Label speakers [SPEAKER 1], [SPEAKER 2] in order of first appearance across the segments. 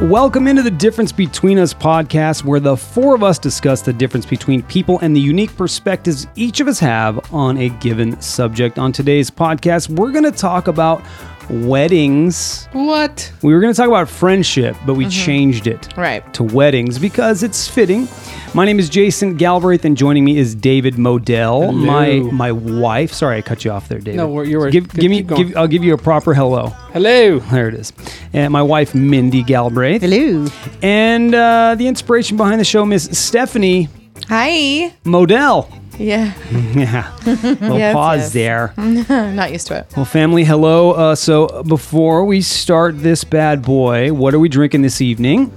[SPEAKER 1] Welcome into the Difference Between Us podcast, where the four of us discuss the difference between people and the unique perspectives each of us have on a given subject. On today's podcast, we're going to talk about weddings.
[SPEAKER 2] What?
[SPEAKER 1] We were going to talk about friendship, but we changed it
[SPEAKER 2] Right.
[SPEAKER 1] to weddings because it's fitting. My name is Jason Galbraith, and joining me is David Modell, my my wife. Sorry, I cut you off there, David.
[SPEAKER 2] No, we're- you're-
[SPEAKER 1] give,
[SPEAKER 2] keep-
[SPEAKER 1] give me.
[SPEAKER 2] keep going.
[SPEAKER 1] Give, I'll give you a proper hello.
[SPEAKER 2] Hello.
[SPEAKER 1] There it is. And my wife, Mindy Galbraith.
[SPEAKER 3] Hello.
[SPEAKER 1] And uh, the inspiration behind the show, Miss Stephanie
[SPEAKER 3] Hi.
[SPEAKER 1] Modell.
[SPEAKER 3] Yeah.
[SPEAKER 1] Yeah. Little
[SPEAKER 3] Yes,
[SPEAKER 1] pause
[SPEAKER 3] yes. Mm-hmm.
[SPEAKER 1] there.
[SPEAKER 3] I'm not used to it.
[SPEAKER 1] Well, family, hello. Uh, so before we start this bad boy, what are we drinking this evening?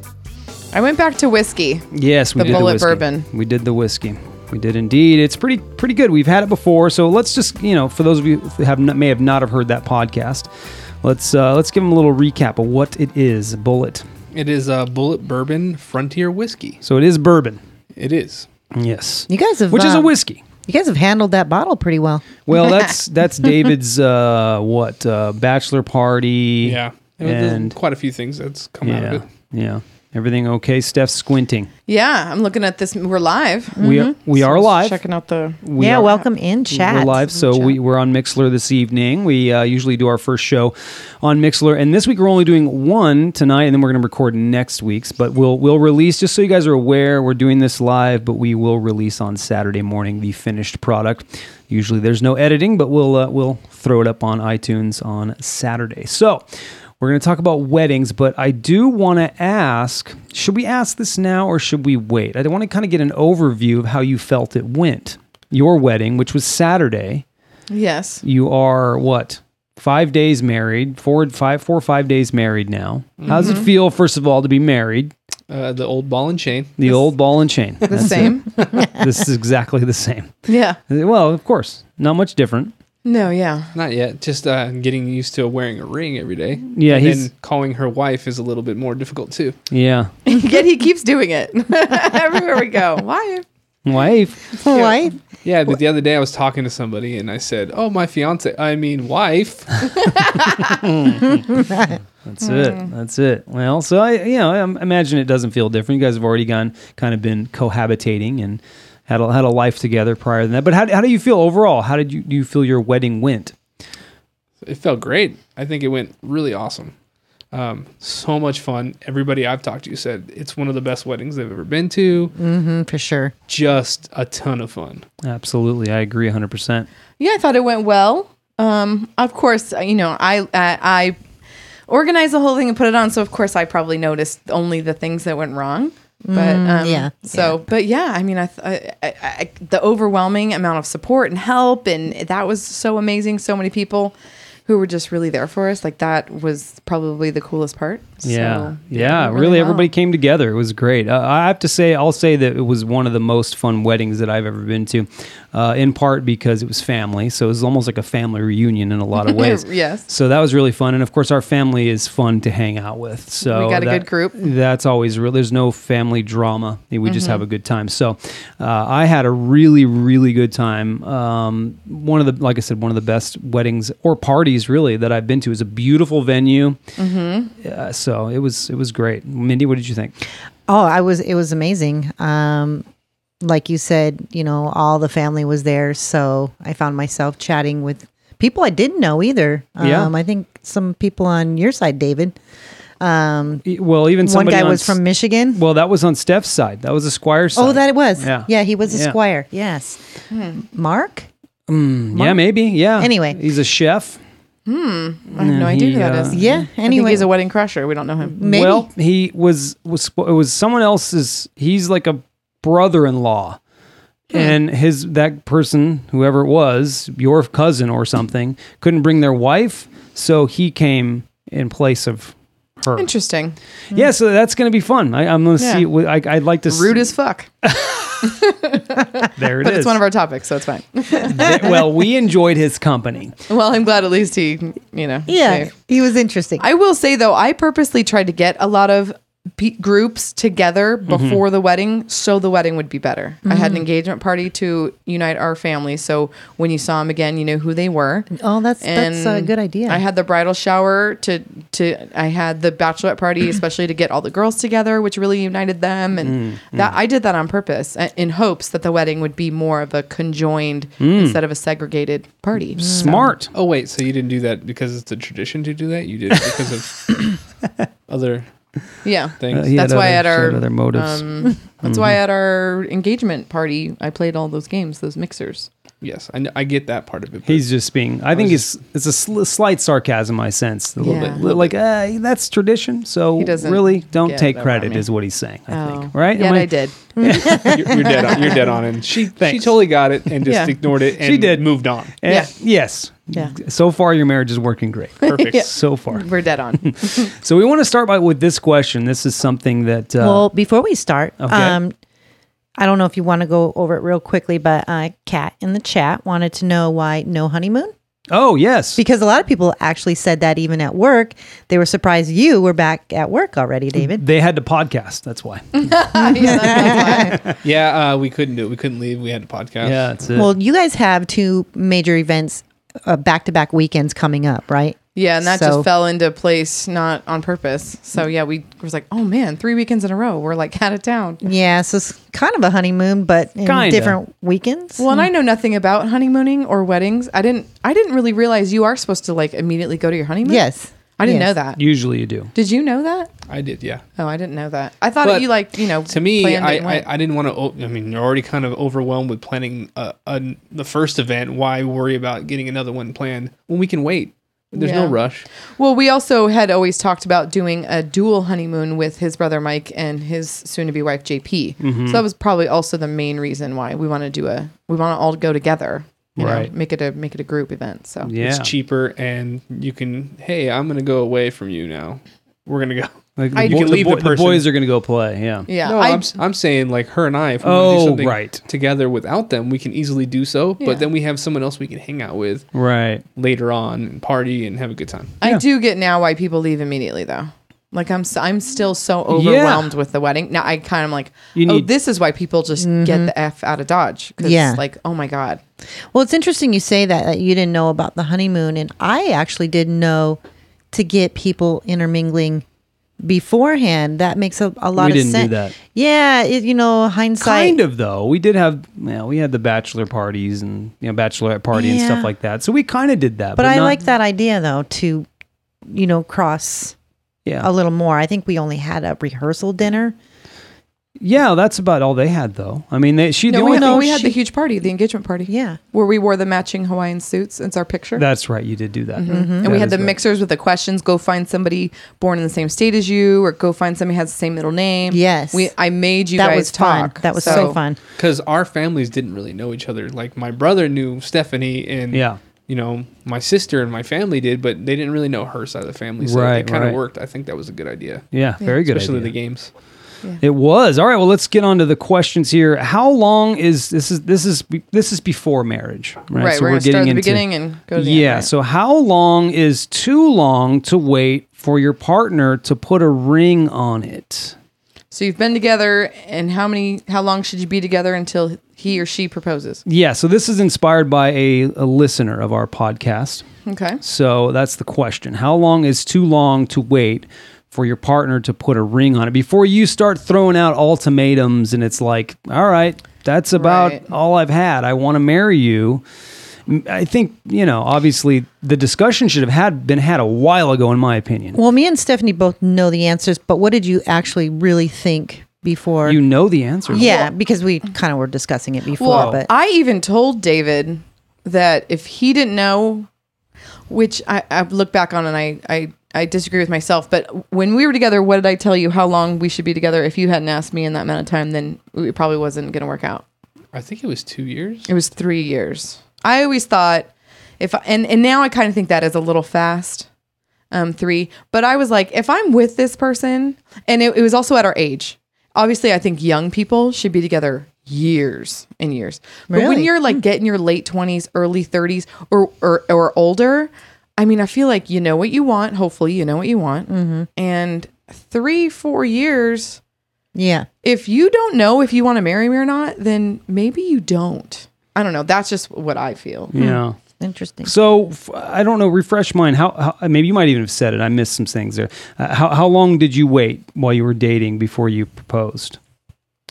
[SPEAKER 3] I went back to whiskey.
[SPEAKER 1] Yes, we
[SPEAKER 3] The
[SPEAKER 1] did the
[SPEAKER 3] bullet
[SPEAKER 1] whiskey.
[SPEAKER 3] bourbon.
[SPEAKER 1] We did the whiskey. We did indeed. It's pretty pretty good. We've had it before, so let's just you know, for those of you who have not, may have not have heard that podcast, let's uh, let's give them a little recap of what it is. Bullet.
[SPEAKER 2] It is a Bullet Bourbon Frontier Whiskey.
[SPEAKER 1] So it is bourbon.
[SPEAKER 2] It is.
[SPEAKER 1] Yes.
[SPEAKER 4] You guys have,
[SPEAKER 1] which is a
[SPEAKER 4] um,
[SPEAKER 1] whiskey.
[SPEAKER 4] You guys have handled that bottle pretty well.
[SPEAKER 1] Well, that's that's David's uh, what uh, bachelor party.
[SPEAKER 2] Yeah. And
[SPEAKER 1] and
[SPEAKER 2] there's quite a few things that's come out
[SPEAKER 1] yeah,
[SPEAKER 2] of it.
[SPEAKER 1] yeah. Everything okay? Steph's squinting.
[SPEAKER 3] Yeah, I'm looking at this. We're live.
[SPEAKER 1] We are, we are live.
[SPEAKER 3] Checking out the.
[SPEAKER 1] We
[SPEAKER 4] yeah,
[SPEAKER 1] are-
[SPEAKER 4] welcome in chat.
[SPEAKER 1] We're live, so we, we're on Mixler this evening. We uh, usually do our first show on Mixler, and this week we're only doing one tonight, and then we're going to record next week's. But we'll we'll release just so you guys are aware we're doing this live, but we will release on Saturday morning the finished product. Usually there's no editing, but we'll uh, we'll throw it up on iTunes on Saturday. So. We're going to talk about weddings, but I do want to ask should we ask this now or should we wait? I want to kind of get an overview of how you felt it went your wedding, which was Saturday.
[SPEAKER 3] Yes.
[SPEAKER 1] You are what? Five days married, four, five, four or five days married now. How does it feel, first of all, to be married?
[SPEAKER 2] Uh, the old ball and chain.
[SPEAKER 1] The old ball and chain.
[SPEAKER 3] The same.
[SPEAKER 1] this is exactly the same.
[SPEAKER 3] yeah.
[SPEAKER 1] Well, of course, not much different.
[SPEAKER 3] No, yeah.
[SPEAKER 2] Not yet. Just uh, getting used to wearing a ring every day.
[SPEAKER 1] Yeah,
[SPEAKER 2] And
[SPEAKER 1] he's-
[SPEAKER 2] then calling her wife is a little bit more difficult too.
[SPEAKER 1] Yeah.
[SPEAKER 3] Yet he keeps doing it everywhere we go. Why?
[SPEAKER 1] Wife.
[SPEAKER 4] Wife,
[SPEAKER 2] Yeah, but the other day I was talking to somebody and I said, "Oh, my fiance, I mean wife."
[SPEAKER 1] That's it. That's it. Well, so I, you know, I imagine it doesn't feel different. You guys have already gone, kind of been cohabitating and had a, had a life together prior to that. But how, how do you feel overall? How did you, do you feel your wedding went?
[SPEAKER 2] it felt great. I think it went really awesome. Um, so much fun. Everybody I've talked to said it's one of the best weddings they've ever been to.
[SPEAKER 4] mm, for sure.
[SPEAKER 2] Just a ton of fun.
[SPEAKER 1] Absolutely. I agree 100%.
[SPEAKER 3] Yeah, I thought it went well. Um, of course, uh, you know, I I, I organized the whole thing and put it on, so of course I probably noticed only the things that went wrong. But um,
[SPEAKER 4] yeah,
[SPEAKER 3] so but yeah, I mean, I, th- I, I, I the overwhelming amount of support and help, and that was so amazing. So many people who were just really there for us, like that was probably the coolest part.
[SPEAKER 1] Yeah,
[SPEAKER 3] so,
[SPEAKER 1] yeah.
[SPEAKER 3] it went
[SPEAKER 1] Really,
[SPEAKER 3] well.
[SPEAKER 1] everybody came together. It was great. Uh, I have to say, I'll say that it was one of the most fun weddings that I've ever been to, uh, in part because it was family. So it was almost like a family reunion in a lot of ways.
[SPEAKER 3] Yes.
[SPEAKER 1] So that was really fun, and of course, our family is fun to hang out with. So
[SPEAKER 3] We got a
[SPEAKER 1] that-
[SPEAKER 3] good group.
[SPEAKER 1] That's always real. There's no family drama. We
[SPEAKER 4] Mm-hmm.
[SPEAKER 1] just have a good time. So uh, I had a really, really good time. Um, one of the, like I said, one of the best weddings or parties really that I've been to. It was a beautiful venue.
[SPEAKER 4] Mm-hmm.
[SPEAKER 1] Uh, so it was it was great. Mindy, what did you think?
[SPEAKER 4] Oh, I was. It was amazing. Um, like you said, you know, all the family was there, so I found myself chatting with people I didn't know either. Um,
[SPEAKER 1] Yeah.
[SPEAKER 4] I think some people on your side, David. Um,
[SPEAKER 1] E- Well, even
[SPEAKER 4] one
[SPEAKER 1] somebody
[SPEAKER 4] guy
[SPEAKER 1] on
[SPEAKER 4] was
[SPEAKER 1] s-
[SPEAKER 4] from Michigan.
[SPEAKER 1] Well, that was on Steph's side. That was the Squire's side.
[SPEAKER 4] Oh, that it was.
[SPEAKER 1] Yeah.
[SPEAKER 4] yeah he was a
[SPEAKER 1] Yeah.
[SPEAKER 4] squire. Yes, Hmm. Mark.
[SPEAKER 1] yeah, maybe. Yeah.
[SPEAKER 4] Anyway.
[SPEAKER 1] he's a chef.
[SPEAKER 3] I have no idea who that
[SPEAKER 1] Yeah. uh,
[SPEAKER 3] is.
[SPEAKER 4] Yeah.
[SPEAKER 3] Anyway,
[SPEAKER 4] Anyway,
[SPEAKER 3] he's a wedding crusher. We don't know him.
[SPEAKER 4] maybe.
[SPEAKER 1] Well, he was was it was someone else's. He's like a brother-in-law,
[SPEAKER 3] Hmm.
[SPEAKER 1] and his that person, whoever it was, your cousin or something, couldn't bring their wife, so he came in place of her.
[SPEAKER 3] Interesting.
[SPEAKER 1] Yeah, so that's going to be fun. I, I'm going to
[SPEAKER 3] Yeah.
[SPEAKER 1] see. wh- I, would like to.
[SPEAKER 3] Rude
[SPEAKER 1] see,
[SPEAKER 3] as fuck.
[SPEAKER 1] there it
[SPEAKER 3] But
[SPEAKER 1] is.
[SPEAKER 3] it's one of our topics, so it's fine.
[SPEAKER 1] well, we enjoyed his company.
[SPEAKER 3] Well, I'm glad at least he, you know.
[SPEAKER 4] yeah,
[SPEAKER 3] safe.
[SPEAKER 4] he was interesting.
[SPEAKER 3] I will say though, I purposely tried to get a lot of pe groups together before the wedding so the wedding would be better. I
[SPEAKER 4] Mm-hmm.
[SPEAKER 3] had an engagement party to unite our family. So when you saw them again, you knew who they were.
[SPEAKER 4] Oh, that's that's a
[SPEAKER 3] And
[SPEAKER 4] good idea.
[SPEAKER 3] I had the bridal shower to to I had the bachelorette party especially to get all the girls together, which really united them and that I did that on purpose uh, in hopes that the wedding would be more of a conjoined instead of a segregated party.
[SPEAKER 4] Mm.
[SPEAKER 1] Smart.
[SPEAKER 2] Oh wait, so you didn't do that because it's a tradition to do that? You did it because of other
[SPEAKER 3] Yeah.
[SPEAKER 2] things.
[SPEAKER 1] Uh, he had
[SPEAKER 3] That's why
[SPEAKER 1] other-
[SPEAKER 3] at our-
[SPEAKER 1] she had other motives. Mm-hmm.
[SPEAKER 3] Um, that's why at our engagement party, I played all those games, those mixers.
[SPEAKER 2] Yes, I, kn- I get that part of it. but
[SPEAKER 1] He's just being. I think it's it's a sl- slight sarcasm. I sense a little
[SPEAKER 3] Yeah.
[SPEAKER 1] bit, Li- like uh, that's tradition. So
[SPEAKER 3] He doesn't
[SPEAKER 1] really, don't
[SPEAKER 3] get
[SPEAKER 1] take
[SPEAKER 3] about
[SPEAKER 1] credit
[SPEAKER 3] me.
[SPEAKER 1] is what he's saying. I think,
[SPEAKER 3] Oh.
[SPEAKER 1] right?
[SPEAKER 3] Yeah,
[SPEAKER 1] Am
[SPEAKER 3] I, did.
[SPEAKER 2] you're, you're dead on. You're dead on. And she she
[SPEAKER 1] Thanks.
[SPEAKER 2] totally got it and just
[SPEAKER 3] Yeah.
[SPEAKER 2] ignored it. And
[SPEAKER 1] She did.
[SPEAKER 2] Moved on.
[SPEAKER 1] Eh,
[SPEAKER 3] Yeah.
[SPEAKER 1] Yes.
[SPEAKER 4] Yeah.
[SPEAKER 1] So far, your marriage is working great.
[SPEAKER 2] Perfect.
[SPEAKER 1] So far.
[SPEAKER 3] We're dead on.
[SPEAKER 1] So we want to start by with this question. This is something that. Uh,
[SPEAKER 4] well, before we start,
[SPEAKER 1] Okay.
[SPEAKER 4] um, I don't know if you want to go over it real quickly, but uh, Kat in the chat wanted to know why no honeymoon.
[SPEAKER 1] oh yes.
[SPEAKER 4] Because a lot of people actually said that even at work, they were surprised you were back at work already, David.
[SPEAKER 1] They had to podcast. That's why.
[SPEAKER 3] Mm.
[SPEAKER 2] Yeah, uh, we couldn't do it. We couldn't leave. We had a podcast.
[SPEAKER 1] Yeah, that's it.
[SPEAKER 4] Well, you guys have two major events, uh, back-to-back weekends coming up, right?
[SPEAKER 3] Yeah, and that
[SPEAKER 4] So-
[SPEAKER 3] just fell into place not on purpose. So yeah, we was like, oh man, three weekends in a row, we're like out of town.
[SPEAKER 4] Yeah, so it's kind of a honeymoon, but in
[SPEAKER 1] Kinda.
[SPEAKER 4] different weekends.
[SPEAKER 3] Well, and I know nothing about honeymooning or weddings. I didn't. I didn't really realize you are supposed to like immediately go to your honeymoon.
[SPEAKER 4] Yes.
[SPEAKER 3] I didn't
[SPEAKER 4] Yes.
[SPEAKER 3] know that.
[SPEAKER 1] Usually you do.
[SPEAKER 3] Did you know that?
[SPEAKER 2] I did. Yeah.
[SPEAKER 3] Oh, I didn't know that. I thought
[SPEAKER 2] But
[SPEAKER 3] you like you know
[SPEAKER 2] To me,
[SPEAKER 3] planned it and
[SPEAKER 2] I,
[SPEAKER 3] went.
[SPEAKER 2] I, I didn't want to. I mean, you're already kind of overwhelmed with planning uh, an the first event. Why worry about getting another one planned when we can wait? There's no
[SPEAKER 3] Yeah.
[SPEAKER 2] rush.
[SPEAKER 3] Well, we also had always talked about doing a dual honeymoon with his brother Mike and his soon-to-be wife JP.
[SPEAKER 1] Mm-hmm.
[SPEAKER 3] So that was probably also the main reason why we want to do a we want to all go together, you
[SPEAKER 1] Right.
[SPEAKER 3] know, make it a make it a group event. So
[SPEAKER 1] Yeah.
[SPEAKER 2] It's cheaper, and you can. Hey, I'm gonna go away from you now. We're gonna go.
[SPEAKER 1] Like,
[SPEAKER 3] I-
[SPEAKER 1] the,
[SPEAKER 3] You
[SPEAKER 1] bo-
[SPEAKER 3] can
[SPEAKER 1] the
[SPEAKER 2] leave the
[SPEAKER 1] boy- the
[SPEAKER 2] person.
[SPEAKER 1] boys are going to go play. Yeah.
[SPEAKER 3] yeah,
[SPEAKER 2] no,
[SPEAKER 3] I-
[SPEAKER 2] I, am I'm saying like her and I. If we
[SPEAKER 1] Oh,
[SPEAKER 2] do something
[SPEAKER 1] right.
[SPEAKER 2] together without them, we can easily do so.
[SPEAKER 3] Yeah.
[SPEAKER 2] But then we have someone else we can hang out with
[SPEAKER 1] Right.
[SPEAKER 2] later on and party and have a good time.
[SPEAKER 1] Yeah.
[SPEAKER 3] I do get now why people leave immediately though. Like I'm, s- I'm still so overwhelmed with the wedding. Now I kind of like,
[SPEAKER 1] You
[SPEAKER 3] oh,
[SPEAKER 1] need-
[SPEAKER 3] this is why people just get the f out of Dodge. 'Cause,
[SPEAKER 4] Mm-hmm. Yeah.
[SPEAKER 3] like oh my god,
[SPEAKER 4] Well, it's interesting you say that, that you didn't know about the honeymoon. And I actually didn't know to get people intermingling beforehand. That makes a, a lot
[SPEAKER 1] We
[SPEAKER 4] of
[SPEAKER 1] didn't do
[SPEAKER 4] sense.
[SPEAKER 1] that.
[SPEAKER 4] Yeah, it, you know, hindsight.
[SPEAKER 1] Kind of though. We did have yeah, we had the bachelor parties and you know bachelorette party and stuff
[SPEAKER 4] Yeah.
[SPEAKER 1] like that. So we kind of did that.
[SPEAKER 4] But, I
[SPEAKER 1] not-
[SPEAKER 4] like that idea, though, to, you know, cross
[SPEAKER 1] Yeah.
[SPEAKER 4] a little more. I think we only had a rehearsal dinner.
[SPEAKER 1] Yeah, that's about all they had though. I mean, they, she the
[SPEAKER 3] no,
[SPEAKER 1] only
[SPEAKER 3] we,
[SPEAKER 1] thing
[SPEAKER 3] we had the
[SPEAKER 4] she-
[SPEAKER 3] huge party, the engagement party,
[SPEAKER 4] Yeah.
[SPEAKER 3] where we wore the matching Hawaiian suits. It's our picture.
[SPEAKER 1] That's right. You did do that.
[SPEAKER 3] Mm-hmm. And
[SPEAKER 1] That
[SPEAKER 3] we had
[SPEAKER 1] is
[SPEAKER 3] the
[SPEAKER 1] right.
[SPEAKER 3] mixers with the questions. Go find somebody born in the same state as you, or go find somebody who has the same middle name.
[SPEAKER 4] Yes.
[SPEAKER 3] we. I made you
[SPEAKER 4] that
[SPEAKER 3] guys
[SPEAKER 4] was
[SPEAKER 3] talk.
[SPEAKER 4] fun. That was so, fun.
[SPEAKER 2] because our families didn't really know each other. Like my brother knew Stephanie, and
[SPEAKER 1] Yeah.
[SPEAKER 2] you know my sister and my family did, but they didn't really know her side of the family. So
[SPEAKER 1] Right,
[SPEAKER 2] it kind of
[SPEAKER 1] right.
[SPEAKER 2] worked. I think that was a good idea,
[SPEAKER 1] Yeah, very good.
[SPEAKER 2] especially
[SPEAKER 1] idea.
[SPEAKER 2] the games.
[SPEAKER 1] It was all right. Well, let's get on to the questions here. How long is this? Is this is this is before marriage? Right.
[SPEAKER 3] Right, we're, gonna start at the beginning and go. To the
[SPEAKER 1] yeah.
[SPEAKER 3] End, right?
[SPEAKER 1] So how long is too long to wait for your partner to put a ring on it?
[SPEAKER 3] So you've been together, and how many? How long should you be together until he or she proposes?
[SPEAKER 1] Yeah. So this is inspired by a, a listener of our podcast.
[SPEAKER 3] Okay.
[SPEAKER 1] So that's the question. How long is too long to wait for your partner to put a ring on it before you start throwing out ultimatums and it's like, all right, that's about
[SPEAKER 3] Right.
[SPEAKER 1] all I've had. I want to marry you. M- I think, you know, obviously the discussion should have had been had a while ago in my opinion.
[SPEAKER 4] Well, me and Stephanie both know the answers, but what did you actually really think before?
[SPEAKER 1] You know the answer.
[SPEAKER 4] yeah, because we kind of were discussing it before,
[SPEAKER 3] Well,
[SPEAKER 4] but
[SPEAKER 3] I even told David that if he didn't know, which I, I look back on and I, I, I disagree with myself, but when we were together, what did I tell you how long we should be together? If you hadn't asked me in that amount of time, then it probably wasn't going to work out.
[SPEAKER 2] I think it was two years.
[SPEAKER 3] It was three years. I always thought if, and, and now I kind of think that is a little fast. Um, three, but I was like, if I'm with this person, and it, it was also at our age. Obviously, I think young people should be together years and years. But when
[SPEAKER 4] Really?
[SPEAKER 3] you're like getting your late twenties, early thirties, or, or or older, I mean, I feel like you know what you want. Hopefully, you know what you want, and three, four years,
[SPEAKER 4] Yeah.
[SPEAKER 3] if you don't know if you want to marry me or not, then maybe you don't. I don't know. That's just what I feel.
[SPEAKER 1] Yeah.
[SPEAKER 4] Interesting.
[SPEAKER 1] So f- I don't know. Refresh mine. How, how maybe you might even have said it. I missed some things there. Uh, how how long did you wait while you were dating before you proposed?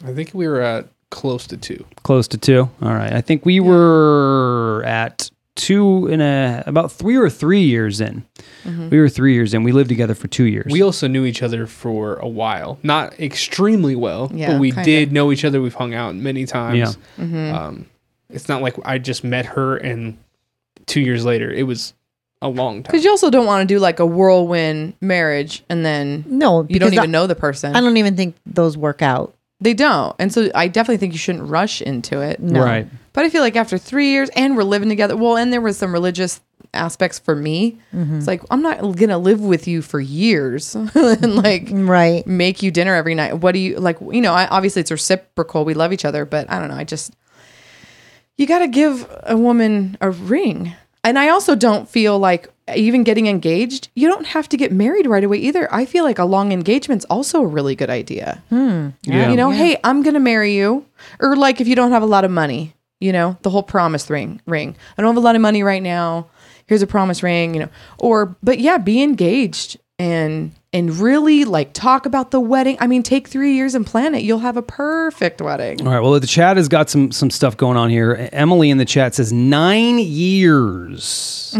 [SPEAKER 2] I think we were at close to two.
[SPEAKER 1] Close to two. All right. I think we were at two and a about three or three years in. We were three years in. We lived together for two years.
[SPEAKER 2] We also knew each other for a while, not extremely well,
[SPEAKER 3] Yeah,
[SPEAKER 2] but we
[SPEAKER 3] kinda.
[SPEAKER 2] did know each other. We've hung out many times.
[SPEAKER 1] Yeah. Mm-hmm.
[SPEAKER 2] Um, it's not like I just met her and two years later. It was a long time.
[SPEAKER 3] Because you also don't want to do like a whirlwind marriage and then
[SPEAKER 4] No,
[SPEAKER 3] you don't
[SPEAKER 4] because
[SPEAKER 3] even
[SPEAKER 4] I-
[SPEAKER 3] know the person.
[SPEAKER 4] I don't even think those work out.
[SPEAKER 3] they don't. And so I definitely think you shouldn't rush into it.
[SPEAKER 4] No.
[SPEAKER 1] Right.
[SPEAKER 3] But I feel like after three years and we're living together, well, and there was some religious aspects for me.
[SPEAKER 4] Mm-hmm.
[SPEAKER 3] It's like, I'm not going to live with you for years and like
[SPEAKER 4] Right.
[SPEAKER 3] make you dinner every night. What do you like? You know, I, obviously it's reciprocal. We love each other, but I don't know. I just, you got to give a woman a ring. And I also don't feel like even getting engaged, you don't have to get married right away either. I feel like a long engagement's also a really good idea.
[SPEAKER 1] Yeah.
[SPEAKER 3] You know, hey, I'm going to marry you. Or like if you don't have a lot of money, you know, the whole promise ring ring. I don't have a lot of money right now. Here's a promise ring, you know. Or but yeah, be engaged and and really like talk about the wedding. I mean, take 3 years and plan it. You'll have a perfect wedding.
[SPEAKER 1] All right. Well, the chat has got some some stuff going on here. E, Emily in the chat says nine years.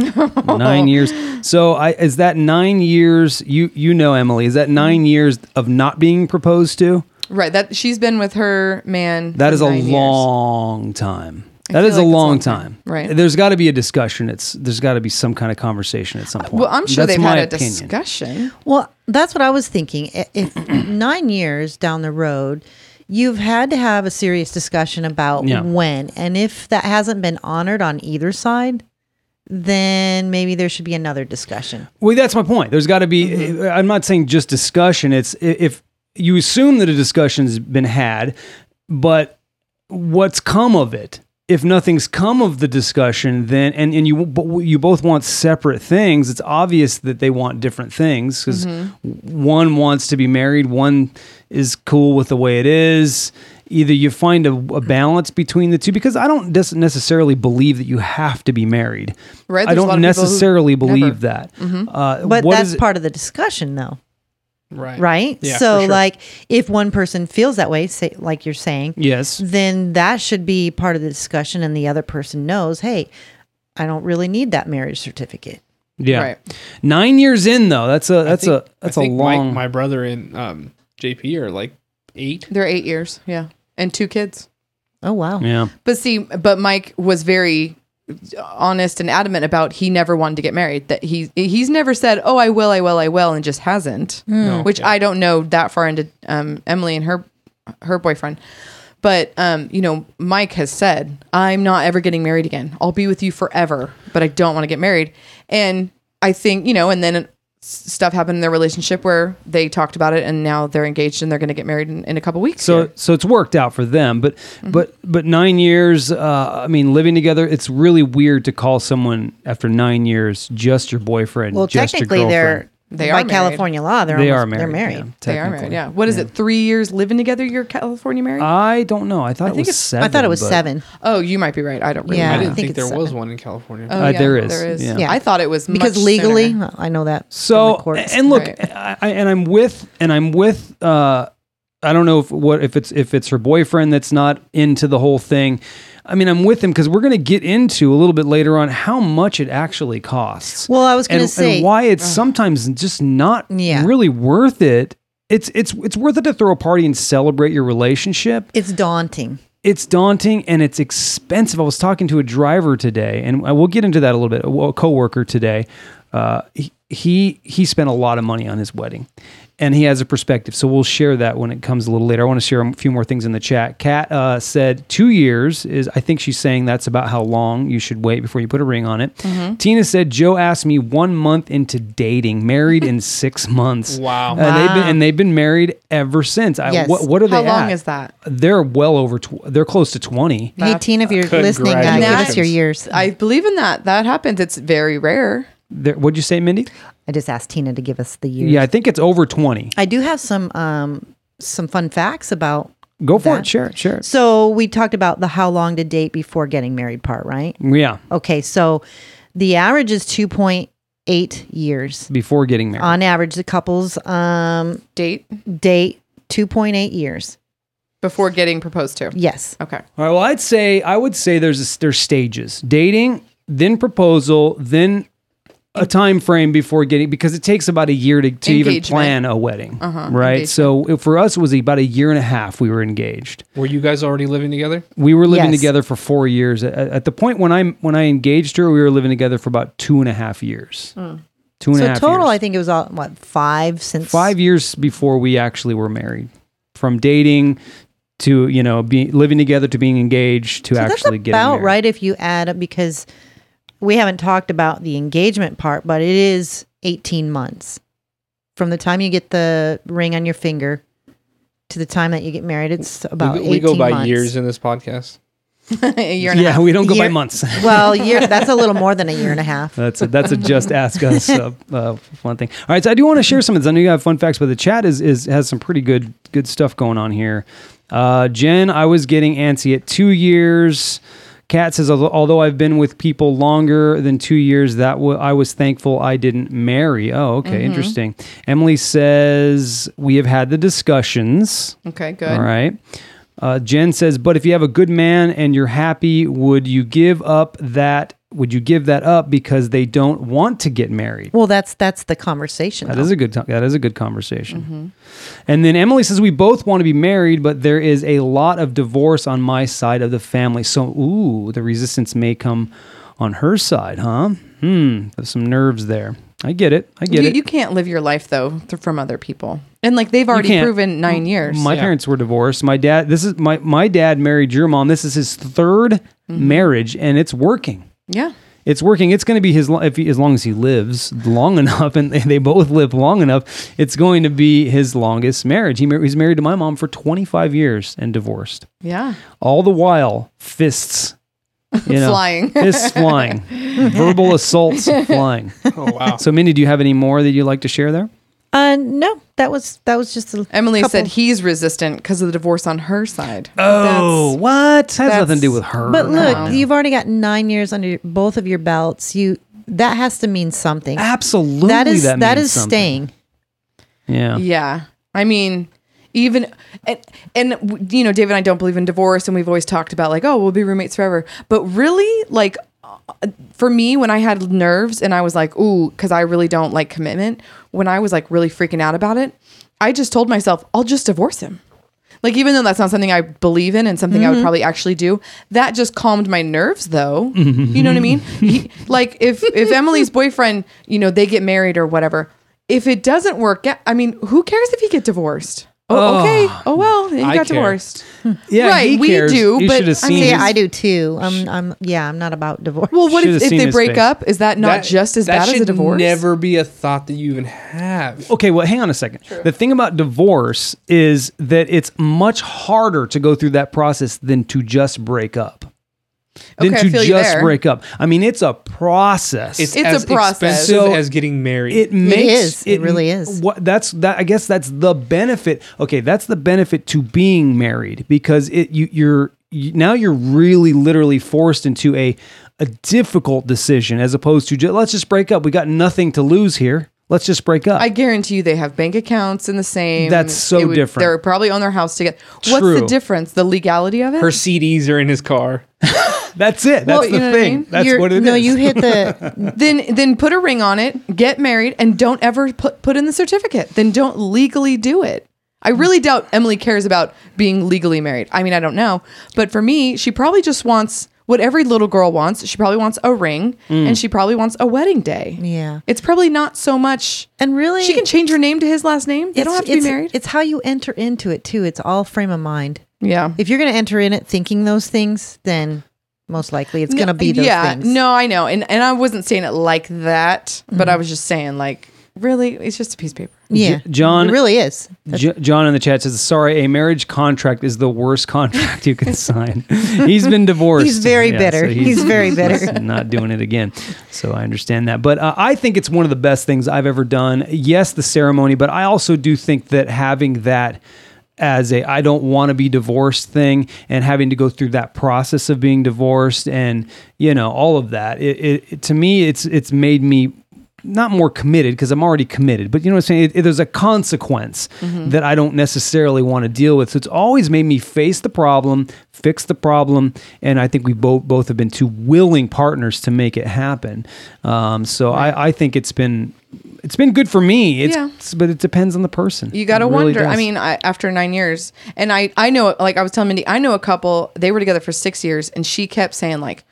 [SPEAKER 1] nine years. So, I is that nine years? You you know, Emily, is that
[SPEAKER 3] Mm-hmm.
[SPEAKER 1] nine years of not being proposed to?
[SPEAKER 3] Right. That she's been with her man.
[SPEAKER 1] That
[SPEAKER 3] for
[SPEAKER 1] is a
[SPEAKER 3] nine years.
[SPEAKER 1] long time.
[SPEAKER 3] I
[SPEAKER 1] That
[SPEAKER 3] feel
[SPEAKER 1] is
[SPEAKER 3] like
[SPEAKER 1] a
[SPEAKER 3] that's a
[SPEAKER 1] long
[SPEAKER 3] long
[SPEAKER 1] time.
[SPEAKER 3] time. Right.
[SPEAKER 1] There's got to be a discussion. It's there's got to be some kind of conversation at some point.
[SPEAKER 3] Well, I'm sure
[SPEAKER 1] That's
[SPEAKER 3] they've
[SPEAKER 1] my
[SPEAKER 3] had a
[SPEAKER 1] opinion.
[SPEAKER 3] discussion.
[SPEAKER 4] Well, that's what I was thinking. I- If nine years down the road, you've had to have a serious discussion about
[SPEAKER 1] Yeah.
[SPEAKER 4] when, and if that hasn't been honored on either side, then maybe there should be another discussion.
[SPEAKER 1] Well, that's my point. There's got to be.
[SPEAKER 3] Mm-hmm.
[SPEAKER 1] I'm not saying just discussion. It's i- if you assume that a discussion's been had, but what's come of it? If nothing's come of the discussion, then and and you but you both want separate things. It's obvious that they want different things because
[SPEAKER 3] Mm-hmm.
[SPEAKER 1] one wants to be married, one is cool with the way it is. Either you find a, a balance between the two, because I don't des- necessarily believe that you have to be married.
[SPEAKER 3] Right,
[SPEAKER 1] I
[SPEAKER 3] there's a lot
[SPEAKER 1] don't
[SPEAKER 3] of people who
[SPEAKER 1] necessarily
[SPEAKER 3] never-
[SPEAKER 1] believe that. Uh,
[SPEAKER 4] Mm-hmm. But
[SPEAKER 1] what
[SPEAKER 4] that's
[SPEAKER 1] is it-
[SPEAKER 4] part of the discussion, though,
[SPEAKER 2] Right.
[SPEAKER 4] right?
[SPEAKER 2] Yeah,
[SPEAKER 4] so,
[SPEAKER 2] for sure.
[SPEAKER 4] like, if one person feels that way, say, like you're saying,
[SPEAKER 1] Yes.
[SPEAKER 4] then that should be part of the discussion, and the other person knows, hey, I don't really need that marriage certificate.
[SPEAKER 1] Yeah.
[SPEAKER 3] Right.
[SPEAKER 1] Nine years in though. That's a
[SPEAKER 2] I
[SPEAKER 1] that's
[SPEAKER 2] think-
[SPEAKER 1] a that's
[SPEAKER 2] I
[SPEAKER 1] a
[SPEAKER 2] think Mike-
[SPEAKER 1] long.
[SPEAKER 2] my brother and um, JP are like eight.
[SPEAKER 3] They're 8 years. Yeah. And two kids.
[SPEAKER 4] Oh wow!
[SPEAKER 1] yeah.
[SPEAKER 3] But see, but Mike was very honest and adamant about he never wanted to get married. That he he's never said, "Oh, I will, I will, I will," and just hasn't.
[SPEAKER 2] No.
[SPEAKER 3] Which I don't know that far into um, Emily and her her boyfriend. But um, you know, Mike has said, "I'm not ever getting married again. I'll be with you forever, but I don't want to get married." And I think you know, and then s- stuff happened in their relationship where they talked about it, and now they're engaged and they're going to get married in, in a couple weeks.
[SPEAKER 1] So
[SPEAKER 3] here.
[SPEAKER 1] so it's worked out for them, but
[SPEAKER 4] Mm-hmm.
[SPEAKER 1] but but nine years. Uh, I mean, living together. It's really weird to call someone after nine years just your boyfriend.
[SPEAKER 4] Well,
[SPEAKER 1] just
[SPEAKER 4] technically,
[SPEAKER 1] your
[SPEAKER 4] they're
[SPEAKER 1] girlfriend.
[SPEAKER 3] They
[SPEAKER 4] by
[SPEAKER 3] are married.
[SPEAKER 4] California law. They're
[SPEAKER 1] they
[SPEAKER 4] almost,
[SPEAKER 1] are married.
[SPEAKER 4] They're married.
[SPEAKER 1] yeah,
[SPEAKER 3] They are married.
[SPEAKER 1] technically. Uh,
[SPEAKER 3] Yeah. What is it? Three years living together. You're California married.
[SPEAKER 1] I don't know. I thought it
[SPEAKER 3] think
[SPEAKER 1] was
[SPEAKER 3] it's-
[SPEAKER 1] seven.
[SPEAKER 4] I thought it was
[SPEAKER 1] but-
[SPEAKER 4] seven
[SPEAKER 3] oh, you might be right. I don't. Really
[SPEAKER 4] Yeah.
[SPEAKER 2] I
[SPEAKER 3] know.
[SPEAKER 2] didn't
[SPEAKER 4] I
[SPEAKER 2] think,
[SPEAKER 4] think
[SPEAKER 2] there
[SPEAKER 4] it's
[SPEAKER 2] was
[SPEAKER 4] seven.
[SPEAKER 2] one in California.
[SPEAKER 3] Oh,
[SPEAKER 1] Uh, there is,
[SPEAKER 3] There is.
[SPEAKER 1] yeah.
[SPEAKER 4] Yeah.
[SPEAKER 3] I thought it was
[SPEAKER 4] because
[SPEAKER 3] much
[SPEAKER 4] legally,
[SPEAKER 3] sooner.
[SPEAKER 4] I know that. from
[SPEAKER 1] So
[SPEAKER 4] the courts.
[SPEAKER 1] and look,
[SPEAKER 3] Right.
[SPEAKER 1] I, I- and I'm with and I'm with. Uh, I don't know if what if it's if it's her boyfriend that's not into the whole thing. I mean, I'm with him because we're going to get into a little bit later on how much it actually costs.
[SPEAKER 4] well, I was
[SPEAKER 1] and,
[SPEAKER 4] going to say uh-huh.
[SPEAKER 1] and why it's sometimes just not
[SPEAKER 4] Yeah.
[SPEAKER 1] really worth it. It's it's it's worth it to throw a party and celebrate your relationship
[SPEAKER 4] it's daunting.
[SPEAKER 1] it's daunting and it's expensive. I was talking to a driver today, and I- we'll get into that a little bit. A coworker today, uh, he- he he spent a lot of money on his wedding, and he has a perspective. So we'll share that when it comes a little later. I want to share a few more things in the chat. Kat uh, said two years is. I think she's saying that's about how long you should wait before you put a ring on it.
[SPEAKER 3] Mm-hmm.
[SPEAKER 1] Tina said Joe asked me one month into dating, married in six months.
[SPEAKER 2] Wow.
[SPEAKER 1] And they've been and they've been married ever since. I,
[SPEAKER 4] Yes.
[SPEAKER 1] what, what are
[SPEAKER 3] How
[SPEAKER 1] they?
[SPEAKER 3] long
[SPEAKER 1] at?
[SPEAKER 3] is that?
[SPEAKER 1] They're well over. Tw- they're close to twenty.
[SPEAKER 4] Hey, Tina, if you're listening, uh, give us your
[SPEAKER 2] Congratulations.
[SPEAKER 4] years.
[SPEAKER 3] I believe in that. That happens. It's very rare.
[SPEAKER 1] They're- what'd you say, Mindy?
[SPEAKER 4] I just asked Tina to give us the years.
[SPEAKER 1] Yeah, I think it's over 20.
[SPEAKER 4] I do have some um, some fun facts about.
[SPEAKER 1] Go for it.
[SPEAKER 4] That-
[SPEAKER 1] Share it. Share it.
[SPEAKER 4] So we talked about the how long to date before getting married part, right?
[SPEAKER 1] Yeah,
[SPEAKER 4] Okay, so the average is two point eight years.
[SPEAKER 1] before getting married.
[SPEAKER 4] On average, the couples um,
[SPEAKER 3] Date
[SPEAKER 4] date two point eight years.
[SPEAKER 3] before getting proposed to.
[SPEAKER 4] Yes.
[SPEAKER 3] Okay.
[SPEAKER 1] All right. Well, I'd say I would say there's a, there's stages: dating, then proposal, then a time frame before getting because it takes about a year to, to even
[SPEAKER 3] Engagement.
[SPEAKER 1] plan a wedding, right?
[SPEAKER 4] Uh-huh,
[SPEAKER 3] engagement.
[SPEAKER 1] So it, for us, it was about a year and a half we were engaged.
[SPEAKER 2] Were you guys already living together?
[SPEAKER 1] We were living
[SPEAKER 4] Yes.
[SPEAKER 1] together for four years. At, at the point when I when I engaged her, we were living together for about two and a half years. Two and a half.
[SPEAKER 4] Hmm. So total,
[SPEAKER 1] years.
[SPEAKER 4] I think it was all what five since
[SPEAKER 1] five years before we actually were married, from dating to you know be, living together to being engaged to
[SPEAKER 4] So
[SPEAKER 1] actually
[SPEAKER 4] that's
[SPEAKER 1] getting
[SPEAKER 4] about
[SPEAKER 1] married.
[SPEAKER 4] right if you add up because we haven't talked about the engagement part, but it is eighteen months from the time you get the ring on your finger to the time that you get married. It's about
[SPEAKER 2] we, go-
[SPEAKER 4] 18
[SPEAKER 2] we go by
[SPEAKER 4] months.
[SPEAKER 2] years in this podcast.
[SPEAKER 3] a year and a
[SPEAKER 1] yeah,
[SPEAKER 3] half.
[SPEAKER 1] we don't go by
[SPEAKER 4] Year-
[SPEAKER 1] months.
[SPEAKER 4] well, year that's a little more than a year and a half.
[SPEAKER 1] That's a, that's a just ask us uh, uh, one thing. All right, so I do want to share some of this. I know you have fun facts, but the chat is is has some pretty good good stuff going on here. Uh, Jen, I was getting antsy at two years. Kat says, "Although- although I've been with people longer than two years, that wa- I was thankful I didn't marry. Oh, okay, interesting. Emily says, we have had the discussions.
[SPEAKER 3] Okay. Good.
[SPEAKER 1] All right. Uh, Jen says, but if you have a good man and you're happy, would you give up that? Would you give that up because they don't want to get married?
[SPEAKER 4] Well, that's that's the conversation.
[SPEAKER 1] That
[SPEAKER 4] though.
[SPEAKER 1] is a good. To- that is a good conversation.
[SPEAKER 3] Mm-hmm.
[SPEAKER 1] And then Emily says, we both want to be married, but there is a lot of divorce on my side of the family. So, ooh, the resistance may come on her side, huh? Hmm. There's some nerves there. I get it. I get
[SPEAKER 3] You,
[SPEAKER 1] it.
[SPEAKER 3] you can't live your life though th- from other people, and like they've already
[SPEAKER 1] can't.
[SPEAKER 3] proven nine years.
[SPEAKER 1] My parents were divorced. My dad. This is my my dad married your mom. This is his 3rd marriage, and it's working.
[SPEAKER 3] yeah.
[SPEAKER 1] It's working. It's going to be his lo- if he, as long as he lives long enough, and they, they both live long enough. It's going to be his longest marriage. He mar- he's married to my mom for 25 years and divorced.
[SPEAKER 3] Yeah.
[SPEAKER 1] All the while, fists, you know,
[SPEAKER 3] Flying.
[SPEAKER 1] fists flying, verbal assaults flying.
[SPEAKER 2] Oh wow!
[SPEAKER 1] So, Mindy, do you have any more that you would like to share there?
[SPEAKER 4] Uh, no, that was that was just a
[SPEAKER 3] Emily
[SPEAKER 4] couple-
[SPEAKER 3] said he's resistant because of the divorce on her side.
[SPEAKER 1] Oh, what? That has nothing to do with her. Oh,
[SPEAKER 4] But look, you've already got nine years under your, both of your belts. You that has to mean something.
[SPEAKER 1] Absolutely,
[SPEAKER 4] that is
[SPEAKER 1] that,
[SPEAKER 4] that
[SPEAKER 1] means
[SPEAKER 4] is
[SPEAKER 1] something.
[SPEAKER 4] staying.
[SPEAKER 1] Yeah.
[SPEAKER 3] Yeah. I mean, even and and w- you know, David and I don't believe in divorce, and we've always talked about like, oh, we'll be roommates forever. But really, like, uh, for me, when I had nerves and I was like, ooh, because I really don't like commitment. When I was like really freaking out about it, I just told myself, I'll just divorce him. Like, even though that's not something I believe in and something I would
[SPEAKER 1] Mm-hmm.
[SPEAKER 3] probably actually do, that just calmed my nerves, though. You know what I mean? He- like, if if Emily's boyfriend, you know, they get married or whatever, if it doesn't work, out, I mean, who cares if you get divorced? Oh, okay. Oh well, you
[SPEAKER 2] I
[SPEAKER 3] got
[SPEAKER 2] care.
[SPEAKER 3] divorced.
[SPEAKER 1] Yeah,
[SPEAKER 3] Right,
[SPEAKER 1] he
[SPEAKER 3] we
[SPEAKER 1] cares.
[SPEAKER 3] do,
[SPEAKER 1] You
[SPEAKER 3] but
[SPEAKER 1] should have
[SPEAKER 3] I
[SPEAKER 1] seen.
[SPEAKER 4] See,
[SPEAKER 1] his-
[SPEAKER 4] I do too. I'm, I'm yeah, I'm not about divorce.
[SPEAKER 3] Well, what
[SPEAKER 1] Should've
[SPEAKER 3] if, if
[SPEAKER 1] seen
[SPEAKER 3] they
[SPEAKER 1] his
[SPEAKER 3] break
[SPEAKER 1] face.
[SPEAKER 3] up? Is that not just as
[SPEAKER 2] that
[SPEAKER 3] bad as a
[SPEAKER 2] should
[SPEAKER 3] divorce?
[SPEAKER 2] Never be a thought that you even have.
[SPEAKER 1] Okay, well, hang on a second. The thing about divorce is that it's much harder to go through that process than to just break up. Than
[SPEAKER 3] Okay, I
[SPEAKER 1] to
[SPEAKER 3] feel you
[SPEAKER 1] just
[SPEAKER 3] there.
[SPEAKER 1] break up. I I mean, it's a process.
[SPEAKER 2] It's,
[SPEAKER 3] It's a
[SPEAKER 2] as
[SPEAKER 3] process.
[SPEAKER 2] expensive
[SPEAKER 1] So-
[SPEAKER 2] as getting married.
[SPEAKER 1] it makes
[SPEAKER 4] is. It really is.
[SPEAKER 1] What that's that I guess that's the benefit. Okay, that's the benefit to being married because it you you're you, now you're really literally forced into a a difficult decision as opposed to just, let's just break up. We got nothing to lose here. Let's just break up.
[SPEAKER 3] I guarantee you, they have bank accounts in the same.
[SPEAKER 1] That's so
[SPEAKER 3] it would-
[SPEAKER 1] different.
[SPEAKER 3] They're probably on their house together. What's
[SPEAKER 1] True.
[SPEAKER 3] the difference? The legality of it.
[SPEAKER 2] Her CDs are in his car.
[SPEAKER 1] that's it. That's
[SPEAKER 3] Well,
[SPEAKER 1] the
[SPEAKER 3] you know what I
[SPEAKER 1] thing.
[SPEAKER 3] mean?
[SPEAKER 1] That's
[SPEAKER 4] You're-
[SPEAKER 1] what it is.
[SPEAKER 4] no, you hit the
[SPEAKER 3] then then put a ring on it, get married, and don't ever put put in the certificate. Then don't legally do it. I really doubt Emily cares about being legally married. I mean, I don't know, but for me, she probably just wants what every little girl wants. She probably wants a ring, and she probably wants a wedding day.
[SPEAKER 4] Mm. yeah,
[SPEAKER 3] It's probably not so much.
[SPEAKER 4] and really,
[SPEAKER 3] She can change her name to his last name. They
[SPEAKER 4] it's-
[SPEAKER 3] don't have to be
[SPEAKER 4] it's-
[SPEAKER 3] married.
[SPEAKER 4] It's how you enter into it too. It's all frame of mind.
[SPEAKER 3] yeah.
[SPEAKER 4] If you're going to enter in it thinking those things, then most likely it's going to be those
[SPEAKER 3] yeah,
[SPEAKER 4] things. Mm.
[SPEAKER 3] no, I know, and and I wasn't saying it like that, but I was just saying like really, it's just a piece of paper.
[SPEAKER 4] Yeah.
[SPEAKER 1] John-
[SPEAKER 4] It really is.
[SPEAKER 1] J- John in the chat says, "Sorry, a marriage contract is the worst contract you can sign." he's been divorced.
[SPEAKER 4] He's very bitter. He's very bitter.
[SPEAKER 1] Not doing it again. So I understand that, but uh, I think it's one of the best things I've ever done. Yes, the ceremony, but I also do think that having that as a I don't want to be divorced thing and having to go through that process of being divorced and you know all of that it, it, it- to me it's it's made me not more committed because I'm already committed, but you know what I'm saying? It, it- there's a consequence
[SPEAKER 3] Mm-hmm.
[SPEAKER 1] that I don't necessarily want to deal with. So it's always made me face the problem, fix the problem, and I think we both both have been two willing partners to make it happen. Um, so I, I think it's been it's been good for me. It's,
[SPEAKER 3] Yeah.
[SPEAKER 1] it's- but it depends on the person.
[SPEAKER 3] You got to
[SPEAKER 1] It really
[SPEAKER 3] wonder. I
[SPEAKER 1] does.
[SPEAKER 3] mean, I, after nine years, and I, I know, like I was telling Mindy, I know a couple. They were together for six years, and she kept saying like,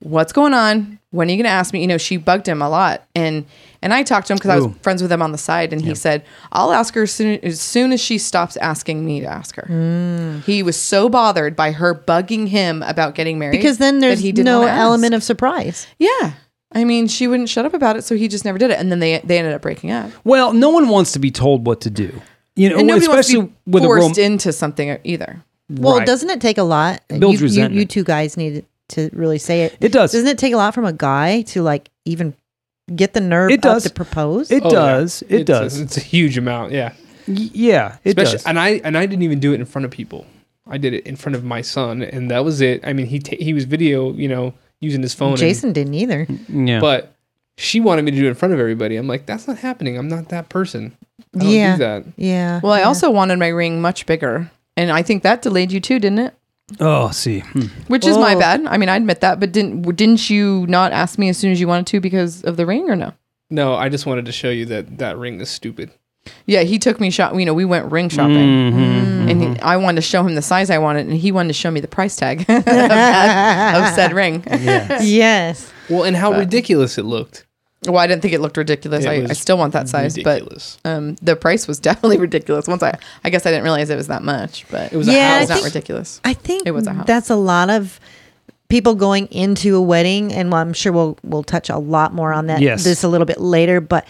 [SPEAKER 3] "What's going on? When are you going to ask me?" You know, she bugged him a lot, and and I talked to him because I was
[SPEAKER 1] Ooh.
[SPEAKER 3] friends with him on the side, and he said, "I'll ask her as soon as soon as she stops asking me to ask her."
[SPEAKER 4] Mm.
[SPEAKER 3] He was so bothered by her bugging him about getting married
[SPEAKER 4] Because then
[SPEAKER 3] that
[SPEAKER 4] there's
[SPEAKER 3] didn't
[SPEAKER 4] no
[SPEAKER 3] wanna ask.
[SPEAKER 4] element of surprise.
[SPEAKER 3] yeah. I mean, she wouldn't shut up about it, so he just never did it, and then they they ended up breaking up.
[SPEAKER 1] well, no one wants to be told what to do. You know,
[SPEAKER 3] And nobody
[SPEAKER 1] especially
[SPEAKER 3] wants to be
[SPEAKER 1] with a
[SPEAKER 3] forced
[SPEAKER 1] rom-
[SPEAKER 3] into something either.
[SPEAKER 4] Well,
[SPEAKER 1] Right.
[SPEAKER 4] doesn't it take a lot?
[SPEAKER 1] It builds
[SPEAKER 4] you, you, you
[SPEAKER 1] resentment.
[SPEAKER 4] two guys need to really say it.
[SPEAKER 1] It does.
[SPEAKER 4] Doesn't it take a lot from a guy to like even get the nerve
[SPEAKER 1] It does.
[SPEAKER 4] up to propose?
[SPEAKER 1] It
[SPEAKER 2] Oh, yeah.
[SPEAKER 1] does. It
[SPEAKER 2] It's a-
[SPEAKER 1] does.
[SPEAKER 2] it's a huge amount. Yeah.
[SPEAKER 1] Y- yeah, it
[SPEAKER 2] Especially,
[SPEAKER 1] does.
[SPEAKER 2] and I and I didn't even do it in front of people. I did it in front of my son, and that was it. I mean, he ta he was video, you know, using his phone. and-
[SPEAKER 4] Jason didn't either.
[SPEAKER 1] yeah.
[SPEAKER 2] but she wanted me to do it in front of everybody. I'm like, that's not happening. I'm not that person. I don't
[SPEAKER 4] Yeah.
[SPEAKER 2] do that.
[SPEAKER 4] Yeah.
[SPEAKER 3] Well, I
[SPEAKER 4] yeah.
[SPEAKER 3] also wanted my ring much bigger, and I think that delayed you too, didn't it?
[SPEAKER 1] oh, see. Hmm.
[SPEAKER 3] Which is my
[SPEAKER 4] Oh.
[SPEAKER 3] bad. I mean, I admit that, but didn't w- didn't you not ask me as soon as you wanted to because of the ring or no?
[SPEAKER 2] No, I just wanted to show you that that ring is stupid.
[SPEAKER 3] Yeah, he took me shop. You know, we went ring shopping,
[SPEAKER 2] Mm-hmm.
[SPEAKER 3] and he, I wanted to show him the size I wanted, and he wanted to show me the price tag of, that, of said ring.
[SPEAKER 4] Yes.
[SPEAKER 2] Well, and how ridiculous it looked.
[SPEAKER 3] Well, I didn't think it looked ridiculous.
[SPEAKER 2] It
[SPEAKER 3] I,
[SPEAKER 2] was
[SPEAKER 3] I still want that size,
[SPEAKER 2] ridiculous.
[SPEAKER 3] but um, the price was definitely ridiculous. Once I, I guess I didn't realize it was that much, but
[SPEAKER 2] It was
[SPEAKER 4] Yeah,
[SPEAKER 2] a
[SPEAKER 3] it
[SPEAKER 2] house.
[SPEAKER 3] was not
[SPEAKER 4] think-
[SPEAKER 3] ridiculous.
[SPEAKER 4] I think
[SPEAKER 3] It was a house.
[SPEAKER 4] that's a lot of people going into a wedding, and I'm sure we'll we'll touch a lot more on that
[SPEAKER 1] Yes.
[SPEAKER 4] this a little bit later, but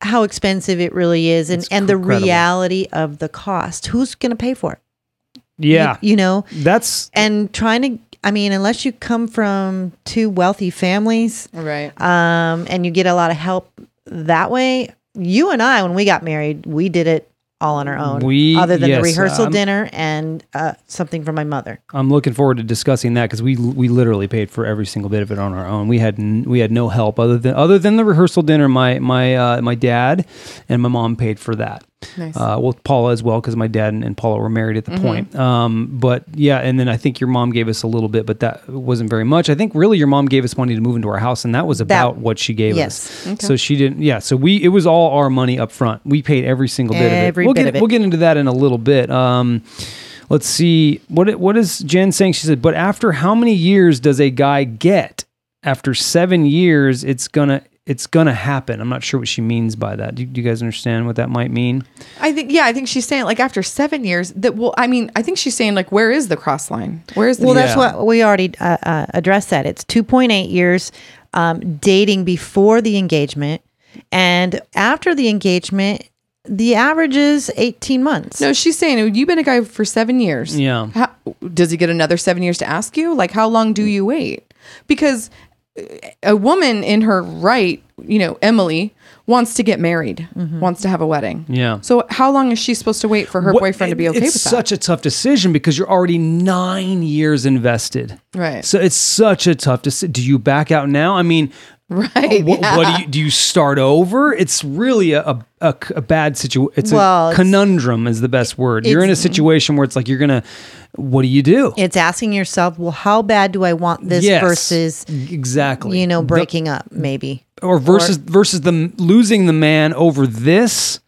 [SPEAKER 4] how expensive it really is and, and the
[SPEAKER 1] incredible.
[SPEAKER 4] reality of the cost. Who's gonna pay for it?
[SPEAKER 1] Yeah.
[SPEAKER 4] You know?
[SPEAKER 1] That's
[SPEAKER 4] And trying to I mean, unless you come from two wealthy families,
[SPEAKER 3] Right.
[SPEAKER 4] um, and you get a lot of help that way. You and I, when we got married, we did it all on our own,
[SPEAKER 1] We-
[SPEAKER 4] other than
[SPEAKER 1] yes,
[SPEAKER 4] the rehearsal
[SPEAKER 1] um,
[SPEAKER 4] dinner and uh, something from my mother.
[SPEAKER 1] I'm looking forward to discussing that because we we literally paid for every single bit of it on our own. We had n- we had no help other than other than the rehearsal dinner. My my uh, my dad and my mom paid for that.
[SPEAKER 3] Nice.
[SPEAKER 1] Uh, well, Paula as well because my dad and, and Paula were married at the point. Um, but yeah, and then I think your mom gave us a little bit, but that wasn't very much. I think really your mom gave us money to move into our house, and that was about what she gave
[SPEAKER 4] yes.
[SPEAKER 1] us. So she didn't. Yeah. So we it was all our money up front. We paid every single bit of
[SPEAKER 4] Every
[SPEAKER 1] it. We'll
[SPEAKER 4] bit
[SPEAKER 1] get
[SPEAKER 4] of it.
[SPEAKER 1] we'll get into that in a little bit. Um, let's see what it- what is Jen saying. She said, "But after how many years does a guy get? After seven years, it's gonna." It's gonna happen. I'm not sure what she means by that. Do, do you guys understand what that might mean?
[SPEAKER 3] I think yeah, I think she's saying like after seven years that well, I mean, I think she's saying like where is the cross line? Where is the
[SPEAKER 4] Well,
[SPEAKER 1] Yeah.
[SPEAKER 4] that's what we already uh, uh, addressed. That it's two point eight years um, dating before the engagement, and after the engagement, the average is eighteen months.
[SPEAKER 3] no? She's saying oh, you've been a guy for seven years.
[SPEAKER 1] Yeah.
[SPEAKER 3] How, does he get another seven years to ask you? Like how long do you wait? Because uh, a woman in her right, you know, Emily wants to get married, wants to have a wedding.
[SPEAKER 1] Mm-hmm. Yeah.
[SPEAKER 3] So how long is she supposed to wait for her
[SPEAKER 1] What-
[SPEAKER 3] boyfriend to be
[SPEAKER 1] it-
[SPEAKER 3] okay
[SPEAKER 1] it's
[SPEAKER 3] with that?
[SPEAKER 1] such a tough decision because you're already nine years invested.
[SPEAKER 3] Right.
[SPEAKER 1] So it's such a tough decision. Do you back out now? I mean,
[SPEAKER 3] Right,
[SPEAKER 1] What,
[SPEAKER 3] yeah.
[SPEAKER 1] what do you do? You start over? It's really a a, a, a bad situation. It's
[SPEAKER 4] Well,
[SPEAKER 1] a
[SPEAKER 4] it's-
[SPEAKER 1] conundrum is the best word. You're in a situation where it's like you're gonna. What do you do?
[SPEAKER 4] It's asking yourself, well, how bad do I want this
[SPEAKER 1] Yes,
[SPEAKER 4] versus
[SPEAKER 1] exactly
[SPEAKER 4] you know
[SPEAKER 1] The-
[SPEAKER 4] breaking up? Maybe
[SPEAKER 1] or versus versus the losing the man over this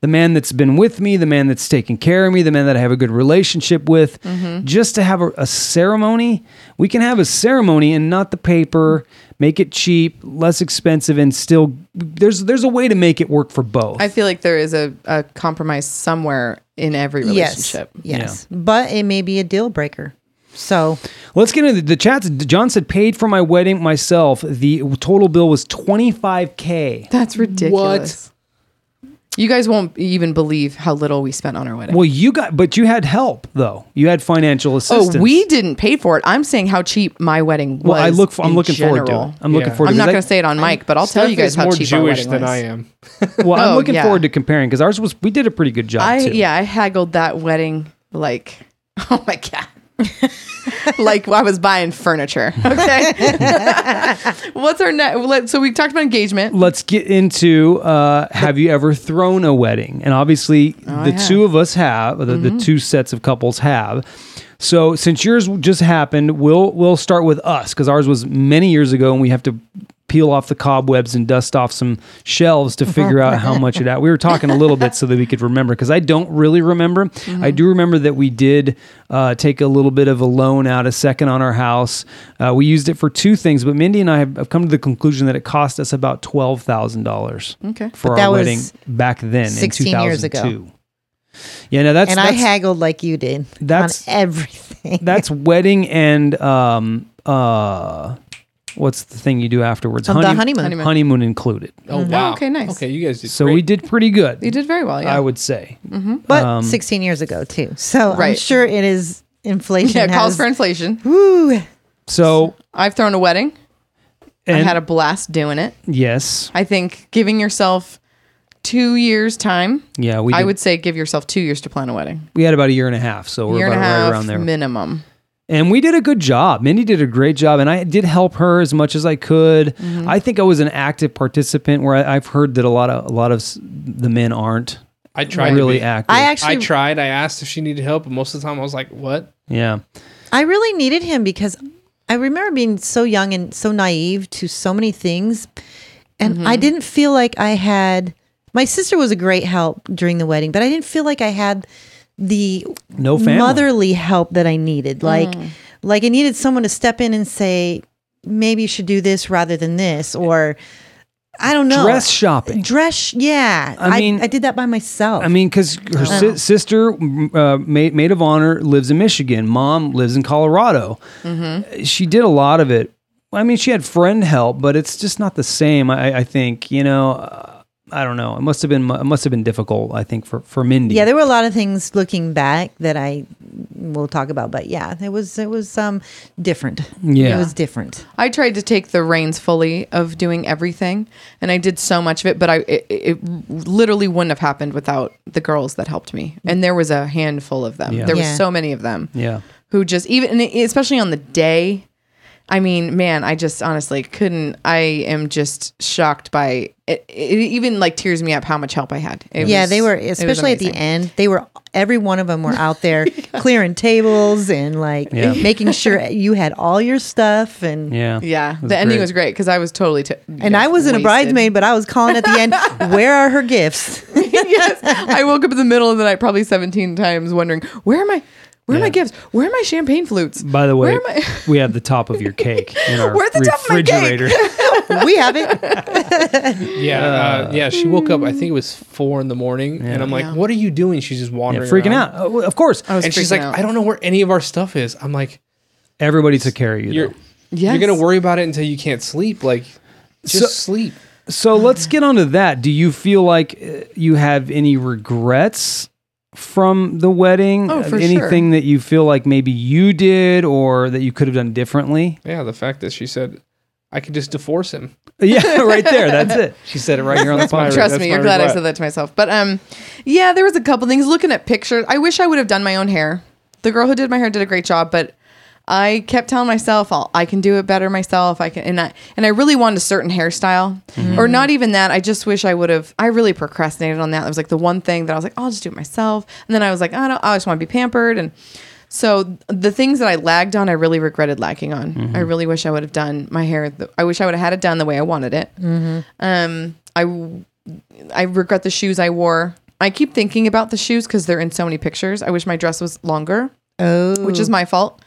[SPEAKER 1] the man that's been with me the man that's taken care of me the man that i have a good relationship with
[SPEAKER 3] Mm-hmm.
[SPEAKER 1] just to have a, a ceremony we can have a ceremony and not the paper make it cheap less expensive and still there's there's a way to make it work for both
[SPEAKER 3] I feel like there is a, a compromise somewhere in every relationship.
[SPEAKER 4] Yes, yes, but it may be a deal breaker. So
[SPEAKER 1] Let's get into the chats. John said, paid for my wedding myself. The total bill was 25K.
[SPEAKER 3] That's ridiculous. You guys won't even believe how little we spent on our wedding.
[SPEAKER 1] Well, you got, but you had help though. You had financial assistance.
[SPEAKER 3] oh, we didn't pay for it. I'm saying how cheap my wedding was.
[SPEAKER 1] Well, I look. For, I'm
[SPEAKER 3] in
[SPEAKER 1] looking
[SPEAKER 3] general.
[SPEAKER 1] forward to it. I'm looking
[SPEAKER 2] Yeah.
[SPEAKER 1] forward. to
[SPEAKER 3] I'm
[SPEAKER 1] it
[SPEAKER 3] not
[SPEAKER 1] 'cause
[SPEAKER 3] going to say it on mic, but I'll tell you
[SPEAKER 2] Steph
[SPEAKER 3] guys
[SPEAKER 2] is
[SPEAKER 3] how
[SPEAKER 2] more
[SPEAKER 3] cheap our
[SPEAKER 2] Jewish
[SPEAKER 3] wedding
[SPEAKER 2] than
[SPEAKER 3] was.
[SPEAKER 2] I am.
[SPEAKER 1] I, well, I'm
[SPEAKER 3] Oh,
[SPEAKER 1] looking
[SPEAKER 3] yeah.
[SPEAKER 1] forward to comparing because ours was. We did a pretty good job
[SPEAKER 3] I
[SPEAKER 1] too.
[SPEAKER 3] yeah, I haggled that wedding like oh my god. like I was buying furniture. Okay. What's our next? Let, so we talked about engagement.
[SPEAKER 1] Let's get into uh, have you ever thrown a wedding? And obviously,
[SPEAKER 3] I
[SPEAKER 1] the
[SPEAKER 3] have.
[SPEAKER 1] two of us have, the,
[SPEAKER 3] Mm-hmm.
[SPEAKER 1] the two sets of couples have. So since yours just happened, we'll we'll start with us because ours was many years ago, and we have to peel off the cobwebs and dust off some shelves to figure out how much it out. We were talking a little bit so that we could remember because I don't really remember.
[SPEAKER 4] Mm-hmm.
[SPEAKER 1] I do remember that we did uh, take a little bit of a loan out a second on our house. Uh, we used it for two things, but Mindy and I have, have come to the conclusion that it cost us about twelve thousand dollars
[SPEAKER 3] Okay.
[SPEAKER 1] for
[SPEAKER 4] But
[SPEAKER 1] our
[SPEAKER 4] that
[SPEAKER 1] wedding
[SPEAKER 4] was
[SPEAKER 1] back then
[SPEAKER 4] 16
[SPEAKER 1] in
[SPEAKER 4] years ago.
[SPEAKER 1] 2002. Yeah, no, that's
[SPEAKER 4] and I
[SPEAKER 1] that's,
[SPEAKER 4] haggled like you did
[SPEAKER 1] That's-
[SPEAKER 4] on everything.
[SPEAKER 1] that's wedding and um uh what's the thing you do afterwards?
[SPEAKER 4] On
[SPEAKER 1] Honey-
[SPEAKER 4] the honeymoon.
[SPEAKER 3] honeymoon.
[SPEAKER 1] honeymoon included.
[SPEAKER 2] Oh wow.
[SPEAKER 3] Mm-hmm. okay, nice.
[SPEAKER 2] Okay, you guys did.
[SPEAKER 1] So
[SPEAKER 2] great.
[SPEAKER 1] we did pretty good.
[SPEAKER 3] You did very well. Yeah.
[SPEAKER 1] I would say.
[SPEAKER 4] But
[SPEAKER 1] Um,
[SPEAKER 4] 16 years ago too. So I'm
[SPEAKER 3] Right.
[SPEAKER 4] sure it is inflation.
[SPEAKER 3] yeah, it calls
[SPEAKER 4] has-
[SPEAKER 3] for inflation.
[SPEAKER 4] Woo.
[SPEAKER 1] So
[SPEAKER 3] I've thrown a wedding. I
[SPEAKER 1] and
[SPEAKER 3] had a blast doing it.
[SPEAKER 1] yes,
[SPEAKER 3] I think giving yourself two years time.
[SPEAKER 1] yeah, we
[SPEAKER 3] I
[SPEAKER 1] did-
[SPEAKER 3] would say give yourself two years to plan a wedding.
[SPEAKER 1] we had about a year and a half, so we're
[SPEAKER 3] year
[SPEAKER 1] about
[SPEAKER 3] and a half
[SPEAKER 1] right around there.
[SPEAKER 3] minimum.
[SPEAKER 1] and we did a good job. Mindy did a great job, and I did help her as much as I could.
[SPEAKER 3] Mm-hmm.
[SPEAKER 1] I think I was an active participant. Where I, I've heard that a lot of a lot of s- the men aren't
[SPEAKER 2] I tried
[SPEAKER 1] really
[SPEAKER 2] really.
[SPEAKER 1] active.
[SPEAKER 4] I
[SPEAKER 2] I
[SPEAKER 4] actually I,
[SPEAKER 2] tried. I asked if she needed help, but most of the time I was like, "What?"
[SPEAKER 1] yeah,
[SPEAKER 4] really needed him because I remember being so young and so naive to so many things and I
[SPEAKER 1] Mm-hmm.
[SPEAKER 4] didn't feel like I had my sister was a great help during the wedding, but I didn't feel like I had the
[SPEAKER 1] no family. Mm.
[SPEAKER 4] motherly help that I needed. Like like I needed someone to step in and say maybe you should do this rather than this or I don't know.
[SPEAKER 1] dress shopping.
[SPEAKER 4] Dress, yeah.
[SPEAKER 1] I
[SPEAKER 4] I,
[SPEAKER 1] mean-
[SPEAKER 4] I did that by myself.
[SPEAKER 1] I mean, because her
[SPEAKER 3] Oh.
[SPEAKER 1] si- sister, m- uh, maid, maid of honor, lives in Michigan. Mom lives in Colorado.
[SPEAKER 3] Mm-hmm.
[SPEAKER 1] She did a lot of it. I mean, she had friend help, but it's just not the same. I, I think you know. Uh, I don't know. It must have been mu- it must have been difficult. I think for for Mindy.
[SPEAKER 4] yeah, there were a lot of things looking back that I will talk about, but yeah, it was it was um different.
[SPEAKER 1] Yeah.
[SPEAKER 4] it was different.
[SPEAKER 3] I tried to take the reins fully of doing everything, and I did so much of it. But I, it, it literally wouldn't have happened without the girls that helped me. And there was a handful of them.
[SPEAKER 1] Yeah.
[SPEAKER 3] There
[SPEAKER 4] Yeah.
[SPEAKER 3] was so many of them
[SPEAKER 1] yeah.
[SPEAKER 3] who just even, and especially on the day. I mean, man, I just honestly couldn't. I am just shocked by it. It even like tears me up how much help I had. It
[SPEAKER 4] yeah,
[SPEAKER 3] was-
[SPEAKER 4] they were
[SPEAKER 3] it was
[SPEAKER 4] especially at the
[SPEAKER 3] amazing.
[SPEAKER 4] end. They were every one of them were out there clearing tables and like
[SPEAKER 1] Yeah.
[SPEAKER 4] making sure you had all your stuff and
[SPEAKER 1] Yeah.
[SPEAKER 3] Yeah,
[SPEAKER 1] Oh,
[SPEAKER 3] the
[SPEAKER 1] was
[SPEAKER 3] ending
[SPEAKER 1] great.
[SPEAKER 3] was great because I was totally. T-
[SPEAKER 4] And I wasn't a bridesmaid, but I was calling at the end, where are her gifts?
[SPEAKER 3] yes, I woke up in the middle of the night probably 17 times wondering, where am I? Where are
[SPEAKER 1] Yeah.
[SPEAKER 3] my gifts? Where are my champagne flutes?
[SPEAKER 1] By the way,
[SPEAKER 3] where am
[SPEAKER 1] we have the top of your cake in our
[SPEAKER 3] Where's the top of my cake?
[SPEAKER 1] refrigerator.
[SPEAKER 4] we have it.
[SPEAKER 2] Yeah, uh, yeah. She woke up. I think it was four in the morning, and I'm like,
[SPEAKER 3] Yeah.
[SPEAKER 2] "What are you doing?" She's just
[SPEAKER 1] Yeah,
[SPEAKER 2] wandering,
[SPEAKER 1] freaking out.
[SPEAKER 2] around.
[SPEAKER 1] Oh, of course,
[SPEAKER 3] I was
[SPEAKER 2] And she's
[SPEAKER 3] freaking
[SPEAKER 2] like,
[SPEAKER 3] out.
[SPEAKER 2] "I don't know where any of our stuff is." I'm like,
[SPEAKER 1] everybody took care of you.
[SPEAKER 2] "You're
[SPEAKER 1] though.
[SPEAKER 3] Yes.
[SPEAKER 2] you're gonna worry about it until you can't sleep. Like, just
[SPEAKER 1] So-
[SPEAKER 2] sleep."
[SPEAKER 1] So let's get on to that. Do you feel like uh, you have any regrets from the wedding?
[SPEAKER 3] Oh, for
[SPEAKER 1] Anything that you feel like maybe you did or that you could have done differently?
[SPEAKER 2] Yeah, the fact that she said, "I could just divorce him."
[SPEAKER 1] yeah, right there. That's it. She said it right here on the
[SPEAKER 2] my
[SPEAKER 1] podcast.
[SPEAKER 2] regret.
[SPEAKER 3] Trust
[SPEAKER 2] That's
[SPEAKER 3] me,
[SPEAKER 2] my
[SPEAKER 3] you're glad I
[SPEAKER 2] regret.
[SPEAKER 3] said that to myself. But um, yeah, there was a couple things. Looking at pictures, I wish I would have done my own hair. The girl who did my hair did a great job, but I kept telling myself, "I'll I can do it better myself." I can, and I and I really wanted a certain hairstyle,
[SPEAKER 2] Mm-hmm.
[SPEAKER 3] or not even that. I just wish I would have. I really procrastinated on that. It was like the one thing that I was like, "Oh, "I'll just do it myself," and then I was like, "I don't. I just want to be pampered." And so the things that I lagged on, I really regretted lacking on.
[SPEAKER 2] Mm-hmm.
[SPEAKER 3] I really wish I would have done my hair. th- I wish I would have had it done the way I wanted it.
[SPEAKER 2] Mm-hmm.
[SPEAKER 3] Um, I w- I regret the shoes I wore. I keep thinking about the shoes because they're in so many pictures. I wish my dress was longer,
[SPEAKER 4] Oh,
[SPEAKER 3] which is my fault.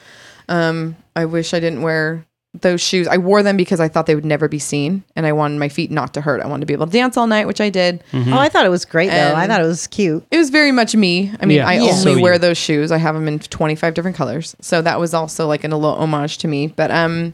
[SPEAKER 3] Um, I wish I didn't wear those shoes. I wore them because I thought they would never be seen, and I wanted my feet not to hurt. I wanted to be able to dance all night, which I did.
[SPEAKER 1] Hmm. Mm-hmm.
[SPEAKER 4] oh, I thought it was great though. I
[SPEAKER 3] And-
[SPEAKER 4] thought it was cute.
[SPEAKER 3] It was very much me. I mean,
[SPEAKER 1] Yeah.
[SPEAKER 3] I
[SPEAKER 1] Yeah.
[SPEAKER 3] only
[SPEAKER 1] So
[SPEAKER 3] wear
[SPEAKER 1] you.
[SPEAKER 3] those shoes. I have them in 25 different colors. So that was also like an a little homage to me. But um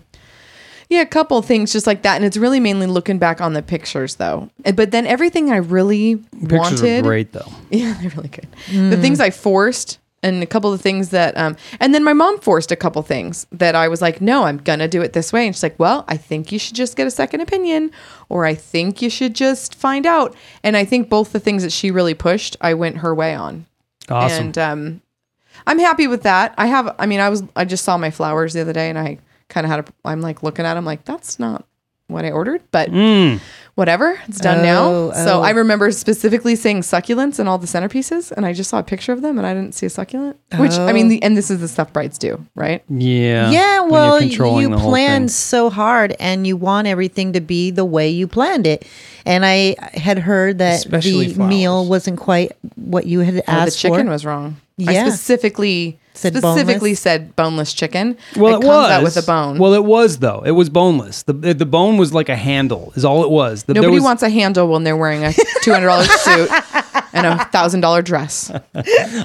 [SPEAKER 3] Yeah, a couple things just like that, and it's really mainly looking back on the pictures though. And- But then everything I really
[SPEAKER 1] Pictures
[SPEAKER 3] wanted,
[SPEAKER 1] are great though.
[SPEAKER 3] yeah, they're really good. The things I forced, and a couple of things that, um, and then my mom forced a couple things that I was like, no, I'm gonna do it this way, and she's like, well, I think you should just get a second opinion, or I think you should just find out. And I think both the things that she really pushed, I went her way on.
[SPEAKER 1] Awesome.
[SPEAKER 3] And um, I'm happy with that. I have, I mean, I was, I just saw my flowers the other day and I kind of had a, I'm like looking at them like, that's not what I ordered, but
[SPEAKER 1] Hmm.
[SPEAKER 3] whatever, it's done
[SPEAKER 4] Oh,
[SPEAKER 3] now.
[SPEAKER 4] oh.
[SPEAKER 3] So I remember specifically saying succulents and all the centerpieces and I just saw a picture of them and I didn't see a succulent, which I
[SPEAKER 4] Oh.
[SPEAKER 3] mean, the, and this is the stuff brides do, right?
[SPEAKER 1] yeah.
[SPEAKER 4] Yeah,
[SPEAKER 1] When
[SPEAKER 4] well,
[SPEAKER 1] controlling
[SPEAKER 4] you
[SPEAKER 1] the whole
[SPEAKER 4] plan
[SPEAKER 1] thing.
[SPEAKER 4] so hard and you want everything to be the way you planned it. And I had heard that
[SPEAKER 2] Especially
[SPEAKER 4] the
[SPEAKER 2] flowers.
[SPEAKER 4] meal wasn't quite what you had
[SPEAKER 3] Well, the
[SPEAKER 4] asked
[SPEAKER 3] chicken
[SPEAKER 4] for.
[SPEAKER 3] was wrong.
[SPEAKER 4] Yeah.
[SPEAKER 3] I specifically,
[SPEAKER 4] Said
[SPEAKER 3] specifically
[SPEAKER 4] boneless?
[SPEAKER 3] said boneless chicken.
[SPEAKER 1] Well, it,
[SPEAKER 3] comes
[SPEAKER 1] was
[SPEAKER 3] out with a bone.
[SPEAKER 1] Well, it was though. It was boneless. the The bone was like a handle. Is all it was. The, there
[SPEAKER 3] Nobody
[SPEAKER 1] was-
[SPEAKER 3] wants a handle when they're wearing a two hundred dollar suit and a thousand dollar dress.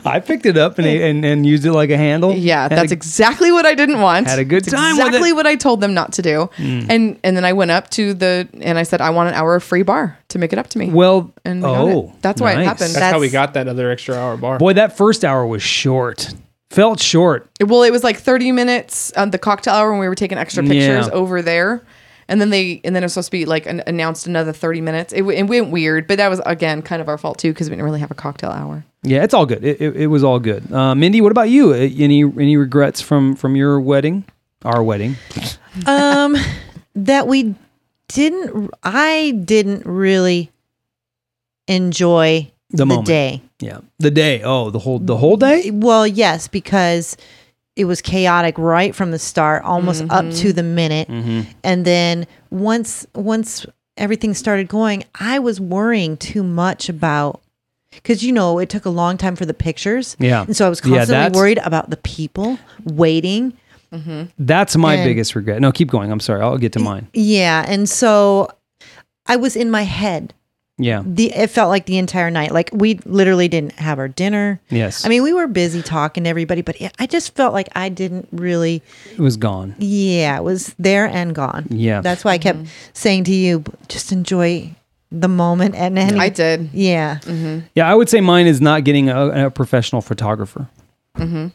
[SPEAKER 1] I picked it up and and, and used it like a handle.
[SPEAKER 3] Yeah,
[SPEAKER 1] Had
[SPEAKER 3] that's
[SPEAKER 1] a-
[SPEAKER 3] exactly what I didn't want.
[SPEAKER 1] Had a good
[SPEAKER 3] It's
[SPEAKER 1] time with
[SPEAKER 3] Exactly
[SPEAKER 1] it. Hmm.
[SPEAKER 3] what I told them not to do. And and then I went up to the and I said I want an hour of free bar to make it up to me.
[SPEAKER 1] well.
[SPEAKER 3] and we got it.
[SPEAKER 1] oh,
[SPEAKER 3] that's why it
[SPEAKER 1] nice.
[SPEAKER 3] happened.
[SPEAKER 2] That's, how we
[SPEAKER 4] That's-
[SPEAKER 2] got that other extra hour bar.
[SPEAKER 1] Boy, that first hour was short. Felt short.
[SPEAKER 3] well, it was like thirty minutes on the cocktail hour when we were taking extra pictures
[SPEAKER 1] Yeah.
[SPEAKER 3] over there. And then they, and then it was supposed to be like an, announced another thirty minutes. It, w- it went weird, but that was again kind of our fault too because we didn't really have a cocktail hour.
[SPEAKER 1] Yeah, it's all good. It, it, it was all good. Uh, Mindy, what about you? Uh, Any any regrets from from your wedding? Our wedding.
[SPEAKER 4] um, that we didn't. I didn't really enjoy
[SPEAKER 1] The moment.
[SPEAKER 4] day.
[SPEAKER 1] Yeah, the day. Oh, the whole the whole day.
[SPEAKER 4] Well, yes, because it was chaotic right from the start, almost up
[SPEAKER 1] Mm-hmm.
[SPEAKER 4] to the minute. And then once once everything started going, I was worrying too much about because you know it took a long time for the pictures.
[SPEAKER 1] Yeah.
[SPEAKER 4] and so I was
[SPEAKER 1] Yeah,
[SPEAKER 4] constantly
[SPEAKER 1] that's-
[SPEAKER 4] worried about the people waiting.
[SPEAKER 1] That's my
[SPEAKER 4] And-
[SPEAKER 1] biggest regret. No, keep going. I'm sorry. I'll get to mine.
[SPEAKER 4] Yeah, and so I was in my head.
[SPEAKER 1] Yeah.
[SPEAKER 4] The it felt like the entire night. Like we literally didn't have our dinner.
[SPEAKER 1] Yes.
[SPEAKER 4] I mean, we were busy talking to everybody, but it, I just felt like I didn't really
[SPEAKER 1] it was gone.
[SPEAKER 4] Yeah, it was there and gone.
[SPEAKER 1] Yeah.
[SPEAKER 4] That's why I kept
[SPEAKER 3] Mm-hmm.
[SPEAKER 4] saying to you, just enjoy the moment and any.
[SPEAKER 3] I Mm-hmm. did.
[SPEAKER 4] yeah.
[SPEAKER 1] Yeah, I would say mine is not getting a, a professional photographer.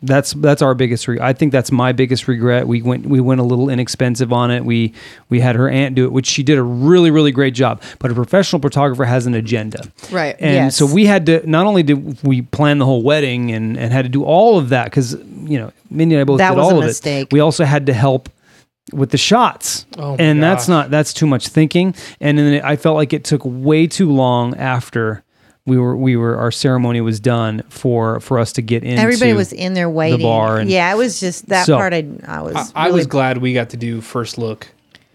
[SPEAKER 1] That's that's our biggest. Re- I think that's my biggest regret. We went we went a little inexpensive on it. We we had her aunt do it, which she did a really really great job. But a professional photographer has an agenda,
[SPEAKER 3] Right.
[SPEAKER 1] And
[SPEAKER 4] Yes.
[SPEAKER 1] so we had to not only did we plan the whole wedding and and had to do all of that because you know Mindy and I both
[SPEAKER 4] That
[SPEAKER 1] did
[SPEAKER 4] was a
[SPEAKER 1] all of
[SPEAKER 4] mistake.
[SPEAKER 1] it. We also had to help with the shots.
[SPEAKER 2] Oh my
[SPEAKER 1] and that's
[SPEAKER 2] gosh.
[SPEAKER 1] not that's too much thinking. And then I felt like it took way too long after we were we were our ceremony was done for for us to get in.
[SPEAKER 4] Everybody was in there waiting.
[SPEAKER 1] bar and-
[SPEAKER 4] yeah, it was just that
[SPEAKER 1] So-
[SPEAKER 4] part I, I was.
[SPEAKER 2] I, I
[SPEAKER 4] really-
[SPEAKER 2] was glad we got to do first look.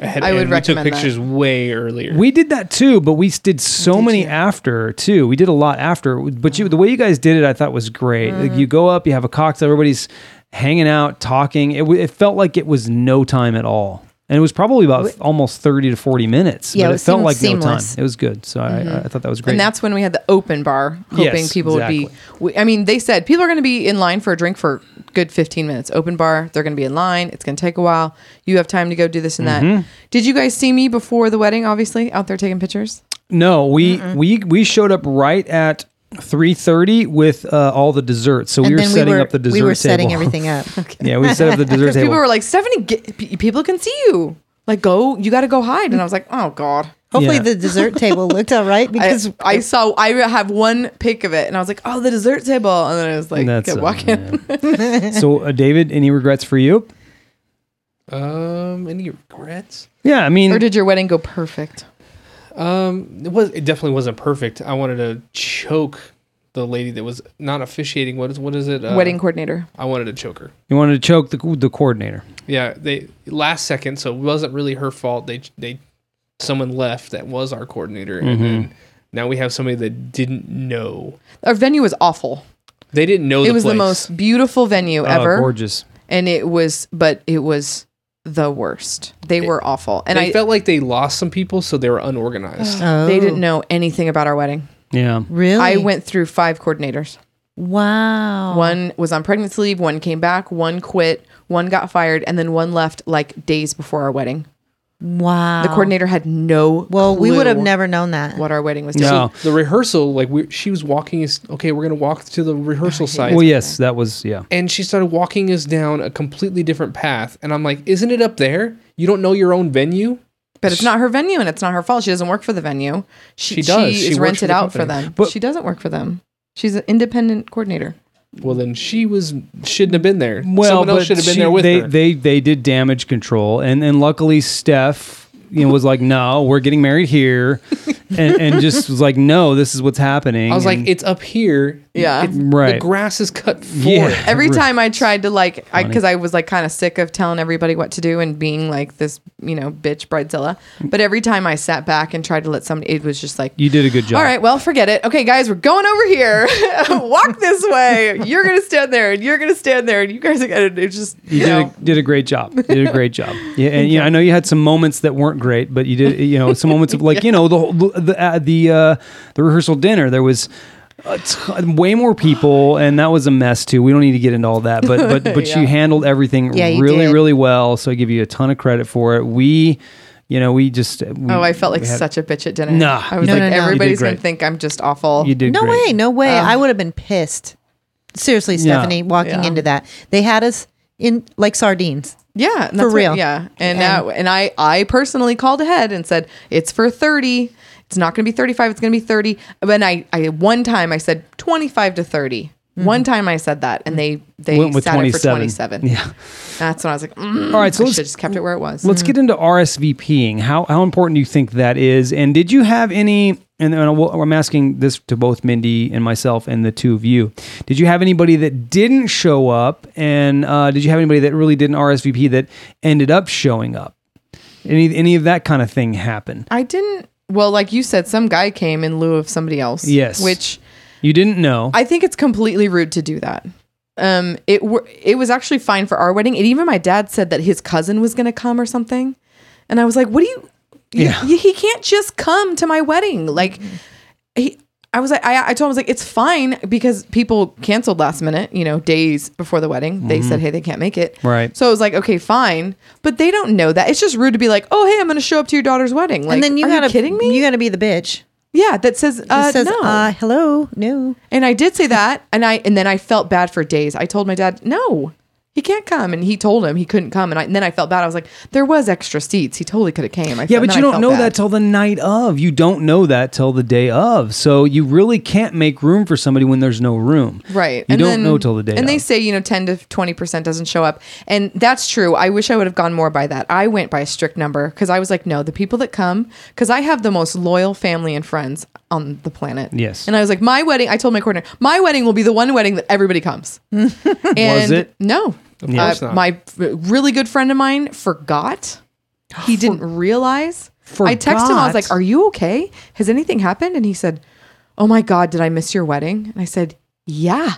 [SPEAKER 2] Ahead,
[SPEAKER 3] I would
[SPEAKER 2] and we took
[SPEAKER 3] recommend that.
[SPEAKER 2] pictures way earlier.
[SPEAKER 1] We did that too, but we did so many after too. We did a lot after, but you the way you guys did it, I thought was great.
[SPEAKER 4] Mm.
[SPEAKER 1] Like, you go up, you have a cocktail, everybody's hanging out, talking. It, w- it felt like it was no time at all. And it was probably about almost thirty to forty minutes.
[SPEAKER 4] Yeah,
[SPEAKER 1] but
[SPEAKER 4] it
[SPEAKER 1] it, felt
[SPEAKER 4] seemed
[SPEAKER 1] like
[SPEAKER 4] seamless. Mm-hmm.
[SPEAKER 1] no time. It was good, so I, I thought that was great.
[SPEAKER 3] And that's when we had the open bar, hoping
[SPEAKER 1] Yes,
[SPEAKER 3] people would be. We, I mean, they said people are going to be in line for a drink for good 15 minutes. Open bar, they're going to be in line. It's going to take a while. You have time to go do this and
[SPEAKER 1] Mm-hmm.
[SPEAKER 3] that. Did you guys see me before the wedding, obviously, out there taking pictures?
[SPEAKER 1] No, we we we showed up right at three thirty with uh, all the desserts. So we were setting
[SPEAKER 4] were,
[SPEAKER 1] up the dessert
[SPEAKER 4] we were
[SPEAKER 1] table.
[SPEAKER 4] setting everything up.
[SPEAKER 1] yeah, we set up the dessert
[SPEAKER 3] Because
[SPEAKER 1] table.
[SPEAKER 3] people were like, Stephanie, get, p- people can see you. Like, go, you got to go hide. And I was like, oh, God.
[SPEAKER 4] Hopefully,
[SPEAKER 1] Yeah.
[SPEAKER 4] the dessert table looked all right
[SPEAKER 3] I,
[SPEAKER 4] because
[SPEAKER 3] I saw, I have one pic of it and I was like, oh, the dessert table. And then I was like,
[SPEAKER 1] That's,
[SPEAKER 3] kept
[SPEAKER 1] uh,
[SPEAKER 3] walking.
[SPEAKER 1] so, uh, David, any regrets for you?
[SPEAKER 2] Um, any regrets?
[SPEAKER 1] Yeah, I mean,
[SPEAKER 3] or did your wedding go perfect?
[SPEAKER 2] Um, it was. It definitely wasn't perfect. I wanted to choke the lady that was not officiating. What is what is it? Uh,
[SPEAKER 3] wedding coordinator.
[SPEAKER 2] I wanted to choke her.
[SPEAKER 1] you wanted to choke the the coordinator.
[SPEAKER 2] Yeah, they last second, so it wasn't really her fault. They they someone left that was our coordinator, and then now we have somebody that didn't know.
[SPEAKER 3] Our venue was awful.
[SPEAKER 2] They didn't know.
[SPEAKER 3] it
[SPEAKER 2] the
[SPEAKER 3] was the
[SPEAKER 2] place.
[SPEAKER 3] most beautiful venue
[SPEAKER 1] Oh,
[SPEAKER 3] ever
[SPEAKER 1] gorgeous.
[SPEAKER 3] and it was but it was the worst they were awful and
[SPEAKER 2] They
[SPEAKER 3] i
[SPEAKER 2] felt like they lost some people, so they were unorganized.
[SPEAKER 4] Oh.
[SPEAKER 3] they didn't know anything about our wedding
[SPEAKER 1] Yeah.
[SPEAKER 4] really.
[SPEAKER 3] i went through five coordinators
[SPEAKER 4] Wow.
[SPEAKER 3] one was on pregnancy leave one came back one quit one got fired and then one left like days before our wedding
[SPEAKER 4] Wow.
[SPEAKER 3] The coordinator had no.
[SPEAKER 4] Well, we
[SPEAKER 3] clue
[SPEAKER 4] would have never known that.
[SPEAKER 3] what our wedding was.
[SPEAKER 1] No.
[SPEAKER 3] doing.
[SPEAKER 2] So the rehearsal, like we, she was walking us. Okay, we're gonna walk to the rehearsal site.
[SPEAKER 1] Well, yes, that was yeah.
[SPEAKER 2] and she started walking us down a completely different path. And I'm like, isn't it up there? You don't know your own venue?
[SPEAKER 3] But it's not her venue, and it's not her fault. She doesn't work for the venue. She,
[SPEAKER 2] She does.
[SPEAKER 3] She,
[SPEAKER 2] She
[SPEAKER 3] is
[SPEAKER 2] works for
[SPEAKER 3] rented
[SPEAKER 2] the
[SPEAKER 3] out for
[SPEAKER 2] company.
[SPEAKER 3] them.
[SPEAKER 1] But-
[SPEAKER 3] she doesn't work for them. She's an independent coordinator.
[SPEAKER 2] Well, then she was shouldn't have been there.
[SPEAKER 1] Well,
[SPEAKER 2] Someone else
[SPEAKER 1] but
[SPEAKER 2] should have been
[SPEAKER 1] she-
[SPEAKER 2] there with
[SPEAKER 1] they,
[SPEAKER 2] her.
[SPEAKER 1] They they did damage control, and and luckily Steph you know was like, no, we're getting married here, and, and just was like, no, this is what's happening.
[SPEAKER 2] I was like,
[SPEAKER 1] and-
[SPEAKER 2] it's up here.
[SPEAKER 3] Yeah.
[SPEAKER 2] It-
[SPEAKER 1] Mm. Right.
[SPEAKER 2] The grass is cut for
[SPEAKER 1] yeah,
[SPEAKER 3] Every time I tried to like, I because I was like kind of sick of telling everybody what to do and being like this, you know, bitch bridezilla. But every time I sat back and tried to let somebody, it was just like,
[SPEAKER 1] you did a good job.
[SPEAKER 3] all right, well, forget it. Okay, guys, we're going over here. Walk this way. You're gonna stand there, and you're gonna stand there, and you guys are gonna it's just
[SPEAKER 1] you
[SPEAKER 3] you,
[SPEAKER 1] did
[SPEAKER 3] know.
[SPEAKER 1] a, did a great job. Did a great job. Yeah, and you know, I know you had some moments that weren't great, but you did. You know, some moments of like you know the whole- the uh, the uh, the rehearsal dinner. There was. A ton, way more people, and that was a mess too. We don't need to get into all that, but but but you
[SPEAKER 3] Yeah.
[SPEAKER 1] handled everything
[SPEAKER 4] Yeah, you
[SPEAKER 1] really
[SPEAKER 4] did.
[SPEAKER 1] really well. So I give you a ton of credit for it. We, you know, we just we,
[SPEAKER 3] Oh, I felt like
[SPEAKER 1] we had-
[SPEAKER 3] such a bitch at dinner.
[SPEAKER 1] Nah.
[SPEAKER 3] I was
[SPEAKER 1] No,
[SPEAKER 3] like,
[SPEAKER 4] no, no. You did
[SPEAKER 3] everybody's gonna
[SPEAKER 1] great.
[SPEAKER 3] think I'm just awful.
[SPEAKER 1] you did
[SPEAKER 4] No
[SPEAKER 1] great.
[SPEAKER 4] way, no way. I would have been pissed. Seriously,
[SPEAKER 1] Yeah.
[SPEAKER 4] Stephanie, walking
[SPEAKER 3] Yeah.
[SPEAKER 4] into that, they had us in like sardines.
[SPEAKER 3] Yeah, and that's what-
[SPEAKER 4] real.
[SPEAKER 3] yeah, and
[SPEAKER 4] And-
[SPEAKER 3] now and I I personally called ahead and said it's for thirty. It's not going to be thirty five. It's going to be thirty. But I I one time I said twenty five to 30
[SPEAKER 1] Mm-hmm.
[SPEAKER 3] One time I said that, and they they
[SPEAKER 1] Went with
[SPEAKER 3] sat it for
[SPEAKER 1] 27.
[SPEAKER 3] twenty seven.
[SPEAKER 1] Yeah.
[SPEAKER 3] That's when I was like, mm,
[SPEAKER 1] All right, so
[SPEAKER 3] I
[SPEAKER 1] let's-
[SPEAKER 3] should just kept it where it was.
[SPEAKER 1] Let's get into RSVPing. How how important do you think that is? And did you have any? And and I will- I'm asking this to both Mindy and myself and the two of you. Did you have anybody that didn't show up? And uh, did you have anybody that really didn't RSVP that ended up showing up? Any any of that kind of thing happen?
[SPEAKER 3] I didn't. Well, like you said, some guy came in lieu of somebody else.
[SPEAKER 1] Yes.
[SPEAKER 3] which
[SPEAKER 1] You didn't know.
[SPEAKER 3] I think it's completely rude to do that. Um, it were, it was actually fine for our wedding, and even my dad said that his cousin was going to come or something, and I was like, "What do you? you-
[SPEAKER 1] Yeah.
[SPEAKER 3] you- he can't just come to my wedding." Like, he, I was like, I, I told him I was like, "It's fine because people canceled last minute, you know, days before the wedding. They said, hey, they can't make it,
[SPEAKER 1] Mhm. Right.
[SPEAKER 3] So I was like, okay, fine, but they don't know that. It's just rude to be like, oh, hey, I'm going to show up to your daughter's wedding. Like,
[SPEAKER 4] and then you
[SPEAKER 3] are
[SPEAKER 4] gotta
[SPEAKER 3] you kidding me?
[SPEAKER 4] You gotta be the bitch.
[SPEAKER 3] yeah, that says, uh,
[SPEAKER 4] It says,
[SPEAKER 3] no.
[SPEAKER 4] uh, hello, no.
[SPEAKER 3] And I did say that, and I and then I felt bad for days. I told my dad, "No, he can't come," and he told him he couldn't come, and, I, and then I felt bad. I was like, "There was extra seats. He totally could have came." I
[SPEAKER 1] Yeah,
[SPEAKER 3] felt- and
[SPEAKER 1] but
[SPEAKER 3] then
[SPEAKER 1] you
[SPEAKER 3] I
[SPEAKER 1] don't
[SPEAKER 3] felt
[SPEAKER 1] know
[SPEAKER 3] bad.
[SPEAKER 1] that till the night of. You don't know that till the day of. So you really can't make room for somebody when there's no room.
[SPEAKER 3] right.
[SPEAKER 1] You don't know till the day.
[SPEAKER 3] And
[SPEAKER 1] of.
[SPEAKER 3] they say you know ten to twenty percent doesn't show up, and that's true. I wish I would have gone more by that. I went by a strict number because I was like, "No, the people that come," because I have the most loyal family and friends on the planet.
[SPEAKER 1] Yes.
[SPEAKER 3] And I was like, "My wedding." I told my coordinator, "My wedding will be the one wedding that everybody comes." and
[SPEAKER 1] it?
[SPEAKER 3] No.
[SPEAKER 2] Of course not.
[SPEAKER 3] My f- really good friend of mine forgot. He didn't realize. I texted him. I was
[SPEAKER 1] Forgot?
[SPEAKER 3] like, "Are you okay? Has anything happened?" And he said, "Oh my god, did I miss your wedding?" And I said, "Yeah."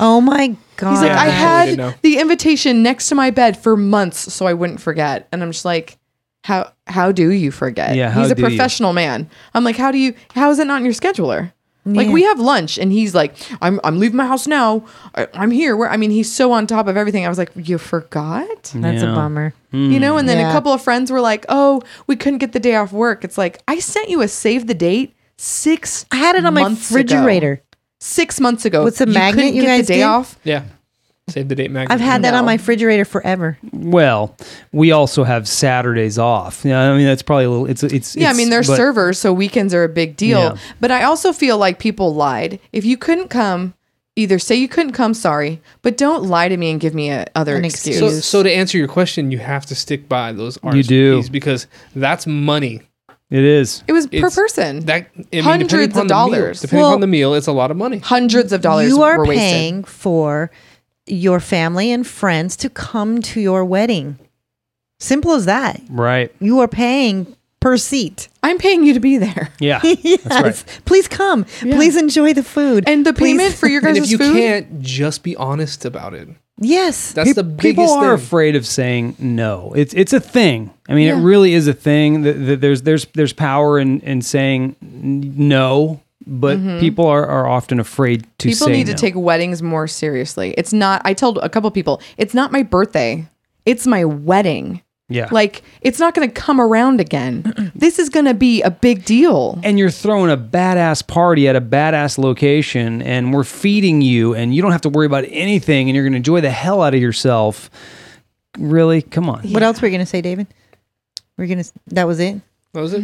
[SPEAKER 4] Oh my god.
[SPEAKER 3] He's like,
[SPEAKER 2] Yeah,
[SPEAKER 3] "I
[SPEAKER 2] I totally
[SPEAKER 3] had
[SPEAKER 2] didn't know."
[SPEAKER 3] the invitation next to my bed for months so I wouldn't forget." And I'm just like, "How how do you forget?"
[SPEAKER 1] Yeah, how
[SPEAKER 3] he's a
[SPEAKER 1] do you?
[SPEAKER 3] professional man. I'm like, "How do you? How is it not in your scheduler?" Like
[SPEAKER 4] Yeah.
[SPEAKER 3] we have lunch, and he's like, "I'm I'm leaving my house now. I, I'm here." Where I mean, he's so on top of everything. I was like, "You forgot."
[SPEAKER 4] That's
[SPEAKER 1] Yeah.
[SPEAKER 4] a bummer.
[SPEAKER 3] you know and then a
[SPEAKER 4] Yeah.
[SPEAKER 3] couple of friends were like oh we couldn't get the day off work it's like i sent you a save the date six
[SPEAKER 4] I had it on my
[SPEAKER 3] months ago.
[SPEAKER 4] refrigerator.
[SPEAKER 3] six months ago
[SPEAKER 4] What's the magnet
[SPEAKER 3] couldn't
[SPEAKER 4] you
[SPEAKER 3] get
[SPEAKER 4] guys
[SPEAKER 3] the day
[SPEAKER 4] did?
[SPEAKER 3] off
[SPEAKER 2] yeah. Save the date magnet.
[SPEAKER 4] I've had that
[SPEAKER 3] No.
[SPEAKER 4] on my refrigerator forever.
[SPEAKER 1] Well, we also have Saturdays off. Yeah, I mean that's probably a little. It's it's.
[SPEAKER 3] yeah i
[SPEAKER 1] it's-
[SPEAKER 3] mean they're
[SPEAKER 1] but-
[SPEAKER 3] servers so weekends are a big deal
[SPEAKER 1] Yeah.
[SPEAKER 3] but i also feel like people lied if you couldn't come either say you couldn't come sorry but don't lie to me and give me a other
[SPEAKER 4] An
[SPEAKER 3] excuse,
[SPEAKER 2] so,
[SPEAKER 4] excuse.
[SPEAKER 2] so to answer your question, you have to stick by those RSVPs
[SPEAKER 1] You do.
[SPEAKER 2] because that's money.
[SPEAKER 1] It is.
[SPEAKER 3] it was per
[SPEAKER 2] It's-
[SPEAKER 3] person
[SPEAKER 2] That I mean, depending
[SPEAKER 3] Hundreds of
[SPEAKER 2] upon the meal-
[SPEAKER 3] dollars.
[SPEAKER 2] depending
[SPEAKER 4] Well-
[SPEAKER 2] on the meal, it's a lot of money.
[SPEAKER 3] hundreds of dollars
[SPEAKER 4] you are
[SPEAKER 3] were wasted.
[SPEAKER 4] paying for your family and friends to come to your wedding. Simple as that.
[SPEAKER 1] Right.
[SPEAKER 4] You are paying per seat.
[SPEAKER 3] i'm paying you to be there
[SPEAKER 1] Yeah.
[SPEAKER 4] yes.
[SPEAKER 1] right.
[SPEAKER 4] Please come.
[SPEAKER 3] Yeah.
[SPEAKER 4] Please enjoy the food.
[SPEAKER 3] and the
[SPEAKER 4] Please-
[SPEAKER 3] payment for your
[SPEAKER 2] And
[SPEAKER 3] guys'
[SPEAKER 2] if you
[SPEAKER 3] food
[SPEAKER 2] can't, just be honest about it.
[SPEAKER 4] Yes.
[SPEAKER 2] That's the
[SPEAKER 1] Peop- people
[SPEAKER 2] biggest
[SPEAKER 1] are
[SPEAKER 2] thing.
[SPEAKER 1] afraid of saying no. It's it's a thing. I mean,
[SPEAKER 3] Yeah.
[SPEAKER 1] it really is a thing. That, that there's there's there's power in in saying n- no, but people are, are often afraid to
[SPEAKER 3] Mm-hmm. people
[SPEAKER 1] say
[SPEAKER 3] need
[SPEAKER 1] no.
[SPEAKER 3] to take weddings more seriously it's not i told a couple people it's not my birthday it's my wedding
[SPEAKER 1] Yeah.
[SPEAKER 3] Like it's not going to come around again. this is going to be a big deal.
[SPEAKER 1] and you're throwing a badass party at a badass location and we're feeding you and you don't have to worry about anything and you're going to enjoy the hell out of yourself. Really? Come on.
[SPEAKER 4] What else were you going to say, David? We're going to, that was it?
[SPEAKER 2] That was it.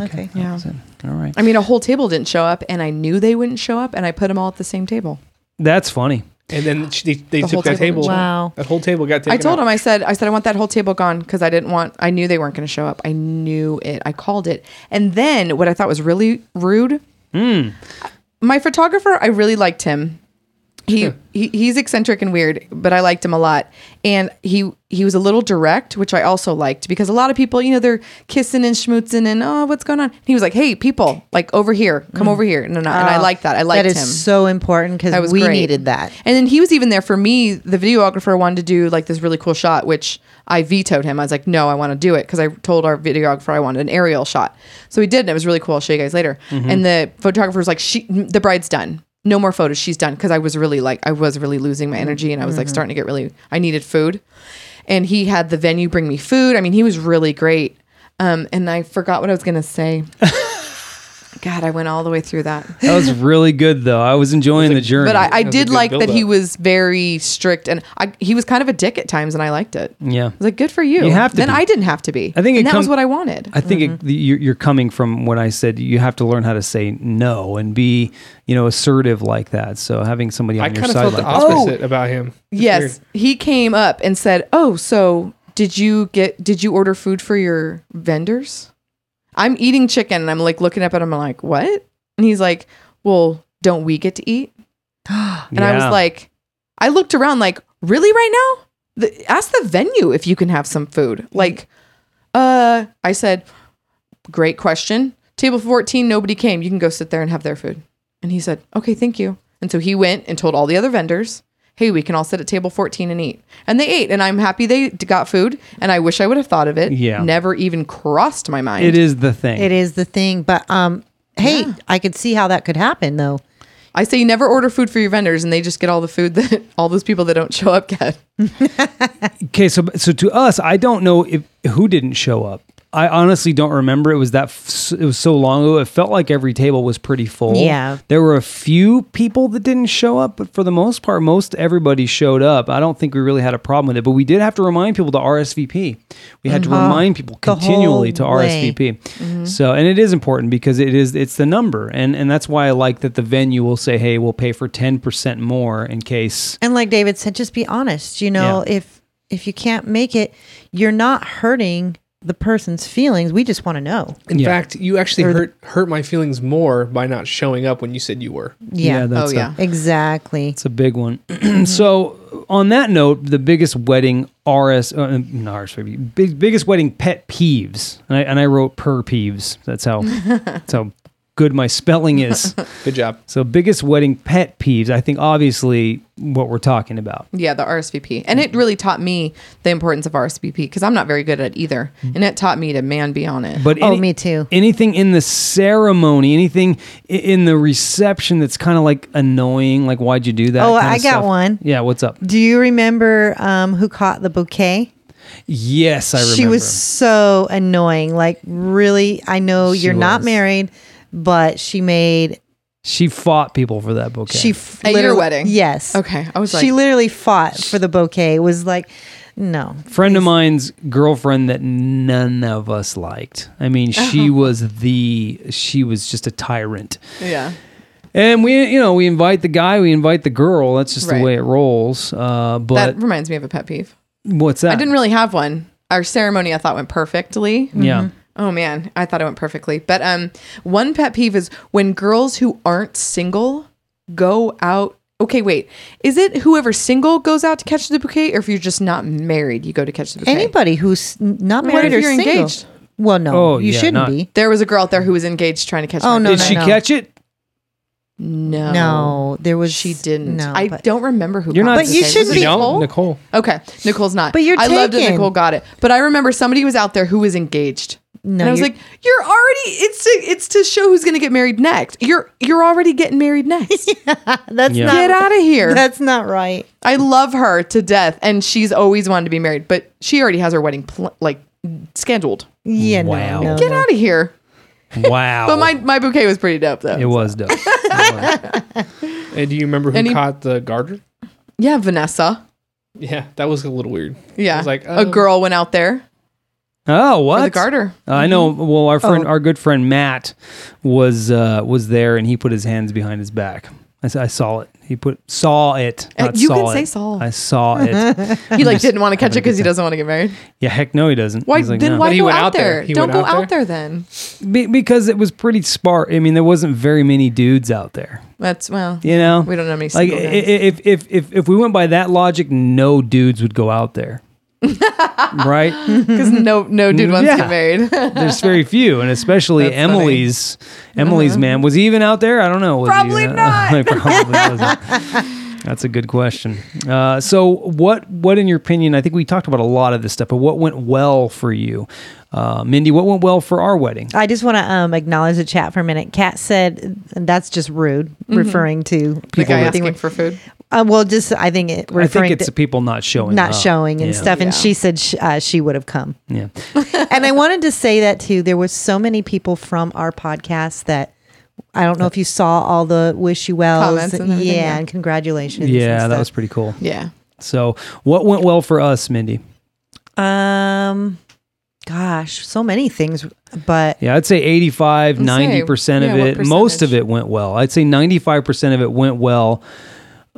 [SPEAKER 4] Okay.
[SPEAKER 3] Yeah.
[SPEAKER 1] All right.
[SPEAKER 3] I mean, a whole table didn't show up, and I knew they wouldn't show up, and I put them all at the same table.
[SPEAKER 1] That's funny.
[SPEAKER 2] And then she, they, they
[SPEAKER 3] The whole
[SPEAKER 2] took that
[SPEAKER 3] table.
[SPEAKER 2] table.
[SPEAKER 4] Wow.
[SPEAKER 2] That whole table got taken.
[SPEAKER 3] I told
[SPEAKER 2] out.
[SPEAKER 3] him, I said, I said, I want that whole table gone because I didn't want, I knew they weren't going to show up. I knew it. I called it. And then what I thought was really rude, my photographer, I really liked him. He, he he's eccentric and weird, but I liked him a lot. And he he was a little direct, which I also liked because a lot of people, you know, they're kissing and schmoozing and oh, what's going on? He was like, hey, people, like over here, come over here. No, no, and I
[SPEAKER 4] Oh,
[SPEAKER 3] like that. I liked
[SPEAKER 4] That is
[SPEAKER 3] him.
[SPEAKER 4] so important
[SPEAKER 3] That
[SPEAKER 4] because
[SPEAKER 3] was
[SPEAKER 4] we
[SPEAKER 3] great.
[SPEAKER 4] needed that.
[SPEAKER 3] And then he was even there for me. The videographer wanted to do like this really cool shot, which I vetoed him. I was like, no, I want to do it because I told our videographer I wanted an aerial shot. So he did, and it was really cool. I'll show you guys later.
[SPEAKER 4] Mm-hmm.
[SPEAKER 3] And the photographer was like, she, the bride's done. No more photos. She's done because I was really like, I was really losing my energy, and I was
[SPEAKER 4] Mm-hmm.
[SPEAKER 3] like starting to get really. I needed food, and he had the venue bring me food. I mean, he was really great. Um, and I forgot what I was gonna say. God, I went all the way through that.
[SPEAKER 1] That was really good though. I was enjoying the journey.
[SPEAKER 3] But I, I
[SPEAKER 2] That was a
[SPEAKER 3] did
[SPEAKER 2] good
[SPEAKER 3] like that he
[SPEAKER 2] build-up.
[SPEAKER 3] was very strict, and I, he was kind of a dick at times, and I liked it. I
[SPEAKER 1] yeah.
[SPEAKER 3] was like, "Good for you."
[SPEAKER 1] Mm. You have to
[SPEAKER 3] Then
[SPEAKER 1] be.
[SPEAKER 3] I didn't have to be.
[SPEAKER 1] I think it
[SPEAKER 3] and that was
[SPEAKER 1] come-
[SPEAKER 3] what I wanted.
[SPEAKER 1] I think it, the, you're you're coming from when I said you have to learn how to say no and be, you know, assertive like that. So having somebody on
[SPEAKER 2] I
[SPEAKER 1] your
[SPEAKER 2] kind of
[SPEAKER 1] side
[SPEAKER 2] felt
[SPEAKER 1] like
[SPEAKER 2] the
[SPEAKER 1] that.
[SPEAKER 2] opposite about him. It's
[SPEAKER 3] yes,
[SPEAKER 2] weird.
[SPEAKER 3] he came up and said, "Oh, so did you get? Did you order food for your vendors?" I'm eating chicken, and I'm like looking up at him. I'm like, "What?" And he's like, "Well, don't we get to eat?" And I was
[SPEAKER 1] Yeah.
[SPEAKER 3] like, I looked around like, really right now? The, ask the venue if you can have some food.
[SPEAKER 1] Mm.
[SPEAKER 3] Like, uh, I said, great question. Table 14, nobody came. You can go sit there and have their food. And he said, okay, thank you. And so he went and told all the other vendors, hey, we can all sit at table 14 and eat. And they ate. And I'm happy they d- got food. And I wish I would have thought of it.
[SPEAKER 1] Yeah.
[SPEAKER 3] Never even crossed my mind.
[SPEAKER 1] it is the thing.
[SPEAKER 4] It is the thing. But um, hey, I could see how that could happen though.
[SPEAKER 3] I say you never order food for your vendors and they just get all the food that all those people that don't show up get.
[SPEAKER 1] Okay, so so to us, I don't know if who didn't show up. I honestly don't remember. It was that f- it was so long ago. It felt like every table was pretty full.
[SPEAKER 4] Yeah.
[SPEAKER 1] there were a few people that didn't show up, but for the most part, most everybody showed up. I don't think we really had a problem with it, but we did have to remind people to RSVP. We had to remind people
[SPEAKER 4] Uh-huh. the whole
[SPEAKER 1] continually to
[SPEAKER 4] way. Mm-hmm.
[SPEAKER 1] RSVP. So, and it is important because it is it's the number, and and that's why I like that the venue will say, "Hey, we'll pay for ten percent more in case."
[SPEAKER 4] And like David said, just be honest. You know,
[SPEAKER 1] Yeah.
[SPEAKER 4] if if you can't make it, you're not hurting the person's feelings. We just want to know.
[SPEAKER 2] In
[SPEAKER 1] Yeah.
[SPEAKER 2] fact, you actually
[SPEAKER 4] Or the-
[SPEAKER 2] hurt hurt my feelings more by not showing up when you said you were.
[SPEAKER 4] Yeah.
[SPEAKER 1] that's
[SPEAKER 3] oh,
[SPEAKER 1] a-
[SPEAKER 3] yeah.
[SPEAKER 4] exactly.
[SPEAKER 1] It's a big one. so, on that note, the biggest wedding RS, uh, not RSVP, big, biggest wedding pet peeves, and I, and I wrote per peeves. That's how that's how good my spelling is.
[SPEAKER 2] Good job.
[SPEAKER 1] so, biggest wedding pet peeves. I think obviously what we're talking about.
[SPEAKER 3] Yeah, the RSVP.
[SPEAKER 1] Mm-hmm.
[SPEAKER 3] And it really taught me the importance of RSVP because I'm not very good at either. And it taught me to man be on it.
[SPEAKER 1] Mm-hmm. But
[SPEAKER 4] Oh, me too.
[SPEAKER 1] Anything in the ceremony, anything i- in the reception that's kind of like annoying. Like, why'd you do that?
[SPEAKER 4] Oh,
[SPEAKER 1] kinda
[SPEAKER 4] I got
[SPEAKER 1] stuff.
[SPEAKER 4] one.
[SPEAKER 1] Yeah, what's up?
[SPEAKER 4] Do you remember um, who caught the bouquet?
[SPEAKER 1] Yes, I remember.
[SPEAKER 4] She was so annoying. Like, really, I know
[SPEAKER 1] She
[SPEAKER 4] you're not
[SPEAKER 1] was.
[SPEAKER 4] married, but she made
[SPEAKER 1] She fought people for that bouquet.
[SPEAKER 4] she f-
[SPEAKER 3] At your
[SPEAKER 4] literally-
[SPEAKER 3] wedding?
[SPEAKER 4] Yes.
[SPEAKER 3] Okay, I was
[SPEAKER 4] she
[SPEAKER 3] like-
[SPEAKER 4] literally fought for the bouquet. It was like, no,
[SPEAKER 1] friend of mine's girlfriend that none of us liked. I mean,
[SPEAKER 3] Uh-huh.
[SPEAKER 1] she was the she was just a tyrant.
[SPEAKER 3] yeah.
[SPEAKER 1] And we, you know, we invite the guy, we invite the girl. That's just
[SPEAKER 3] Right.
[SPEAKER 1] the way it rolls. Uh, but
[SPEAKER 3] That reminds me of a pet peeve.
[SPEAKER 1] what's that?
[SPEAKER 3] I didn't really have one. Our ceremony I thought went perfectly.
[SPEAKER 1] Yeah.
[SPEAKER 3] Oh man, I thought it went perfectly. But um one pet peeve is when girls who aren't single go out Okay, wait. Is it whoever single goes out to catch the bouquet, or if you're just not married, you go to catch the bouquet?
[SPEAKER 4] anybody who's n- not
[SPEAKER 3] What
[SPEAKER 4] married
[SPEAKER 3] if
[SPEAKER 4] or
[SPEAKER 3] you're
[SPEAKER 4] single.
[SPEAKER 3] engaged?
[SPEAKER 4] Well, no,
[SPEAKER 1] Oh,
[SPEAKER 4] you
[SPEAKER 1] yeah,
[SPEAKER 4] shouldn't
[SPEAKER 1] not-
[SPEAKER 4] be.
[SPEAKER 3] There was a girl out there who was engaged trying to catch.
[SPEAKER 4] Oh,
[SPEAKER 3] my
[SPEAKER 4] no,
[SPEAKER 1] Did
[SPEAKER 3] bouquet.
[SPEAKER 1] she
[SPEAKER 4] no.
[SPEAKER 1] catch it?
[SPEAKER 3] No,
[SPEAKER 4] No, there was
[SPEAKER 3] she didn't.
[SPEAKER 4] No,
[SPEAKER 3] I
[SPEAKER 4] but-
[SPEAKER 3] don't remember who.
[SPEAKER 1] You're
[SPEAKER 3] got
[SPEAKER 1] not-
[SPEAKER 3] it.
[SPEAKER 1] But you
[SPEAKER 3] Was
[SPEAKER 4] shouldn't
[SPEAKER 3] it
[SPEAKER 4] be-
[SPEAKER 3] Nicole?
[SPEAKER 2] Nicole.
[SPEAKER 3] Okay, Nicole's not.
[SPEAKER 4] But you're
[SPEAKER 3] I loved that
[SPEAKER 4] taken.
[SPEAKER 3] Nicole got it, but I remember somebody was out there who was engaged.
[SPEAKER 4] No,
[SPEAKER 3] and I was
[SPEAKER 4] you're-
[SPEAKER 3] like, "You're already it's to, it's to show who's going to get married next. You're you're already getting married next.
[SPEAKER 4] that's
[SPEAKER 1] Yeah.
[SPEAKER 4] not
[SPEAKER 3] Get out of here."
[SPEAKER 4] That's not right.
[SPEAKER 3] I love her to death, and she's always wanted to be married, but she already has her wedding pl- like scheduled.
[SPEAKER 4] Yeah, no,
[SPEAKER 1] Wow.
[SPEAKER 4] no,
[SPEAKER 3] Get
[SPEAKER 4] Oh, no.
[SPEAKER 3] out of here!
[SPEAKER 1] Wow.
[SPEAKER 3] But my my bouquet was pretty dope though.
[SPEAKER 1] Oh. it was dope.
[SPEAKER 2] And do you remember who
[SPEAKER 3] Any-
[SPEAKER 2] caught the garter?
[SPEAKER 3] yeah, Vanessa.
[SPEAKER 2] Yeah, that was a little weird.
[SPEAKER 3] Yeah,
[SPEAKER 2] was like,
[SPEAKER 3] a
[SPEAKER 2] oh.
[SPEAKER 3] girl went out there
[SPEAKER 1] oh,
[SPEAKER 3] for the
[SPEAKER 1] what?
[SPEAKER 3] garter.
[SPEAKER 1] I know.
[SPEAKER 3] Mm-hmm.
[SPEAKER 1] Well, our friend,
[SPEAKER 4] Oh.
[SPEAKER 1] our good friend Matt, was uh, was there, and he put his hands behind his back. I, s- I saw it. He put saw it.
[SPEAKER 3] Uh,
[SPEAKER 1] not
[SPEAKER 3] you
[SPEAKER 1] saw
[SPEAKER 3] can
[SPEAKER 1] it.
[SPEAKER 3] say saw.
[SPEAKER 1] I saw it.
[SPEAKER 3] He like didn't want to catch it because he doesn't want to get married.
[SPEAKER 1] yeah, heck no, he doesn't.
[SPEAKER 3] Why
[SPEAKER 1] He's like,
[SPEAKER 3] then?
[SPEAKER 1] no.
[SPEAKER 3] Why
[SPEAKER 2] But he
[SPEAKER 3] go
[SPEAKER 2] went
[SPEAKER 3] out
[SPEAKER 2] out there.
[SPEAKER 3] there?
[SPEAKER 2] He
[SPEAKER 3] Don't
[SPEAKER 2] went
[SPEAKER 3] go
[SPEAKER 2] out
[SPEAKER 3] out there. then.
[SPEAKER 1] Be- because it was pretty sparse. I mean, there wasn't very many dudes out there.
[SPEAKER 3] That's well,
[SPEAKER 1] You know,
[SPEAKER 3] we don't know many
[SPEAKER 1] like
[SPEAKER 3] single
[SPEAKER 1] i- i-
[SPEAKER 3] guys.
[SPEAKER 1] if if if if we went by that logic, no dudes would go out there, right?
[SPEAKER 3] because no no dude wants
[SPEAKER 1] Yeah.
[SPEAKER 3] to get married.
[SPEAKER 1] There's very few, and especially
[SPEAKER 3] That's funny.
[SPEAKER 1] Emily's Emily's
[SPEAKER 4] Uh-huh.
[SPEAKER 1] man was he even out there. I don't know. Was he,
[SPEAKER 3] Probably
[SPEAKER 1] uh,
[SPEAKER 3] not.
[SPEAKER 1] he probably wasn't. That's a good question. Uh, so, what what in your opinion? I think we talked about a lot of this stuff, but what went well for you, uh, Mindy? What went well for our wedding?
[SPEAKER 4] I just want to um, acknowledge the chat for a minute. Kat said that's just rude,
[SPEAKER 3] Mm-hmm.
[SPEAKER 4] referring to
[SPEAKER 3] the
[SPEAKER 4] people.
[SPEAKER 3] guy
[SPEAKER 4] with-
[SPEAKER 3] asking for food.
[SPEAKER 4] Uh, well, just I think it
[SPEAKER 1] I think
[SPEAKER 4] referring
[SPEAKER 1] it's the
[SPEAKER 4] to
[SPEAKER 1] people not showing,
[SPEAKER 4] not
[SPEAKER 1] up.
[SPEAKER 4] showing and
[SPEAKER 1] Yeah.
[SPEAKER 4] stuff.
[SPEAKER 3] Yeah.
[SPEAKER 4] And she said sh- uh, she would have come.
[SPEAKER 1] Yeah.
[SPEAKER 4] and I wanted to say that too. There was so many people from our podcast that I don't know if you saw all the wish you wells.
[SPEAKER 3] Comments and everything,
[SPEAKER 4] yeah,
[SPEAKER 3] yeah.
[SPEAKER 4] and congratulations.
[SPEAKER 1] Yeah,
[SPEAKER 4] and
[SPEAKER 1] that was
[SPEAKER 4] stuff.
[SPEAKER 1] pretty cool.
[SPEAKER 3] Yeah,
[SPEAKER 1] So, what went well for us, Mindy?
[SPEAKER 4] Um, gosh, so many things, but
[SPEAKER 1] Yeah, I'd say 85,
[SPEAKER 3] I'd say,
[SPEAKER 1] 90% of
[SPEAKER 3] yeah, what
[SPEAKER 1] it. Most of
[SPEAKER 3] percentage?
[SPEAKER 1] it went well. I'd say 95% of it went well.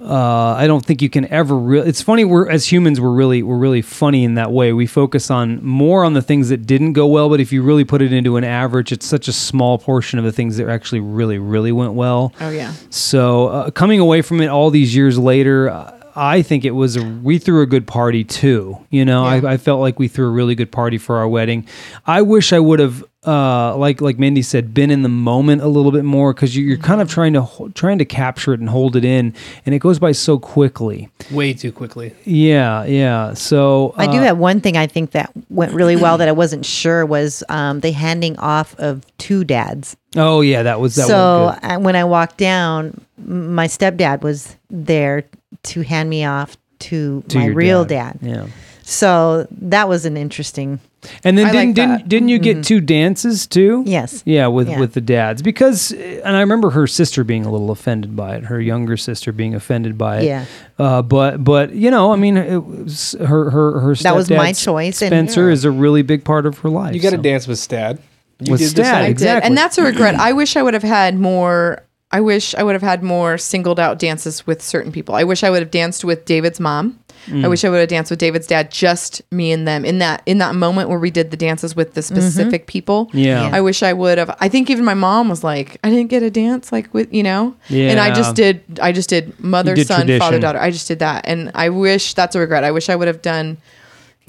[SPEAKER 1] Uh, I don't think you can ever really. It's funny. We're as humans, we're really we're really funny in that way. We focus on more on the things that didn't go well, but if you really put it into an average, it's such a small portion of the things that actually really really went well.
[SPEAKER 3] Oh, yeah.
[SPEAKER 1] So uh, coming away from it all these years later, uh, I think it was a, we threw a good party too. You know, I, I felt like we threw a really good party for our wedding. I wish I would have, uh, like like Mindy said, been in the moment a little bit more because you, you're kind of
[SPEAKER 4] Mm-hmm.
[SPEAKER 1] trying to ho- trying to capture it and hold it in, and it goes by so quickly.
[SPEAKER 2] Way too quickly.
[SPEAKER 1] Yeah, yeah. So
[SPEAKER 4] I do
[SPEAKER 1] uh,
[SPEAKER 4] have one thing I think that went really well that I wasn't sure was um, the handing off of two dads.
[SPEAKER 1] Oh yeah, that was that.
[SPEAKER 4] so
[SPEAKER 1] was good.
[SPEAKER 4] I, when I walked down, m- my stepdad was there to hand me off to,
[SPEAKER 1] To
[SPEAKER 4] my
[SPEAKER 1] your
[SPEAKER 4] real dad.
[SPEAKER 1] Yeah.
[SPEAKER 4] So that was an interesting.
[SPEAKER 1] And then
[SPEAKER 3] I
[SPEAKER 1] didn't
[SPEAKER 3] like
[SPEAKER 1] didn't,
[SPEAKER 3] that.
[SPEAKER 1] didn't you get two dances too?
[SPEAKER 4] Mm-hmm. Yes.
[SPEAKER 1] Yeah, with
[SPEAKER 4] Yeah.
[SPEAKER 1] with the dads because, uh, and I remember her sister being a little offended by it. Her younger sister being offended by it.
[SPEAKER 4] Yeah.
[SPEAKER 1] Uh, but but you know, I mean, it was her her her.
[SPEAKER 4] That was my
[SPEAKER 1] stepdad,
[SPEAKER 4] choice, and-
[SPEAKER 1] Spencer is a really big part of her life.
[SPEAKER 2] You got to
[SPEAKER 1] so.
[SPEAKER 2] dance with Stad. You
[SPEAKER 1] With
[SPEAKER 2] did this
[SPEAKER 1] Stad,
[SPEAKER 2] on-
[SPEAKER 3] I
[SPEAKER 1] Exactly.
[SPEAKER 3] did, and that's a regret. I wish I would have had more. I wish I would have had more singled out dances with certain people. I wish I would have danced with David's mom. I
[SPEAKER 1] Mm.
[SPEAKER 3] wish I would have danced with David's dad. Just me and them in that in that moment where we did the dances with the specific people.
[SPEAKER 1] Mm-hmm. Yeah.
[SPEAKER 3] I wish I would have. I think even my mom was like, I didn't get a dance like with you know. And I
[SPEAKER 1] Yeah.
[SPEAKER 3] just did. I just did mother,
[SPEAKER 1] You did
[SPEAKER 3] son, father,
[SPEAKER 1] tradition.
[SPEAKER 3] daughter. I just did that, and I wish that's a regret. I wish I would have done.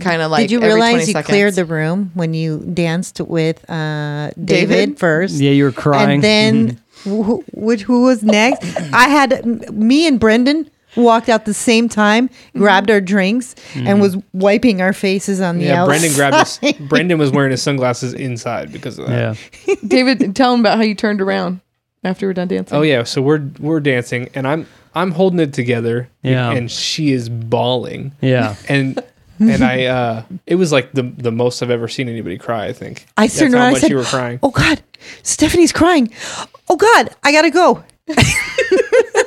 [SPEAKER 3] Kind of like.
[SPEAKER 4] Did you
[SPEAKER 3] every 20
[SPEAKER 4] realize you cleared
[SPEAKER 3] seconds.
[SPEAKER 4] the room when you danced with uh, David first?
[SPEAKER 1] Yeah, you were crying.
[SPEAKER 4] And then who, which who was next? I had m- me and Brendan walked out the same time,
[SPEAKER 2] Mm-hmm.
[SPEAKER 4] grabbed our drinks,
[SPEAKER 1] Mm-hmm.
[SPEAKER 4] and was wiping our faces on the
[SPEAKER 2] Yeah,
[SPEAKER 4] outside.
[SPEAKER 2] Brendan grabbed his. Brendan was wearing his sunglasses inside because of that.
[SPEAKER 1] Yeah.
[SPEAKER 3] David, tell him about how you turned around after we're done dancing.
[SPEAKER 2] Oh yeah, so we're we're dancing and I'm I'm holding it together.
[SPEAKER 1] Yeah.
[SPEAKER 2] And she is bawling.
[SPEAKER 1] Yeah.
[SPEAKER 2] And and I uh it was like the the most I've ever seen anybody cry, I think.
[SPEAKER 4] I
[SPEAKER 2] That's
[SPEAKER 4] turned
[SPEAKER 2] how
[SPEAKER 4] around. I
[SPEAKER 2] much
[SPEAKER 4] said,
[SPEAKER 2] you were crying.
[SPEAKER 4] "Oh God, Stephanie's crying. Oh God, I gotta go."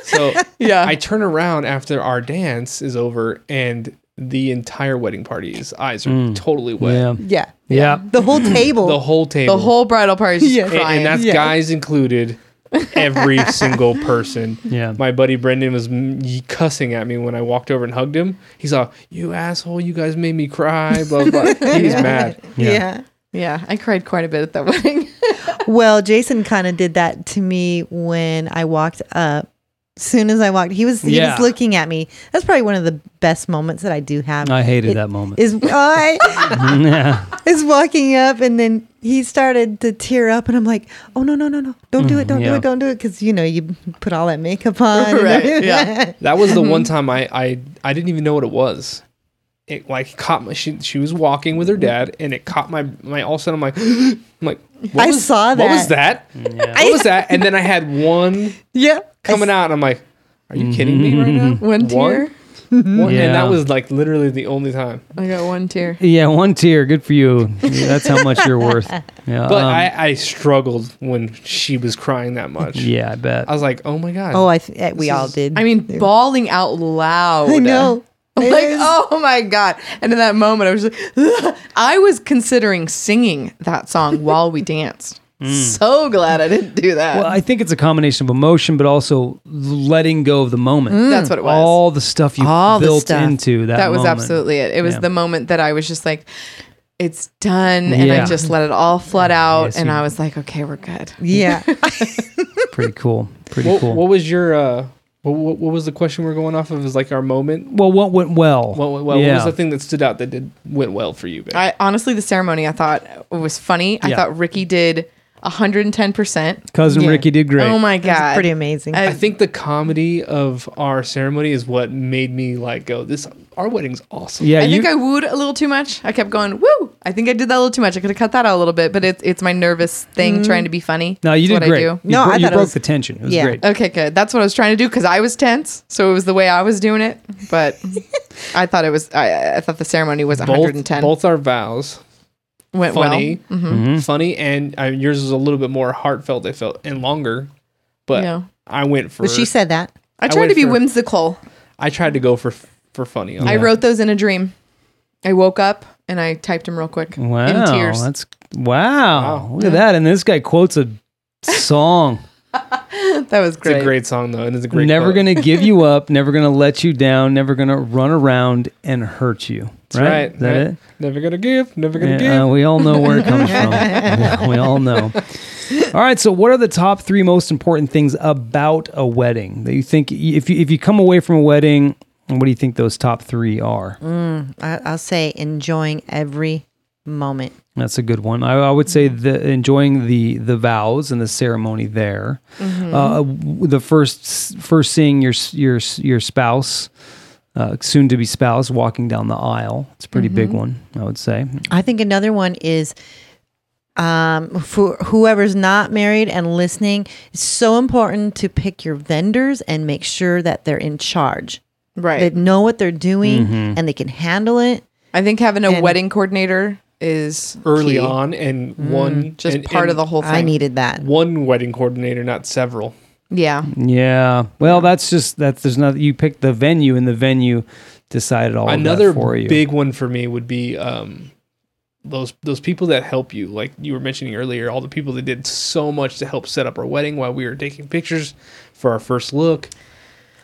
[SPEAKER 2] So
[SPEAKER 3] Yeah.
[SPEAKER 2] I turn around after our dance is over and the entire wedding party's eyes are totally wet.
[SPEAKER 1] Mm. Yeah.
[SPEAKER 4] Yeah,
[SPEAKER 1] Yeah.
[SPEAKER 4] the whole table.
[SPEAKER 2] The whole table.
[SPEAKER 3] the whole bridal party is just
[SPEAKER 4] Yeah.
[SPEAKER 2] and,
[SPEAKER 3] crying.
[SPEAKER 2] and that's
[SPEAKER 4] Yeah.
[SPEAKER 2] guys included. Every single person.
[SPEAKER 1] Yeah.
[SPEAKER 2] My buddy Brendan was m- y- cussing at me when I walked over and hugged him. He's all, "You asshole! You guys made me cry." Blah blah. blah. He's mad.
[SPEAKER 1] Yeah.
[SPEAKER 4] yeah.
[SPEAKER 3] yeah, I cried quite a bit at that wedding.
[SPEAKER 4] Well, Jason kind of did that to me when I walked up. Soon as I walked, he was he
[SPEAKER 1] Yeah.
[SPEAKER 4] was looking at me. That's probably one of the best moments that I do have.
[SPEAKER 1] I hated
[SPEAKER 4] It-
[SPEAKER 1] that moment.
[SPEAKER 4] Is I is walking up and then he started to tear up and I'm like, oh no no no no, don't do it, don't do
[SPEAKER 1] Mm, yeah.
[SPEAKER 4] it, don't do it, because you know you put all that makeup on. and
[SPEAKER 3] Right,
[SPEAKER 4] everything.
[SPEAKER 3] yeah.
[SPEAKER 2] That was the one time I, I I didn't even know what it was. it like caught my she she was walking with her dad and it caught my my all of a sudden I'm like I'm like what
[SPEAKER 4] I
[SPEAKER 2] was,
[SPEAKER 4] saw
[SPEAKER 2] what was that what was that and then I had one
[SPEAKER 3] Yeah.
[SPEAKER 2] coming out and I'm like are you kidding me right now
[SPEAKER 3] Mm-hmm. One tear.
[SPEAKER 2] One-
[SPEAKER 1] Yeah.
[SPEAKER 2] and that was like literally the only time
[SPEAKER 3] I got one tear.
[SPEAKER 1] Yeah, one tier. Good for you. Yeah, That's how much you're worth. Yeah.
[SPEAKER 2] but
[SPEAKER 1] um,
[SPEAKER 2] I I struggled when she was crying that much
[SPEAKER 1] yeah, I bet.
[SPEAKER 2] I was like oh my god
[SPEAKER 4] Oh, I th- eh, we
[SPEAKER 2] This
[SPEAKER 4] all
[SPEAKER 2] is-
[SPEAKER 4] did.
[SPEAKER 3] I mean, bawling out loud.
[SPEAKER 4] I know.
[SPEAKER 3] I'm
[SPEAKER 4] It
[SPEAKER 3] like,
[SPEAKER 4] is.
[SPEAKER 3] oh my god! And in that moment, I was just like, I was considering singing that song while we danced. So glad I didn't do that.
[SPEAKER 1] Well, I think it's a combination of emotion, but also letting go of the moment.
[SPEAKER 3] Mm. That's what it was.
[SPEAKER 1] All the stuff you
[SPEAKER 4] All the
[SPEAKER 1] built
[SPEAKER 4] stuff.
[SPEAKER 1] into that.
[SPEAKER 3] that was
[SPEAKER 1] moment.
[SPEAKER 3] absolutely it. It was
[SPEAKER 1] Yeah.
[SPEAKER 3] the moment that I was just like, it's done, and
[SPEAKER 1] Yeah.
[SPEAKER 3] I just let it all flood out,
[SPEAKER 1] Yes,
[SPEAKER 3] and
[SPEAKER 1] you-
[SPEAKER 3] I was like, okay, we're good.
[SPEAKER 4] yeah.
[SPEAKER 1] pretty cool. Pretty
[SPEAKER 2] what,
[SPEAKER 1] cool.
[SPEAKER 2] what was your uh what, what what was the question we're going off of is like our moment
[SPEAKER 1] well, what went well?
[SPEAKER 2] what, what, what
[SPEAKER 1] Yeah.
[SPEAKER 2] was the thing that stood out that did went well for you babe?
[SPEAKER 3] I honestly, the ceremony I thought was funny. I
[SPEAKER 1] Yeah.
[SPEAKER 3] thought Ricky did 110. percent
[SPEAKER 1] Cousin
[SPEAKER 4] Yeah.
[SPEAKER 1] Ricky did great.
[SPEAKER 3] Oh my
[SPEAKER 4] It was
[SPEAKER 3] god,
[SPEAKER 4] pretty amazing.
[SPEAKER 3] I-
[SPEAKER 2] I think the comedy of our ceremony is what made me like go. This our wedding's awesome.
[SPEAKER 1] yeah,
[SPEAKER 3] I
[SPEAKER 1] you.
[SPEAKER 3] think I wooed a little too much. I kept going, woo. I think I did that a little too much. I could have cut that out a little bit, but it's it's my nervous
[SPEAKER 4] Mm-hmm.
[SPEAKER 3] thing trying to be funny.
[SPEAKER 1] no, you
[SPEAKER 3] It's
[SPEAKER 1] did
[SPEAKER 3] what
[SPEAKER 1] great.
[SPEAKER 3] I do.
[SPEAKER 1] You,
[SPEAKER 4] No,
[SPEAKER 1] bro-
[SPEAKER 4] I
[SPEAKER 1] you
[SPEAKER 4] thought it
[SPEAKER 1] broke
[SPEAKER 4] was-
[SPEAKER 1] the tension. It was
[SPEAKER 4] yeah.
[SPEAKER 1] great.
[SPEAKER 3] Okay, good. That's what I was trying to do because I was tense, so it was the way I was doing it. But I thought it was. I, I thought the ceremony was
[SPEAKER 2] Both
[SPEAKER 3] 110.
[SPEAKER 2] both our vows
[SPEAKER 3] went
[SPEAKER 2] funny,
[SPEAKER 3] well.
[SPEAKER 1] Mm-hmm.
[SPEAKER 2] funny, and uh, yours was a little bit more heartfelt. I felt and longer, but
[SPEAKER 3] Yeah.
[SPEAKER 2] I went for.
[SPEAKER 4] but she said that.
[SPEAKER 3] I
[SPEAKER 2] I
[SPEAKER 3] tried
[SPEAKER 2] went
[SPEAKER 3] to be
[SPEAKER 2] for-
[SPEAKER 3] whimsical.
[SPEAKER 2] I tried to go for for funny. on
[SPEAKER 3] I
[SPEAKER 2] that.
[SPEAKER 3] wrote those in a dream. I woke up and I typed them real quick
[SPEAKER 1] Wow,
[SPEAKER 3] in tears.
[SPEAKER 1] that's wow. Look at that, and this guy quotes a song.
[SPEAKER 3] that was
[SPEAKER 2] It's
[SPEAKER 3] great.
[SPEAKER 2] a great song though, and it's a great.
[SPEAKER 1] never
[SPEAKER 2] quote.
[SPEAKER 1] gonna give you up. Never gonna let you down. Never gonna run around and hurt you.
[SPEAKER 2] That's right.
[SPEAKER 1] Is that
[SPEAKER 2] right.
[SPEAKER 1] it?
[SPEAKER 2] Never gonna give. Never gonna
[SPEAKER 1] Yeah, uh,
[SPEAKER 2] give.
[SPEAKER 1] we all know where it comes from. Yeah, we all know. All right. So, what are the top three most important things about a wedding that you think if you if you come away from a wedding, what do you think those top three are?
[SPEAKER 4] I, I'll say enjoying every moment.
[SPEAKER 1] That's a good one. I, I would say the enjoying the the vows and the ceremony there. Uh, w- the first first seeing your s- your s- your spouse. Uh, soon to be spouse walking down the aisle. It's a pretty big one, I would say.
[SPEAKER 4] I think another one is um, for whoever's not married and listening, it's so important to pick your vendors and make sure that they're in charge. They
[SPEAKER 3] right.
[SPEAKER 4] know what they're doing and they can handle it.
[SPEAKER 3] I think having a
[SPEAKER 4] And-
[SPEAKER 3] wedding coordinator is
[SPEAKER 2] Early
[SPEAKER 3] key.
[SPEAKER 2] on, and
[SPEAKER 1] Mm.
[SPEAKER 2] one
[SPEAKER 3] just
[SPEAKER 2] and-
[SPEAKER 3] part
[SPEAKER 2] and
[SPEAKER 3] of the whole thing.
[SPEAKER 4] I needed that.
[SPEAKER 2] one wedding coordinator, not several.
[SPEAKER 3] Yeah.
[SPEAKER 1] Yeah. Well, that's just that's there's nothing. You picked the venue, and the venue decided all
[SPEAKER 2] another
[SPEAKER 1] of that for you.
[SPEAKER 2] big one for me would be um those those people that help you like you were mentioning earlier all the people that did so much to help set up our wedding while we were taking pictures for our first look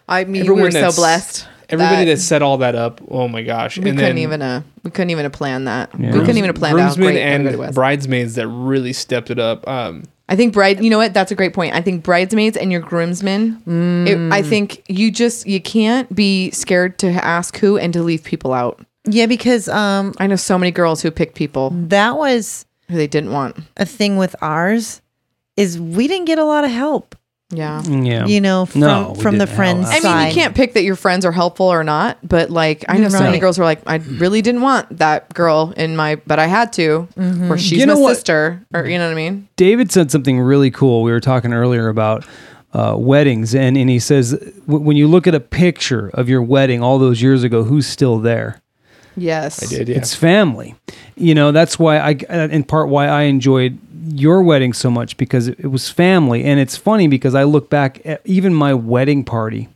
[SPEAKER 3] I mean, we
[SPEAKER 2] Everyone
[SPEAKER 3] were so
[SPEAKER 2] that's-
[SPEAKER 3] blessed.
[SPEAKER 2] everybody that,
[SPEAKER 3] that-
[SPEAKER 2] set all that up oh my gosh
[SPEAKER 3] we couldn't even uh we couldn't even have planned that.
[SPEAKER 1] Yeah.
[SPEAKER 3] We couldn't even have planned out how
[SPEAKER 2] groomsmen
[SPEAKER 3] great everybody
[SPEAKER 2] and
[SPEAKER 3] was.
[SPEAKER 2] bridesmaids that really stepped it up um
[SPEAKER 3] I think bride. You know what? That's a great point. I think bridesmaids and your groomsmen. It,
[SPEAKER 4] Mm.
[SPEAKER 3] I think you just you can't be scared to ask who and to leave people out.
[SPEAKER 4] Yeah, because um,
[SPEAKER 3] I know so many girls who picked people
[SPEAKER 4] that was
[SPEAKER 3] who they didn't want.
[SPEAKER 4] a thing with ours is we didn't get a lot of help,
[SPEAKER 3] Yeah.
[SPEAKER 1] yeah.
[SPEAKER 4] you know, from,
[SPEAKER 1] No, we
[SPEAKER 4] from the
[SPEAKER 1] didn't. Hell,
[SPEAKER 4] friends
[SPEAKER 3] I
[SPEAKER 1] that's-
[SPEAKER 3] mean,
[SPEAKER 4] side.
[SPEAKER 3] you can't pick that your friends are helpful or not, but like I know so many
[SPEAKER 4] Right.
[SPEAKER 3] girls were like, I really didn't want that girl in my, but I had to, or
[SPEAKER 1] Mm-hmm.
[SPEAKER 3] she's
[SPEAKER 1] You know
[SPEAKER 3] my
[SPEAKER 1] what?
[SPEAKER 3] sister, or you know what I mean.
[SPEAKER 1] David said something really cool. We were talking earlier about uh, weddings, and and he says w- when you look at a picture of your wedding all those years ago, who's still there?
[SPEAKER 3] Yes, I
[SPEAKER 2] did yeah
[SPEAKER 1] It's family. You know that's why I in part why I enjoyed your wedding so much because it, it was family, and it's funny because I look back at even my wedding party.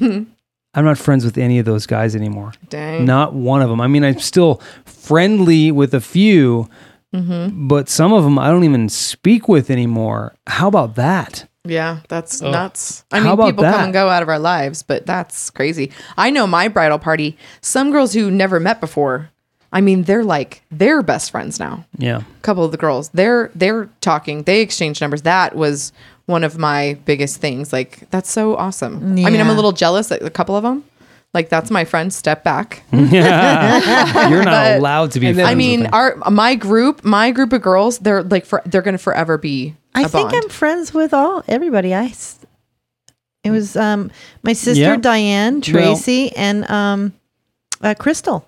[SPEAKER 1] I'm not friends with any of those guys anymore.
[SPEAKER 3] Dang.
[SPEAKER 1] Not one of them. I mean, I'm still friendly with a few,
[SPEAKER 3] Mm-hmm.
[SPEAKER 1] but some of them I don't even speak with anymore. How about that?
[SPEAKER 3] Yeah, that's
[SPEAKER 2] Oh.
[SPEAKER 3] nuts. I
[SPEAKER 1] How
[SPEAKER 3] mean,
[SPEAKER 1] about
[SPEAKER 3] people
[SPEAKER 1] that?
[SPEAKER 3] come and go out of our lives, but that's crazy. I know my bridal party, some girls who never met before, I mean, they're like they're best friends now.
[SPEAKER 1] Yeah.
[SPEAKER 3] A couple of the girls, they're they're talking, they exchange numbers. That was one of my biggest things. Like that's so awesome. I mean, I'm a
[SPEAKER 4] Yeah.
[SPEAKER 3] little jealous that a couple of them. Like that's my friend. Step back.
[SPEAKER 1] Yeah. You're not
[SPEAKER 3] But-
[SPEAKER 1] allowed to be
[SPEAKER 2] And then-
[SPEAKER 1] friends
[SPEAKER 3] I mean,
[SPEAKER 1] with them.
[SPEAKER 3] our my group, my group of girls, they're like for, they're gonna forever be. I
[SPEAKER 4] I think I'm friends with all everybody. I s- it was um my sister
[SPEAKER 1] Yeah.
[SPEAKER 4] Diane, Tracy, and um uh, Crystal.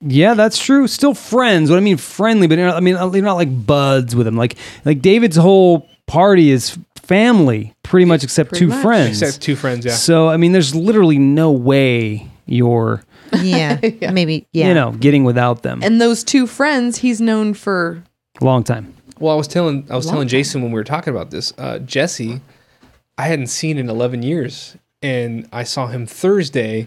[SPEAKER 1] Yeah, that's true. Still friends. What I mean, friendly, but you're not, I mean, you're not like buds with them. Like, like David's whole party is family, pretty much, except
[SPEAKER 3] Pretty
[SPEAKER 1] two
[SPEAKER 3] much.
[SPEAKER 1] friends.
[SPEAKER 2] Except two friends, yeah.
[SPEAKER 1] So, I mean, there's literally no way you're,
[SPEAKER 4] Yeah, maybe. Yeah,
[SPEAKER 1] you know, getting without them.
[SPEAKER 3] And those two friends he's known for.
[SPEAKER 1] Long time.
[SPEAKER 2] Well, I was telling I was
[SPEAKER 3] Long
[SPEAKER 2] telling
[SPEAKER 3] time.
[SPEAKER 2] Jason when we were talking about this, uh, Jesse, I hadn't seen in eleven years, and I saw him Thursday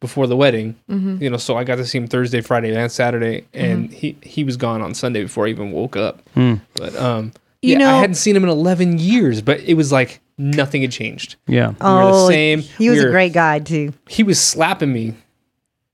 [SPEAKER 2] before the wedding.
[SPEAKER 4] Mm-hmm.
[SPEAKER 2] You know, so I got to see him Thursday, Friday, and Saturday, and he he was gone on Sunday before I even woke up. But um,
[SPEAKER 4] You
[SPEAKER 2] yeah, I
[SPEAKER 4] know-
[SPEAKER 2] hadn't seen him in eleven years, but it was like nothing had changed.
[SPEAKER 1] Yeah.
[SPEAKER 2] we were the
[SPEAKER 4] oh,
[SPEAKER 2] same.
[SPEAKER 4] He was
[SPEAKER 2] We
[SPEAKER 4] a
[SPEAKER 2] were-
[SPEAKER 4] great guy too.
[SPEAKER 2] He was slapping me.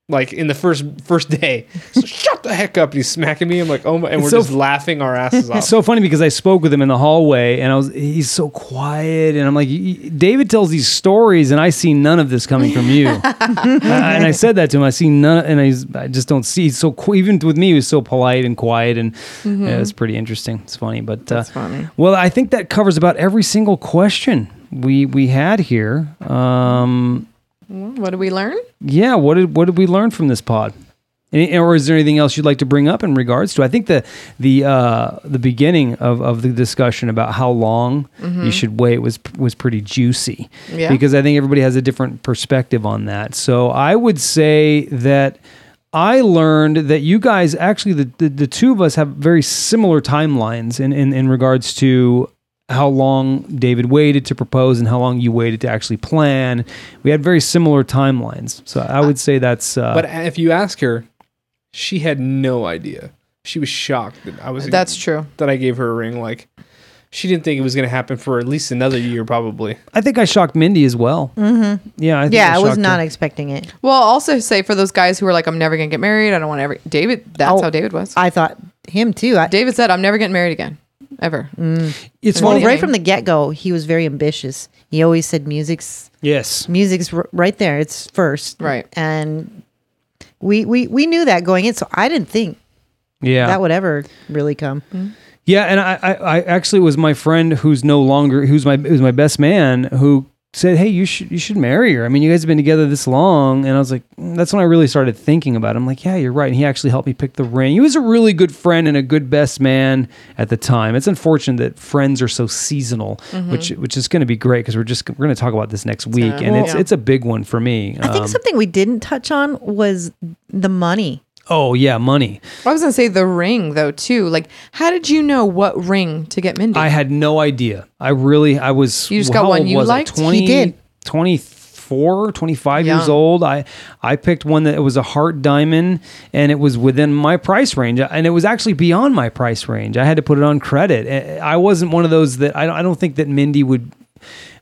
[SPEAKER 2] Like in the first first day, so shut the heck up! And he's smacking me. I'm like, oh my! And
[SPEAKER 1] It's
[SPEAKER 2] we're
[SPEAKER 1] so
[SPEAKER 2] just laughing our asses off.
[SPEAKER 1] It's so funny because I spoke with him in the hallway, and I was—he's so quiet, and I'm like, "Y- y- David tells these stories, and I see none of this coming from you. Uh, and I said that to him. I see none, and I, I just don't see. He's so qu- even with me, he was so polite and quiet, and yeah, it's pretty interesting. It's funny, but uh,
[SPEAKER 3] funny.
[SPEAKER 1] Well, I think that covers about every single question we we had here. Um,
[SPEAKER 3] What did we learn?
[SPEAKER 1] yeah, what did what did we learn from this pod? Any, or is there anything else you'd like to bring up in regards to? I think the the uh, the beginning of, of the discussion about how long you should wait was was pretty juicy
[SPEAKER 3] Yeah.
[SPEAKER 1] because I think everybody has a different perspective on that. So I would say that I learned that you guys actually the the, the two of us have very similar timelines in, in in regards to how long David waited to propose and how long you waited to actually plan. We had very similar timelines. So I would say that's uh,
[SPEAKER 2] But if you ask her, she had no idea. She was shocked that I was
[SPEAKER 3] That's true.
[SPEAKER 2] that I gave her a ring. Like she didn't think it was going to happen for at least another year, probably.
[SPEAKER 1] I think I shocked Mindy as well. Mm-hmm. Yeah, I think
[SPEAKER 4] Yeah, I was
[SPEAKER 1] shocked
[SPEAKER 4] not
[SPEAKER 1] her.
[SPEAKER 4] expecting it.
[SPEAKER 3] Well, I'll also say for those guys who are like, I'm never gonna get married. I don't want to ever. David. That's
[SPEAKER 4] Oh.
[SPEAKER 3] how David was.
[SPEAKER 4] I thought him too. I,
[SPEAKER 3] David said, I'm never getting married again, ever.
[SPEAKER 1] It's
[SPEAKER 4] well,
[SPEAKER 1] funny.
[SPEAKER 4] right from the get go, he was very ambitious. He always said music's
[SPEAKER 1] Yes.
[SPEAKER 4] music's r- right there. It's first,
[SPEAKER 3] Right.
[SPEAKER 4] And we we we knew that going in, so I didn't think
[SPEAKER 1] Yeah.
[SPEAKER 4] that would ever really come.
[SPEAKER 1] Yeah, and I, I, I actually was my friend who's no longer who's my who's my best man who said, "Hey, you should you should marry her." I mean, you guys have been together this long, and I was like, mm, that's when I really started thinking about. it. I'm like, yeah, you're right. And he actually helped me pick the ring. He was a really good friend and a good best man at the time. It's unfortunate that friends are so seasonal,
[SPEAKER 4] Mm-hmm.
[SPEAKER 1] which which is going to be great because we're just we're going to talk about this next week, and it's it's a big one for me.
[SPEAKER 4] I think
[SPEAKER 1] Um,
[SPEAKER 4] something we didn't touch on was the money.
[SPEAKER 1] oh yeah, money.
[SPEAKER 3] I was gonna say the ring though too. Like, how did you know what ring to get Mindy?
[SPEAKER 1] I had no idea. I really, I was.
[SPEAKER 3] You just got
[SPEAKER 1] how
[SPEAKER 3] one
[SPEAKER 1] old
[SPEAKER 3] you
[SPEAKER 1] was I?
[SPEAKER 3] liked? He
[SPEAKER 1] 20,
[SPEAKER 4] did.
[SPEAKER 1] 24, 25 years
[SPEAKER 3] Young.
[SPEAKER 1] old. I, I picked one that it was a heart diamond and it was within my price range. And it was actually beyond my price range. I had to put it on credit. Eh, I wasn't one of those that I don't, I don't think that Mindy would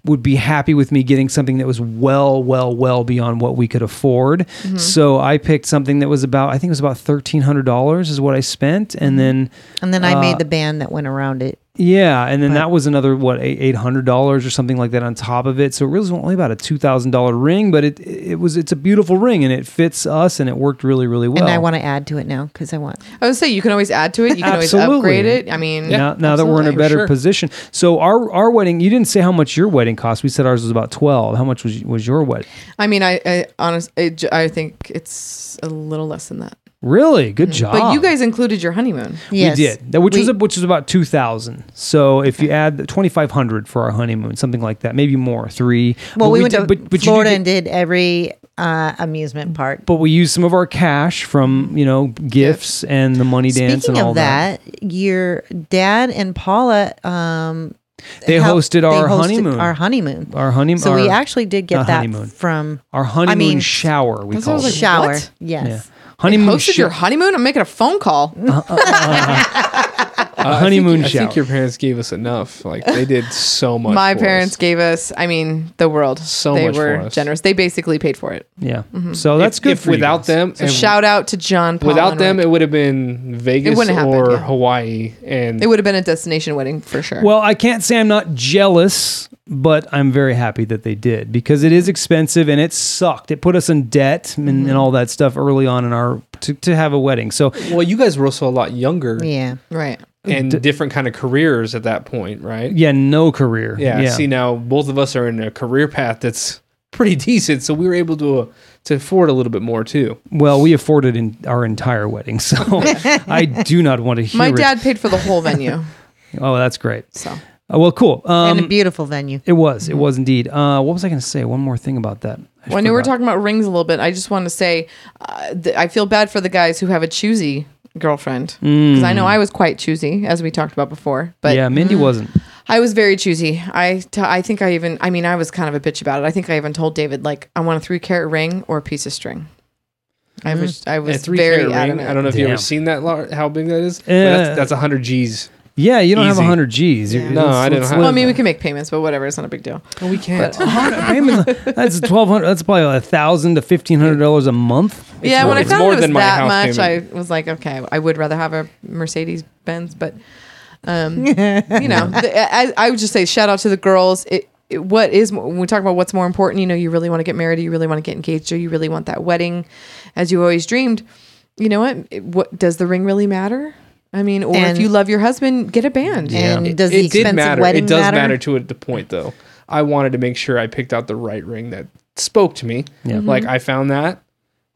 [SPEAKER 1] would be happy with me getting something that was well, well, well beyond what we could afford.
[SPEAKER 3] Mm-hmm.
[SPEAKER 1] So I picked something that was about, I think it was about thirteen hundred dollars is what I spent,
[SPEAKER 3] Mm-hmm.
[SPEAKER 1] and then
[SPEAKER 4] And then I
[SPEAKER 1] Uh,
[SPEAKER 4] made the band that went around it.
[SPEAKER 1] yeah, and then that was another what eight hundred dollars or something like that on top of it. So it really was only about a two thousand dollar ring, but it it was it's a beautiful ring and it fits us and it worked really really well.
[SPEAKER 4] And I want to add to it now because I want.
[SPEAKER 3] I would say you can always add to it. You can always
[SPEAKER 1] Absolutely.
[SPEAKER 3] upgrade it. I mean,
[SPEAKER 1] now, now that we're in a
[SPEAKER 2] absolutely, for
[SPEAKER 1] better
[SPEAKER 2] sure.
[SPEAKER 1] position. So our our wedding, you didn't say how much your wedding cost. We said ours was about twelve. How much was was your wedding?
[SPEAKER 3] I mean, I, I honest, I, j- I think it's a little less than that.
[SPEAKER 1] Really good
[SPEAKER 4] Mm,
[SPEAKER 1] job.
[SPEAKER 3] But you guys included your honeymoon.
[SPEAKER 4] Yes,
[SPEAKER 1] We did, That- which
[SPEAKER 4] We-
[SPEAKER 1] was which was about two thousand. So if you add twenty five hundred for our honeymoon, something like that, maybe more, three. But
[SPEAKER 4] well, we, went
[SPEAKER 1] did-
[SPEAKER 4] to
[SPEAKER 1] but- but you did
[SPEAKER 4] Florida
[SPEAKER 1] get- Mm-hmm.
[SPEAKER 4] and did every uh, amusement park.
[SPEAKER 1] but we used some of our cash from you know gifts and the money dance
[SPEAKER 4] Speaking
[SPEAKER 1] and all
[SPEAKER 4] of that, your dad and Paula, um,
[SPEAKER 1] They
[SPEAKER 4] helped-
[SPEAKER 1] hosted our
[SPEAKER 4] hosted
[SPEAKER 1] honeymoon.
[SPEAKER 4] Our honeymoon.
[SPEAKER 1] Our honeymoon.
[SPEAKER 4] So we
[SPEAKER 1] our-
[SPEAKER 4] actually did get
[SPEAKER 1] not
[SPEAKER 4] that
[SPEAKER 1] honeymoon.
[SPEAKER 4] from
[SPEAKER 1] our honeymoon
[SPEAKER 4] I mean,
[SPEAKER 1] shower. We
[SPEAKER 3] That's what
[SPEAKER 1] called
[SPEAKER 3] I was
[SPEAKER 1] it.
[SPEAKER 3] like,
[SPEAKER 4] shower.
[SPEAKER 3] what?
[SPEAKER 1] yeah.
[SPEAKER 4] Yes.
[SPEAKER 1] Honeymoon
[SPEAKER 3] Hosted your
[SPEAKER 1] shower.
[SPEAKER 3] honeymoon? I'm making a phone call.
[SPEAKER 2] Uh, I think-
[SPEAKER 1] honeymoon
[SPEAKER 2] I think,
[SPEAKER 1] shower.
[SPEAKER 2] your parents gave us enough. Like they did so much.
[SPEAKER 3] My
[SPEAKER 2] for us.
[SPEAKER 3] parents gave us, I mean, the world.
[SPEAKER 2] So
[SPEAKER 3] they
[SPEAKER 2] much
[SPEAKER 3] were
[SPEAKER 2] for us.
[SPEAKER 3] generous. They basically paid for it.
[SPEAKER 1] Yeah. So that's
[SPEAKER 2] If-
[SPEAKER 1] good.
[SPEAKER 2] If
[SPEAKER 1] for you
[SPEAKER 2] without
[SPEAKER 1] guys.
[SPEAKER 2] them,
[SPEAKER 3] So
[SPEAKER 2] and
[SPEAKER 3] shout out to John. Paul
[SPEAKER 2] without
[SPEAKER 3] and
[SPEAKER 2] them,
[SPEAKER 3] Rick.
[SPEAKER 2] it would have been Vegas
[SPEAKER 3] wouldn't happen,
[SPEAKER 2] or
[SPEAKER 3] yeah.
[SPEAKER 2] Hawaii, and
[SPEAKER 3] it would have been a destination wedding for sure.
[SPEAKER 1] Well, I can't say I'm not jealous, but I'm very happy that they did because it is expensive and it sucked. It put us in debt and, and all that stuff early on in our to, to have a wedding. So
[SPEAKER 2] well, you guys were also a lot younger
[SPEAKER 4] Yeah.
[SPEAKER 3] right.
[SPEAKER 2] and different kind of careers at that point, right?
[SPEAKER 1] yeah, no career.
[SPEAKER 2] Yeah. See, now both of us are in a career path that's pretty decent. So we were able to uh, to afford a little bit more too.
[SPEAKER 1] Well, we afforded in our entire wedding, so I do not want to hear.
[SPEAKER 3] My
[SPEAKER 1] it.
[SPEAKER 3] dad paid for the whole venue.
[SPEAKER 1] Oh, that's great.
[SPEAKER 3] So
[SPEAKER 1] Uh, well, cool.
[SPEAKER 4] and
[SPEAKER 1] Um,
[SPEAKER 4] a beautiful venue.
[SPEAKER 1] it was. It was indeed. Uh, what was I going to say? One more thing about that. I
[SPEAKER 3] Mhm. when we were
[SPEAKER 1] forgot.
[SPEAKER 3] talking about rings a little bit, I just want to say uh, th- I feel bad for the guys who have a choosy girlfriend because I know
[SPEAKER 2] Mm.
[SPEAKER 3] I was quite choosy as we talked about before. But
[SPEAKER 1] Mm.
[SPEAKER 3] Mhm.
[SPEAKER 1] yeah, Mindy wasn't.
[SPEAKER 3] I was very choosy. I t- I think I even I mean I was kind of a bitch about it. I think I even told David like I want a three carat ring or a piece of string. I was I
[SPEAKER 2] And Mm. a
[SPEAKER 3] was
[SPEAKER 2] three
[SPEAKER 3] very
[SPEAKER 2] carat ring.
[SPEAKER 3] adamant.
[SPEAKER 2] I don't know if you
[SPEAKER 1] Damn.
[SPEAKER 2] ever seen that. lar- How big that is? But
[SPEAKER 1] Uh,
[SPEAKER 2] that's, that's 100 G's.
[SPEAKER 1] Yeah, you don't have
[SPEAKER 2] Easy.
[SPEAKER 1] have 100 G's. You-
[SPEAKER 3] Yeah.
[SPEAKER 2] No, I didn't have
[SPEAKER 3] well, I mean, we can make payments, but whatever. It's not a big deal.
[SPEAKER 2] No, we can't.
[SPEAKER 1] A hundred- payments- that's twelve hundred. That's probably a thousand to fifteen hundred dollars a month.
[SPEAKER 3] yeah,
[SPEAKER 2] more-
[SPEAKER 3] when I
[SPEAKER 2] it's
[SPEAKER 3] found
[SPEAKER 2] more
[SPEAKER 3] it was
[SPEAKER 2] than my
[SPEAKER 3] that
[SPEAKER 2] house
[SPEAKER 3] much,
[SPEAKER 2] payment.
[SPEAKER 3] I was like, okay, I would rather have a Mercedes Benz, but um, you know, the, I, I would just say shout out to the girls. It, it- what is mo- when we talk about what's more important? You know, you really want to get married, or you really want to get engaged, or you really want that wedding, as you always dreamed. You know what? It- what does the ring really matter? I mean, or
[SPEAKER 4] And-
[SPEAKER 3] if you love your husband, get a band.
[SPEAKER 4] And does the
[SPEAKER 2] it did
[SPEAKER 4] expensive
[SPEAKER 2] matter.
[SPEAKER 4] wedding
[SPEAKER 2] It does matter?
[SPEAKER 4] matter?
[SPEAKER 2] to a the point though. I wanted to make sure I picked out the right ring that spoke to me.
[SPEAKER 3] Mm-hmm.
[SPEAKER 1] Yeah.
[SPEAKER 2] Like I found that,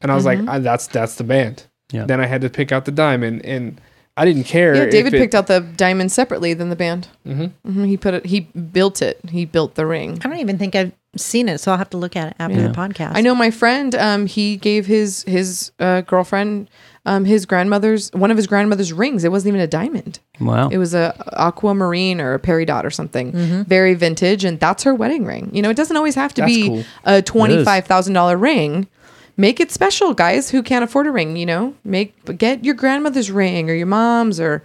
[SPEAKER 2] and I was like, I, "That's that's the band."
[SPEAKER 1] Yeah.
[SPEAKER 2] Then I had to pick out the diamond, and I didn't care.
[SPEAKER 3] Yeah, David picked out the diamond separately than the band. Mm-hmm. he put it. He built it. He built the ring.
[SPEAKER 4] I don't even think I've seen it, so I'll have to look at it after
[SPEAKER 1] Yeah.
[SPEAKER 4] the podcast.
[SPEAKER 3] I know my friend. Um, he gave his his uh, girlfriend, um, his grandmother's one of his grandmother's rings. It wasn't even a diamond.
[SPEAKER 1] Wow.
[SPEAKER 3] It was a aquamarine or a peridot or something. Very vintage, and that's her wedding ring. You know, it doesn't always have to
[SPEAKER 2] That's
[SPEAKER 3] be
[SPEAKER 2] cool.
[SPEAKER 3] a twenty five thousand dollar ring. Make it special, guys who can't afford a ring. You know, make get your grandmother's ring or your mom's or.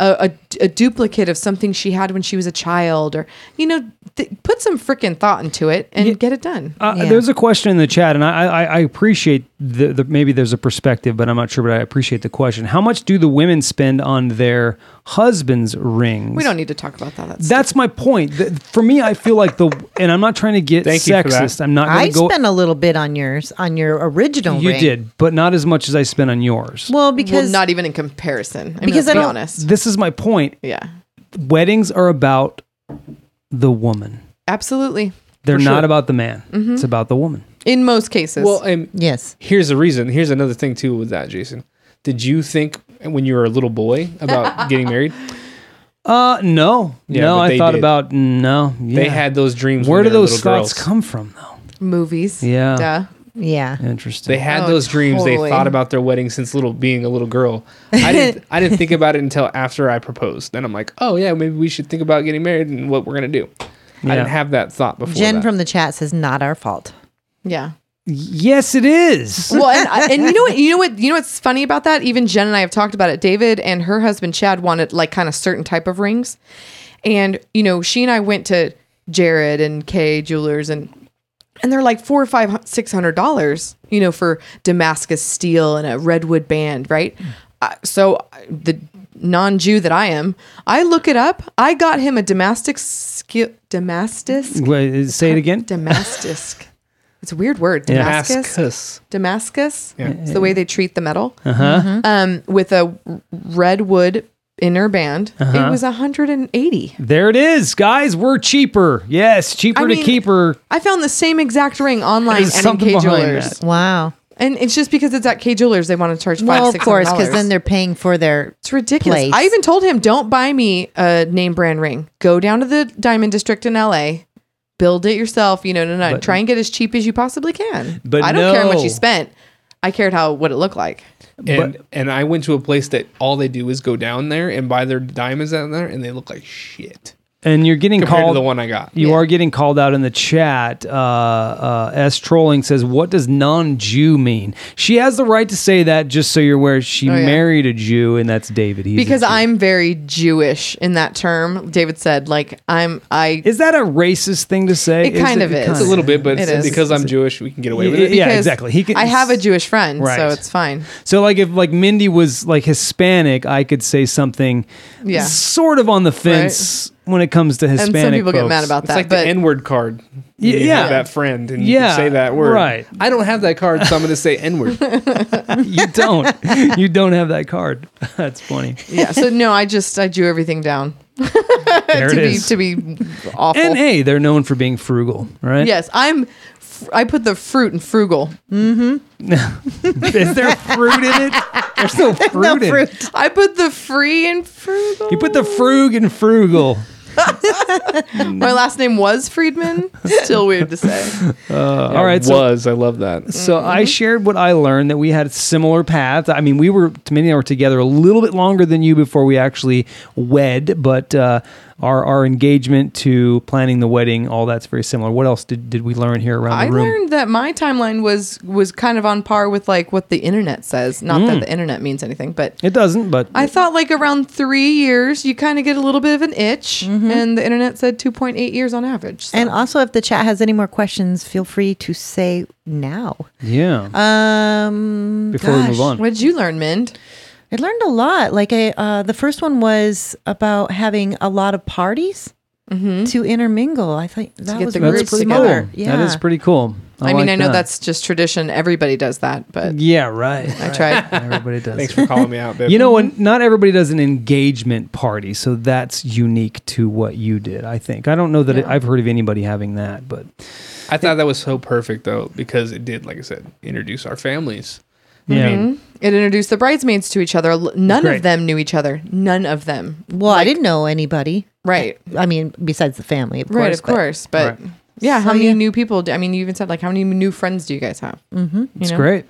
[SPEAKER 3] A, a, a duplicate of something she had when she was a child, or you know, th- put some freaking thought into it and get it done.
[SPEAKER 1] Uh,
[SPEAKER 4] Yeah.
[SPEAKER 1] There's a question in the chat, and I, I, I appreciate the, the maybe there's a perspective, but I'm not sure. But I appreciate the question. How much do the women spend on their husbands' rings?
[SPEAKER 3] We don't need to talk about that. That's
[SPEAKER 1] That's my point. The- for me, I feel like the and I'm not trying to get
[SPEAKER 2] Thank you for that.
[SPEAKER 1] sexist. I'm not
[SPEAKER 4] I
[SPEAKER 1] going to go.
[SPEAKER 4] spent a little bit on yours on your original
[SPEAKER 1] you
[SPEAKER 4] ring.
[SPEAKER 1] did, but not as much as I spent on yours.
[SPEAKER 4] Well, because
[SPEAKER 3] well, not even in comparison. I mean, let's
[SPEAKER 4] because I
[SPEAKER 3] be
[SPEAKER 4] don't-
[SPEAKER 3] honest.
[SPEAKER 1] this is my point.
[SPEAKER 3] Yeah,
[SPEAKER 1] Weddings are about the woman.
[SPEAKER 3] absolutely.
[SPEAKER 1] They're
[SPEAKER 2] For
[SPEAKER 1] not
[SPEAKER 2] sure.
[SPEAKER 1] about the man.
[SPEAKER 4] Mm-hmm.
[SPEAKER 1] It's about the woman.
[SPEAKER 3] In most cases,
[SPEAKER 2] Well, and
[SPEAKER 4] yes,
[SPEAKER 2] here's the reason. Here's another thing too with that, Jason. Did you think when you were a little boy about getting married?
[SPEAKER 1] Uh, no,
[SPEAKER 2] Yeah,
[SPEAKER 1] no.
[SPEAKER 2] but
[SPEAKER 1] I
[SPEAKER 2] they
[SPEAKER 1] thought
[SPEAKER 2] did.
[SPEAKER 1] about no. Yeah.
[SPEAKER 2] They had those dreams.
[SPEAKER 1] Where
[SPEAKER 2] when
[SPEAKER 1] do
[SPEAKER 2] they were
[SPEAKER 1] those
[SPEAKER 2] little
[SPEAKER 1] thoughts
[SPEAKER 2] girls.
[SPEAKER 1] come from, though?
[SPEAKER 3] movies.
[SPEAKER 1] Yeah.
[SPEAKER 3] Duh.
[SPEAKER 4] yeah.
[SPEAKER 1] Interesting.
[SPEAKER 2] They had
[SPEAKER 3] Oh,
[SPEAKER 2] those dreams. They
[SPEAKER 3] totally.
[SPEAKER 2] thought about their wedding since little, being a little girl. I didn't. I didn't think about it until after I proposed. Then I'm like, oh yeah, maybe we should think about getting married and what we're gonna do.
[SPEAKER 1] Yeah.
[SPEAKER 2] I didn't have that thought before.
[SPEAKER 4] Jen
[SPEAKER 2] that.
[SPEAKER 4] from the chat says not our fault.
[SPEAKER 3] Yeah.
[SPEAKER 1] yes, it is.
[SPEAKER 3] Well, and, I- and you know what? You know what? You know what's funny about that? Even Jen and I have talked about it. David and her husband Chad wanted like kind of certain type of rings, and you know she and I went to Jared and Kay Jewelers and and they're like four or five six hundred dollars you know for damascus steel and a redwood band right uh, so I- the non-jew that i am i look it up i got him a damascus skill damascus
[SPEAKER 1] Wait, say it again.
[SPEAKER 3] damascus it's a weird word damascus
[SPEAKER 2] Damascus.
[SPEAKER 3] damascus
[SPEAKER 2] Yeah.
[SPEAKER 3] it's the way they treat the metal
[SPEAKER 1] Uh-huh.
[SPEAKER 3] um, with a redwood inner band
[SPEAKER 1] Uh-huh.
[SPEAKER 3] it was 180
[SPEAKER 1] There it is, guys. We're cheaper. Yes, cheaper
[SPEAKER 3] I
[SPEAKER 1] to
[SPEAKER 3] mean,
[SPEAKER 1] keeper.
[SPEAKER 3] i found the same exact ring online
[SPEAKER 1] There's
[SPEAKER 3] and in
[SPEAKER 1] something
[SPEAKER 3] k
[SPEAKER 1] behind
[SPEAKER 3] jewelers
[SPEAKER 1] that.
[SPEAKER 4] Wow.
[SPEAKER 3] And it's just because it's at K Jewelers, they want to charge five.
[SPEAKER 4] Well, of course, because
[SPEAKER 3] because
[SPEAKER 4] then they're paying for their.
[SPEAKER 3] it's ridiculous.
[SPEAKER 4] place.
[SPEAKER 3] I even told him, don't buy me a name brand ring. Go down to the Diamond District in L.A. Build it yourself. You know, no, no.
[SPEAKER 1] But-
[SPEAKER 3] try and get as cheap as you possibly can.
[SPEAKER 1] But
[SPEAKER 3] I don't care how much
[SPEAKER 1] no.
[SPEAKER 3] you spent. I cared how what it looked like.
[SPEAKER 2] And and I went to a place that all they do is go down there and buy their diamonds down there, and they look like shit
[SPEAKER 1] And you're getting
[SPEAKER 2] compared
[SPEAKER 1] called.
[SPEAKER 2] to the one I got.
[SPEAKER 1] you are getting called out in the chat. Uh, uh, S trolling says, "What does non-Jew mean?" She has the right to say that. Just so you're aware, she
[SPEAKER 3] Oh, yeah.
[SPEAKER 1] married a Jew, and that's David. He's a
[SPEAKER 3] Because
[SPEAKER 1] Jew.
[SPEAKER 3] I'm very Jewish in that term. David said, like I'm I.
[SPEAKER 1] Is that a racist thing to say?
[SPEAKER 3] It kind of is.
[SPEAKER 2] It's a little bit, but
[SPEAKER 3] It
[SPEAKER 2] it's-
[SPEAKER 3] is.
[SPEAKER 2] because I'm Jewish, we can get away with
[SPEAKER 1] Yeah,
[SPEAKER 2] it.
[SPEAKER 1] yeah,
[SPEAKER 3] because
[SPEAKER 1] exactly. He can,
[SPEAKER 3] I have a Jewish friend, so
[SPEAKER 1] Right.
[SPEAKER 3] it's fine.
[SPEAKER 1] So like if like Mindy was like Hispanic, I could say something
[SPEAKER 3] Yeah.
[SPEAKER 1] sort of on the fence when it comes to
[SPEAKER 3] And
[SPEAKER 1] Hispanic.
[SPEAKER 3] some people get
[SPEAKER 1] folks.
[SPEAKER 3] mad about
[SPEAKER 2] It's
[SPEAKER 3] that.
[SPEAKER 2] like the
[SPEAKER 3] but
[SPEAKER 2] N word card. You
[SPEAKER 1] Y-
[SPEAKER 2] have
[SPEAKER 1] yeah.
[SPEAKER 2] that friend and you
[SPEAKER 1] Yeah,
[SPEAKER 2] can say that word. Uh,
[SPEAKER 1] right.
[SPEAKER 2] I don't have that card, so I'm going to say N word.
[SPEAKER 1] you don't. you don't have that card. That's funny.
[SPEAKER 3] yeah. So no, I just I drew everything down
[SPEAKER 1] There
[SPEAKER 3] to
[SPEAKER 1] it
[SPEAKER 3] be
[SPEAKER 1] is.
[SPEAKER 3] to be awful.
[SPEAKER 1] and hey, they're known for being frugal, right?
[SPEAKER 3] yes, I'm. fr- I put the fruit in frugal.
[SPEAKER 1] Is there fruit in it? There's no fruit
[SPEAKER 4] No
[SPEAKER 1] in it.
[SPEAKER 4] fruit.
[SPEAKER 3] I put the free in frugal.
[SPEAKER 1] You put the frug in frugal.
[SPEAKER 3] My last name was Friedman. Still weird to say.
[SPEAKER 1] Uh, all right. So,
[SPEAKER 2] was I love that.
[SPEAKER 1] so
[SPEAKER 3] Mm-hmm.
[SPEAKER 1] I shared what I learned that we had similar paths. I mean, we were, Minnie and I were together a little bit longer than you before we actually wed, but uh, our, our engagement to planning the wedding, all that's very similar. What else did, did we learn here around
[SPEAKER 3] I
[SPEAKER 1] the room?
[SPEAKER 3] learned that my timeline was was kind of on par with like what the internet says. Not
[SPEAKER 1] Mm.
[SPEAKER 3] that the internet means anything, but
[SPEAKER 1] it doesn't, but
[SPEAKER 3] I thought like around three years, you kind of get a little bit of an itch,
[SPEAKER 4] Mm-hmm.
[SPEAKER 3] and the internet said 2.8 years on average. so-
[SPEAKER 4] And also, if the chat has any more questions, feel free to say now.
[SPEAKER 1] yeah.
[SPEAKER 4] Um,
[SPEAKER 1] Before we move
[SPEAKER 4] gosh.
[SPEAKER 1] on.
[SPEAKER 3] what did you learn, Mind?
[SPEAKER 4] I learned a lot. Like I, uh, the first one was about having a lot of parties to intermingle. I think that
[SPEAKER 3] Mm-hmm. get
[SPEAKER 4] was
[SPEAKER 3] the
[SPEAKER 4] really
[SPEAKER 3] groups
[SPEAKER 1] That's pretty cool.
[SPEAKER 4] smart. Yeah,
[SPEAKER 1] That is pretty cool.
[SPEAKER 3] I,
[SPEAKER 1] like
[SPEAKER 3] mean, I know
[SPEAKER 1] that.
[SPEAKER 3] that's just tradition. Everybody does that, but
[SPEAKER 1] Yeah, right.
[SPEAKER 3] I Mm-hmm. tried.
[SPEAKER 1] Everybody does.
[SPEAKER 2] Thanks for calling me out, babe.
[SPEAKER 1] You know what? Not everybody does an engagement party, so that's unique to what you did. I think. I don't know that it, I've heard of anybody having that, but
[SPEAKER 2] I thought that was so perfect though because it did, like I said, introduce our families.
[SPEAKER 3] Mm-hmm.
[SPEAKER 1] yeah,
[SPEAKER 3] It introduced the bridesmaids to each other. L- None
[SPEAKER 1] Great.
[SPEAKER 3] of them knew each other. None of them.
[SPEAKER 4] Well, I didn't know anybody.
[SPEAKER 3] Right.
[SPEAKER 4] I mean, besides the family, of course.
[SPEAKER 3] right. Of
[SPEAKER 4] but-
[SPEAKER 3] course. But
[SPEAKER 1] Right.
[SPEAKER 3] yeah, how
[SPEAKER 4] So,
[SPEAKER 3] many
[SPEAKER 4] yeah. Mm.
[SPEAKER 3] new people? Do, I mean, you even said like, how many new friends do you guys have? Mm-hmm. You
[SPEAKER 1] it's great.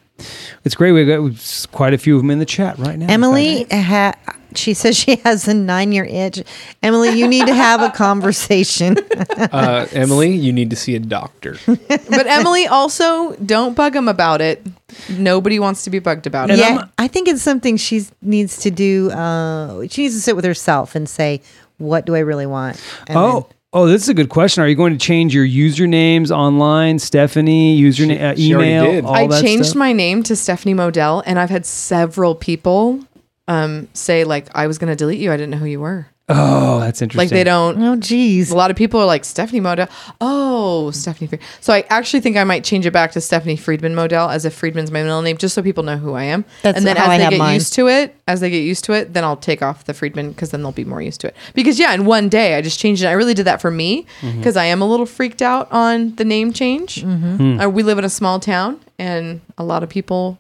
[SPEAKER 1] It's great. We've got s- quite a few of them in the chat right now. in fact.
[SPEAKER 4] Emily, ha- she says she has a nine-year itch. Emily, you need to have a conversation.
[SPEAKER 2] Uh, Emily, you need to see a doctor.
[SPEAKER 3] But Emily also don't bug them about it. Nobody wants to be bugged about it.
[SPEAKER 1] And
[SPEAKER 4] yeah,
[SPEAKER 1] I'm-
[SPEAKER 4] I think it's something she needs to do. Uh, she needs to sit with herself and say, "What do I really want?" And
[SPEAKER 1] Oh. Oh, this is a good question. Are you going to change your usernames online, Stephanie? Username, uh,
[SPEAKER 2] she already
[SPEAKER 1] email.
[SPEAKER 2] did.
[SPEAKER 1] all
[SPEAKER 3] I
[SPEAKER 1] that
[SPEAKER 3] changed
[SPEAKER 1] stuff?
[SPEAKER 3] my name to Stephanie Modell, and I've had several people um, say like, I was going to delete you. I didn't know who you were.
[SPEAKER 1] Oh, that's interesting.
[SPEAKER 3] Like they don't.
[SPEAKER 4] then- oh, geez.
[SPEAKER 3] A lot of people are like Stephanie Modell. Oh, Stephanie. Fried-" So I actually think I might change it back to Stephanie Friedman Modell as if Friedman's my middle name, just so people know who I am.
[SPEAKER 4] That's
[SPEAKER 3] and then
[SPEAKER 4] how
[SPEAKER 3] as
[SPEAKER 4] I
[SPEAKER 3] they
[SPEAKER 4] have
[SPEAKER 3] get
[SPEAKER 4] mine.
[SPEAKER 3] used to it, as they get used to it, then I'll take off the Friedman because then they'll be more used to it. Because yeah, in one day I just changed it. I really did that for me
[SPEAKER 1] Mm-hmm.
[SPEAKER 3] because I am a little freaked out on the name change.
[SPEAKER 4] Mm-hmm.
[SPEAKER 1] Hmm.
[SPEAKER 3] Uh, we live in a small town, and a lot of people.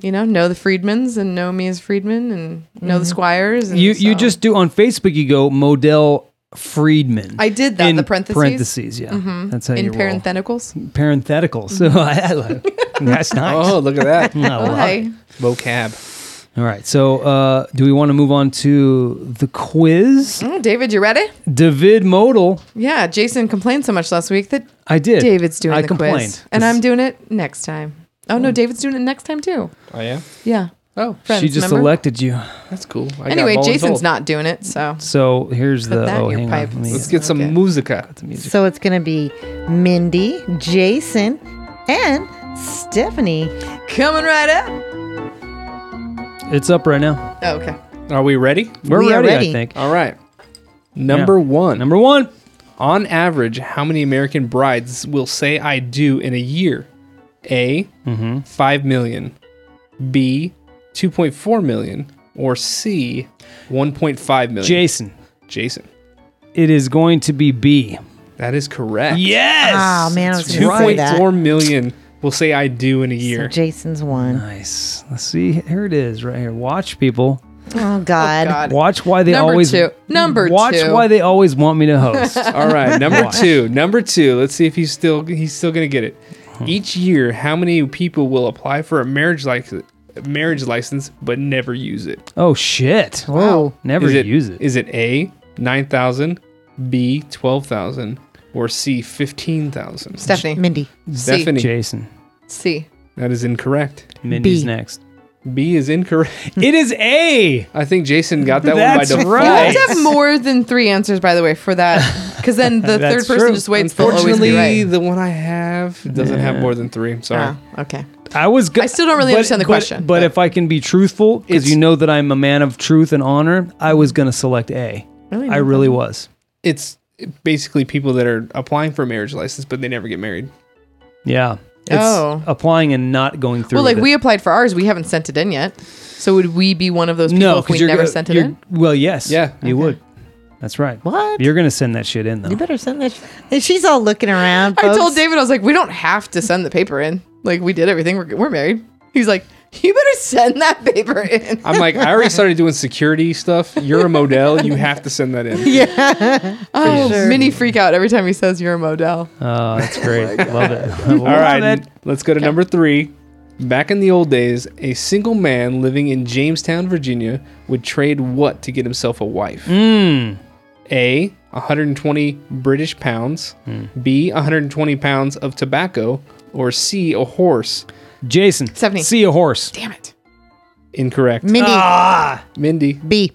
[SPEAKER 3] You know, know the Friedmans and know me as Friedman and know
[SPEAKER 4] Mm-hmm.
[SPEAKER 3] the Squires. And
[SPEAKER 1] You you
[SPEAKER 3] so-
[SPEAKER 1] just do on Facebook. You go Modell Friedman.
[SPEAKER 3] I did that,
[SPEAKER 1] in
[SPEAKER 3] the parentheses. Mm-hmm.
[SPEAKER 1] Parentheses, yeah. That's how you
[SPEAKER 3] in Mm-hmm.
[SPEAKER 1] roll.
[SPEAKER 3] parentheticals.
[SPEAKER 1] parenthetical. So I, like that's nice.
[SPEAKER 2] Oh, look at that
[SPEAKER 1] I love it.
[SPEAKER 3] Okay.
[SPEAKER 2] vocab.
[SPEAKER 1] All right. So, uh, do we want to move on to the quiz?
[SPEAKER 3] Oh, David, you ready?
[SPEAKER 1] David Modal.
[SPEAKER 3] Yeah, Jason complained so much last week that
[SPEAKER 1] I did.
[SPEAKER 3] David's doing
[SPEAKER 1] I
[SPEAKER 3] the
[SPEAKER 1] complained.
[SPEAKER 3] quiz, and I'm doing it next time. Oh no, David's doing it next time too.
[SPEAKER 2] Oh yeah.
[SPEAKER 3] Yeah.
[SPEAKER 2] Oh,
[SPEAKER 3] Friends,
[SPEAKER 1] She just
[SPEAKER 3] remember?
[SPEAKER 1] elected you.
[SPEAKER 2] that's cool. I got
[SPEAKER 3] Anyway,
[SPEAKER 2] voluntold.
[SPEAKER 3] Jason's not doing it, so
[SPEAKER 1] So here's
[SPEAKER 3] Put
[SPEAKER 1] the.
[SPEAKER 3] that in
[SPEAKER 1] oh,
[SPEAKER 3] your
[SPEAKER 1] hang
[SPEAKER 3] pipe.
[SPEAKER 1] on. Let me-
[SPEAKER 2] Let's get some
[SPEAKER 3] Okay.
[SPEAKER 2] musica.
[SPEAKER 4] So it's going to be Mindy, Jason, and Stephanie.
[SPEAKER 3] coming right up.
[SPEAKER 1] it's up right now.
[SPEAKER 3] Oh, okay.
[SPEAKER 2] Are we ready?
[SPEAKER 1] We're
[SPEAKER 4] We are
[SPEAKER 1] ready, I
[SPEAKER 4] ready.
[SPEAKER 1] think.
[SPEAKER 2] All right. Number one.
[SPEAKER 1] Number one.
[SPEAKER 2] On average, how many American brides will say I do in a year? A, 5 million, B, 2.4 million, or C, 1.5 million?
[SPEAKER 1] Jason.
[SPEAKER 2] Jason.
[SPEAKER 1] It is going to be B.
[SPEAKER 2] That is correct.
[SPEAKER 1] Yes.
[SPEAKER 3] Ah,
[SPEAKER 4] Oh, man, I was
[SPEAKER 1] That's
[SPEAKER 4] gonna say that.
[SPEAKER 2] 2.4 million will say I do in a
[SPEAKER 4] So
[SPEAKER 2] year.
[SPEAKER 4] Jason's one.
[SPEAKER 1] Nice. Let's see. Here it is, right here. Watch people.
[SPEAKER 4] Oh, God.
[SPEAKER 3] God.
[SPEAKER 1] Watch why they
[SPEAKER 3] Number
[SPEAKER 1] always
[SPEAKER 3] two. Number
[SPEAKER 1] watch
[SPEAKER 3] two.
[SPEAKER 1] why they always want me to host.
[SPEAKER 2] All right, number 2. Number 2. Let's see if he's still he's still going to get it. Each year, how many people will apply for a marriage license marriage license but never use it?
[SPEAKER 1] Oh shit!
[SPEAKER 4] Whoa.
[SPEAKER 1] Never
[SPEAKER 2] is it,
[SPEAKER 1] use it.
[SPEAKER 2] Is it A, 9,000, B, 12,000, or C, 15,000?
[SPEAKER 3] Stephanie,
[SPEAKER 4] Mindy.
[SPEAKER 2] Stephanie,
[SPEAKER 1] Jason.
[SPEAKER 3] C.
[SPEAKER 2] that is incorrect.
[SPEAKER 1] Mindy's
[SPEAKER 4] B.
[SPEAKER 1] next.
[SPEAKER 2] B is incorrect.
[SPEAKER 1] It is A.
[SPEAKER 2] I think Jason got that
[SPEAKER 1] That's
[SPEAKER 2] one by default.
[SPEAKER 1] right.
[SPEAKER 3] You have to have more than three answers, by the way, for that, because then the third
[SPEAKER 1] That's
[SPEAKER 3] person
[SPEAKER 1] true.
[SPEAKER 3] just waits. They'll always
[SPEAKER 2] Unfortunately,
[SPEAKER 3] be right.
[SPEAKER 2] the one I have doesn't have more than three. I'm sorry.
[SPEAKER 3] Oh, okay.
[SPEAKER 1] I was. Go-
[SPEAKER 3] I still don't really understand the
[SPEAKER 1] But,
[SPEAKER 3] question, but-
[SPEAKER 1] if I can be truthful, because
[SPEAKER 2] It's-
[SPEAKER 1] you know that I'm a man of truth and honor, I was going to select A. I really was.
[SPEAKER 2] It's basically people that are applying for a marriage license but they never get married.
[SPEAKER 1] Yeah. It's
[SPEAKER 3] Oh.
[SPEAKER 1] applying and not going through.
[SPEAKER 3] Well, like
[SPEAKER 1] with it.
[SPEAKER 3] we applied for ours, we haven't sent it in yet. So would we be one of those people
[SPEAKER 1] no,
[SPEAKER 3] if we
[SPEAKER 1] because you're
[SPEAKER 3] never
[SPEAKER 1] gonna-
[SPEAKER 3] sent it
[SPEAKER 1] you're-
[SPEAKER 3] in?
[SPEAKER 1] Well, yes.
[SPEAKER 2] Yeah.
[SPEAKER 1] you would. That's right.
[SPEAKER 4] What?
[SPEAKER 1] You're gonna send that shit in though.
[SPEAKER 4] You better send that. And she's all looking around.
[SPEAKER 3] I told
[SPEAKER 4] folks.
[SPEAKER 3] David, I was like, we don't have to send the paper in. Like we did everything. We're, we're married. He's like, you better send that paper in.
[SPEAKER 2] I'm like, I already started doing security stuff. You're a model. You have to send that in.
[SPEAKER 3] Oh,
[SPEAKER 4] sure.
[SPEAKER 3] mini freak out every time he says you're a model.
[SPEAKER 1] Oh, that's great. Love it. All
[SPEAKER 2] All right, let's go to number three. Back in the old days, a single man living in Jamestown, Virginia, would trade what to get himself a wife?
[SPEAKER 1] Hmm.
[SPEAKER 2] A. 120 British pounds.
[SPEAKER 1] Hmm.
[SPEAKER 2] B. 120 pounds of tobacco. Or C. A horse.
[SPEAKER 1] Jason.
[SPEAKER 3] Stephanie.
[SPEAKER 1] See a horse.
[SPEAKER 3] Damn it.
[SPEAKER 2] Incorrect.
[SPEAKER 4] Mindy
[SPEAKER 1] Ah!
[SPEAKER 2] Mindy,
[SPEAKER 4] B.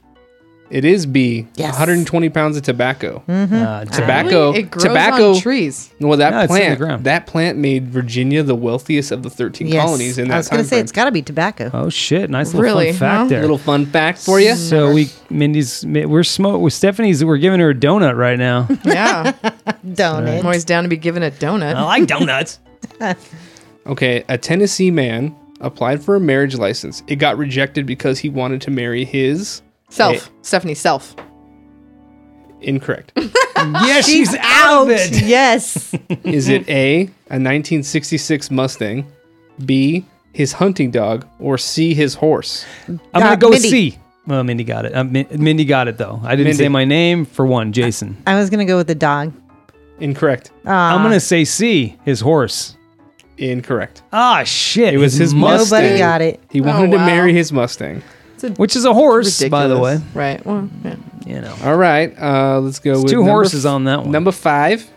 [SPEAKER 2] it is B.
[SPEAKER 4] Yes. Hmm.
[SPEAKER 2] 120 pounds of tobacco.
[SPEAKER 3] Mm-hmm.
[SPEAKER 1] Uh,
[SPEAKER 2] Tobacco.
[SPEAKER 3] Really? It grows
[SPEAKER 2] Tobacco-
[SPEAKER 3] on trees.
[SPEAKER 2] Well, that
[SPEAKER 1] No, it's in the
[SPEAKER 2] plant
[SPEAKER 1] ground.
[SPEAKER 2] that plant made Virginia the wealthiest of the 13
[SPEAKER 4] Yes.
[SPEAKER 2] colonies in that
[SPEAKER 4] I was
[SPEAKER 2] time
[SPEAKER 4] gonna say
[SPEAKER 2] frame.
[SPEAKER 4] it's got to be tobacco.
[SPEAKER 1] Oh shit! Nice little
[SPEAKER 3] Really,
[SPEAKER 1] fun fact
[SPEAKER 3] huh?
[SPEAKER 1] there.
[SPEAKER 2] Little fun fact for you.
[SPEAKER 1] So we, Mindy's, we're smoke. With Stephanie's, we're giving her a donut right now.
[SPEAKER 3] Yeah.
[SPEAKER 4] Don't it?
[SPEAKER 3] I'm always down to be given a donut.
[SPEAKER 1] like donuts.
[SPEAKER 2] Okay, a Tennessee man applied for a marriage license. It got rejected because he wanted to marry his
[SPEAKER 3] self.
[SPEAKER 2] Hey.
[SPEAKER 3] Stephanie, self.
[SPEAKER 2] incorrect.
[SPEAKER 1] yeah, she's, out of it.
[SPEAKER 4] Yes.
[SPEAKER 2] Is it A, a 1966 Mustang, B, his hunting dog, or C, his horse?
[SPEAKER 1] I'm gonna
[SPEAKER 4] Uh,
[SPEAKER 1] go with
[SPEAKER 4] Mindy.
[SPEAKER 1] C. Well, Mindy got it. Uh, Min- Mindy got it though. I didn't
[SPEAKER 2] Mindy.
[SPEAKER 1] say my name for one. Jason.
[SPEAKER 4] I was gonna go with the dog.
[SPEAKER 2] Incorrect.
[SPEAKER 4] Uh,
[SPEAKER 1] I'm gonna say C. His horse.
[SPEAKER 2] Incorrect.
[SPEAKER 1] Ah shit!
[SPEAKER 2] It was his
[SPEAKER 1] must,
[SPEAKER 2] Mustang.
[SPEAKER 4] Nobody got it.
[SPEAKER 2] He wanted to
[SPEAKER 3] wow.
[SPEAKER 2] marry his Mustang.
[SPEAKER 1] which is a horse,
[SPEAKER 3] Ridiculous.
[SPEAKER 1] by the way.
[SPEAKER 3] Right. Well, yeah.
[SPEAKER 1] You know.
[SPEAKER 2] All right, uh, let's go with
[SPEAKER 1] Two
[SPEAKER 2] number
[SPEAKER 1] horses on that one.
[SPEAKER 2] Number five.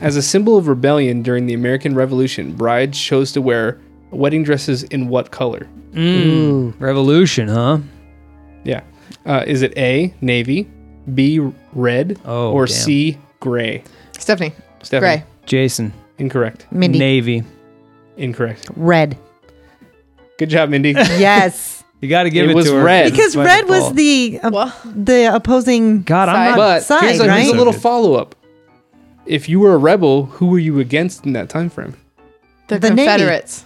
[SPEAKER 2] As a symbol of rebellion during the American Revolution, brides chose to wear wedding dresses in what color?
[SPEAKER 4] Mm.
[SPEAKER 1] Revolution, huh?
[SPEAKER 2] Yeah. Uh, is it A, navy, B, red,
[SPEAKER 1] Oh,
[SPEAKER 2] or
[SPEAKER 1] damn.
[SPEAKER 2] C, gray?
[SPEAKER 3] Stephanie,
[SPEAKER 2] Stephanie.
[SPEAKER 3] gray.
[SPEAKER 1] Jason.
[SPEAKER 2] Incorrect.
[SPEAKER 4] Mindy
[SPEAKER 1] Navy.
[SPEAKER 2] Incorrect.
[SPEAKER 4] red.
[SPEAKER 2] Good job, Mindy.
[SPEAKER 4] Yes,
[SPEAKER 1] You got to give
[SPEAKER 2] It
[SPEAKER 1] it,
[SPEAKER 2] was
[SPEAKER 1] to her.
[SPEAKER 2] red.
[SPEAKER 1] it's
[SPEAKER 4] because
[SPEAKER 1] by
[SPEAKER 4] red was
[SPEAKER 1] default.
[SPEAKER 4] the uh,
[SPEAKER 3] Well-
[SPEAKER 4] the opposing.
[SPEAKER 1] God. I'm
[SPEAKER 3] Side.
[SPEAKER 1] not.
[SPEAKER 2] But
[SPEAKER 4] Side,
[SPEAKER 2] here's, a, here's a
[SPEAKER 4] right?
[SPEAKER 2] little follow up. If you were a rebel, who were you against in that time frame?
[SPEAKER 3] The,
[SPEAKER 4] The Navy.
[SPEAKER 3] Confederates.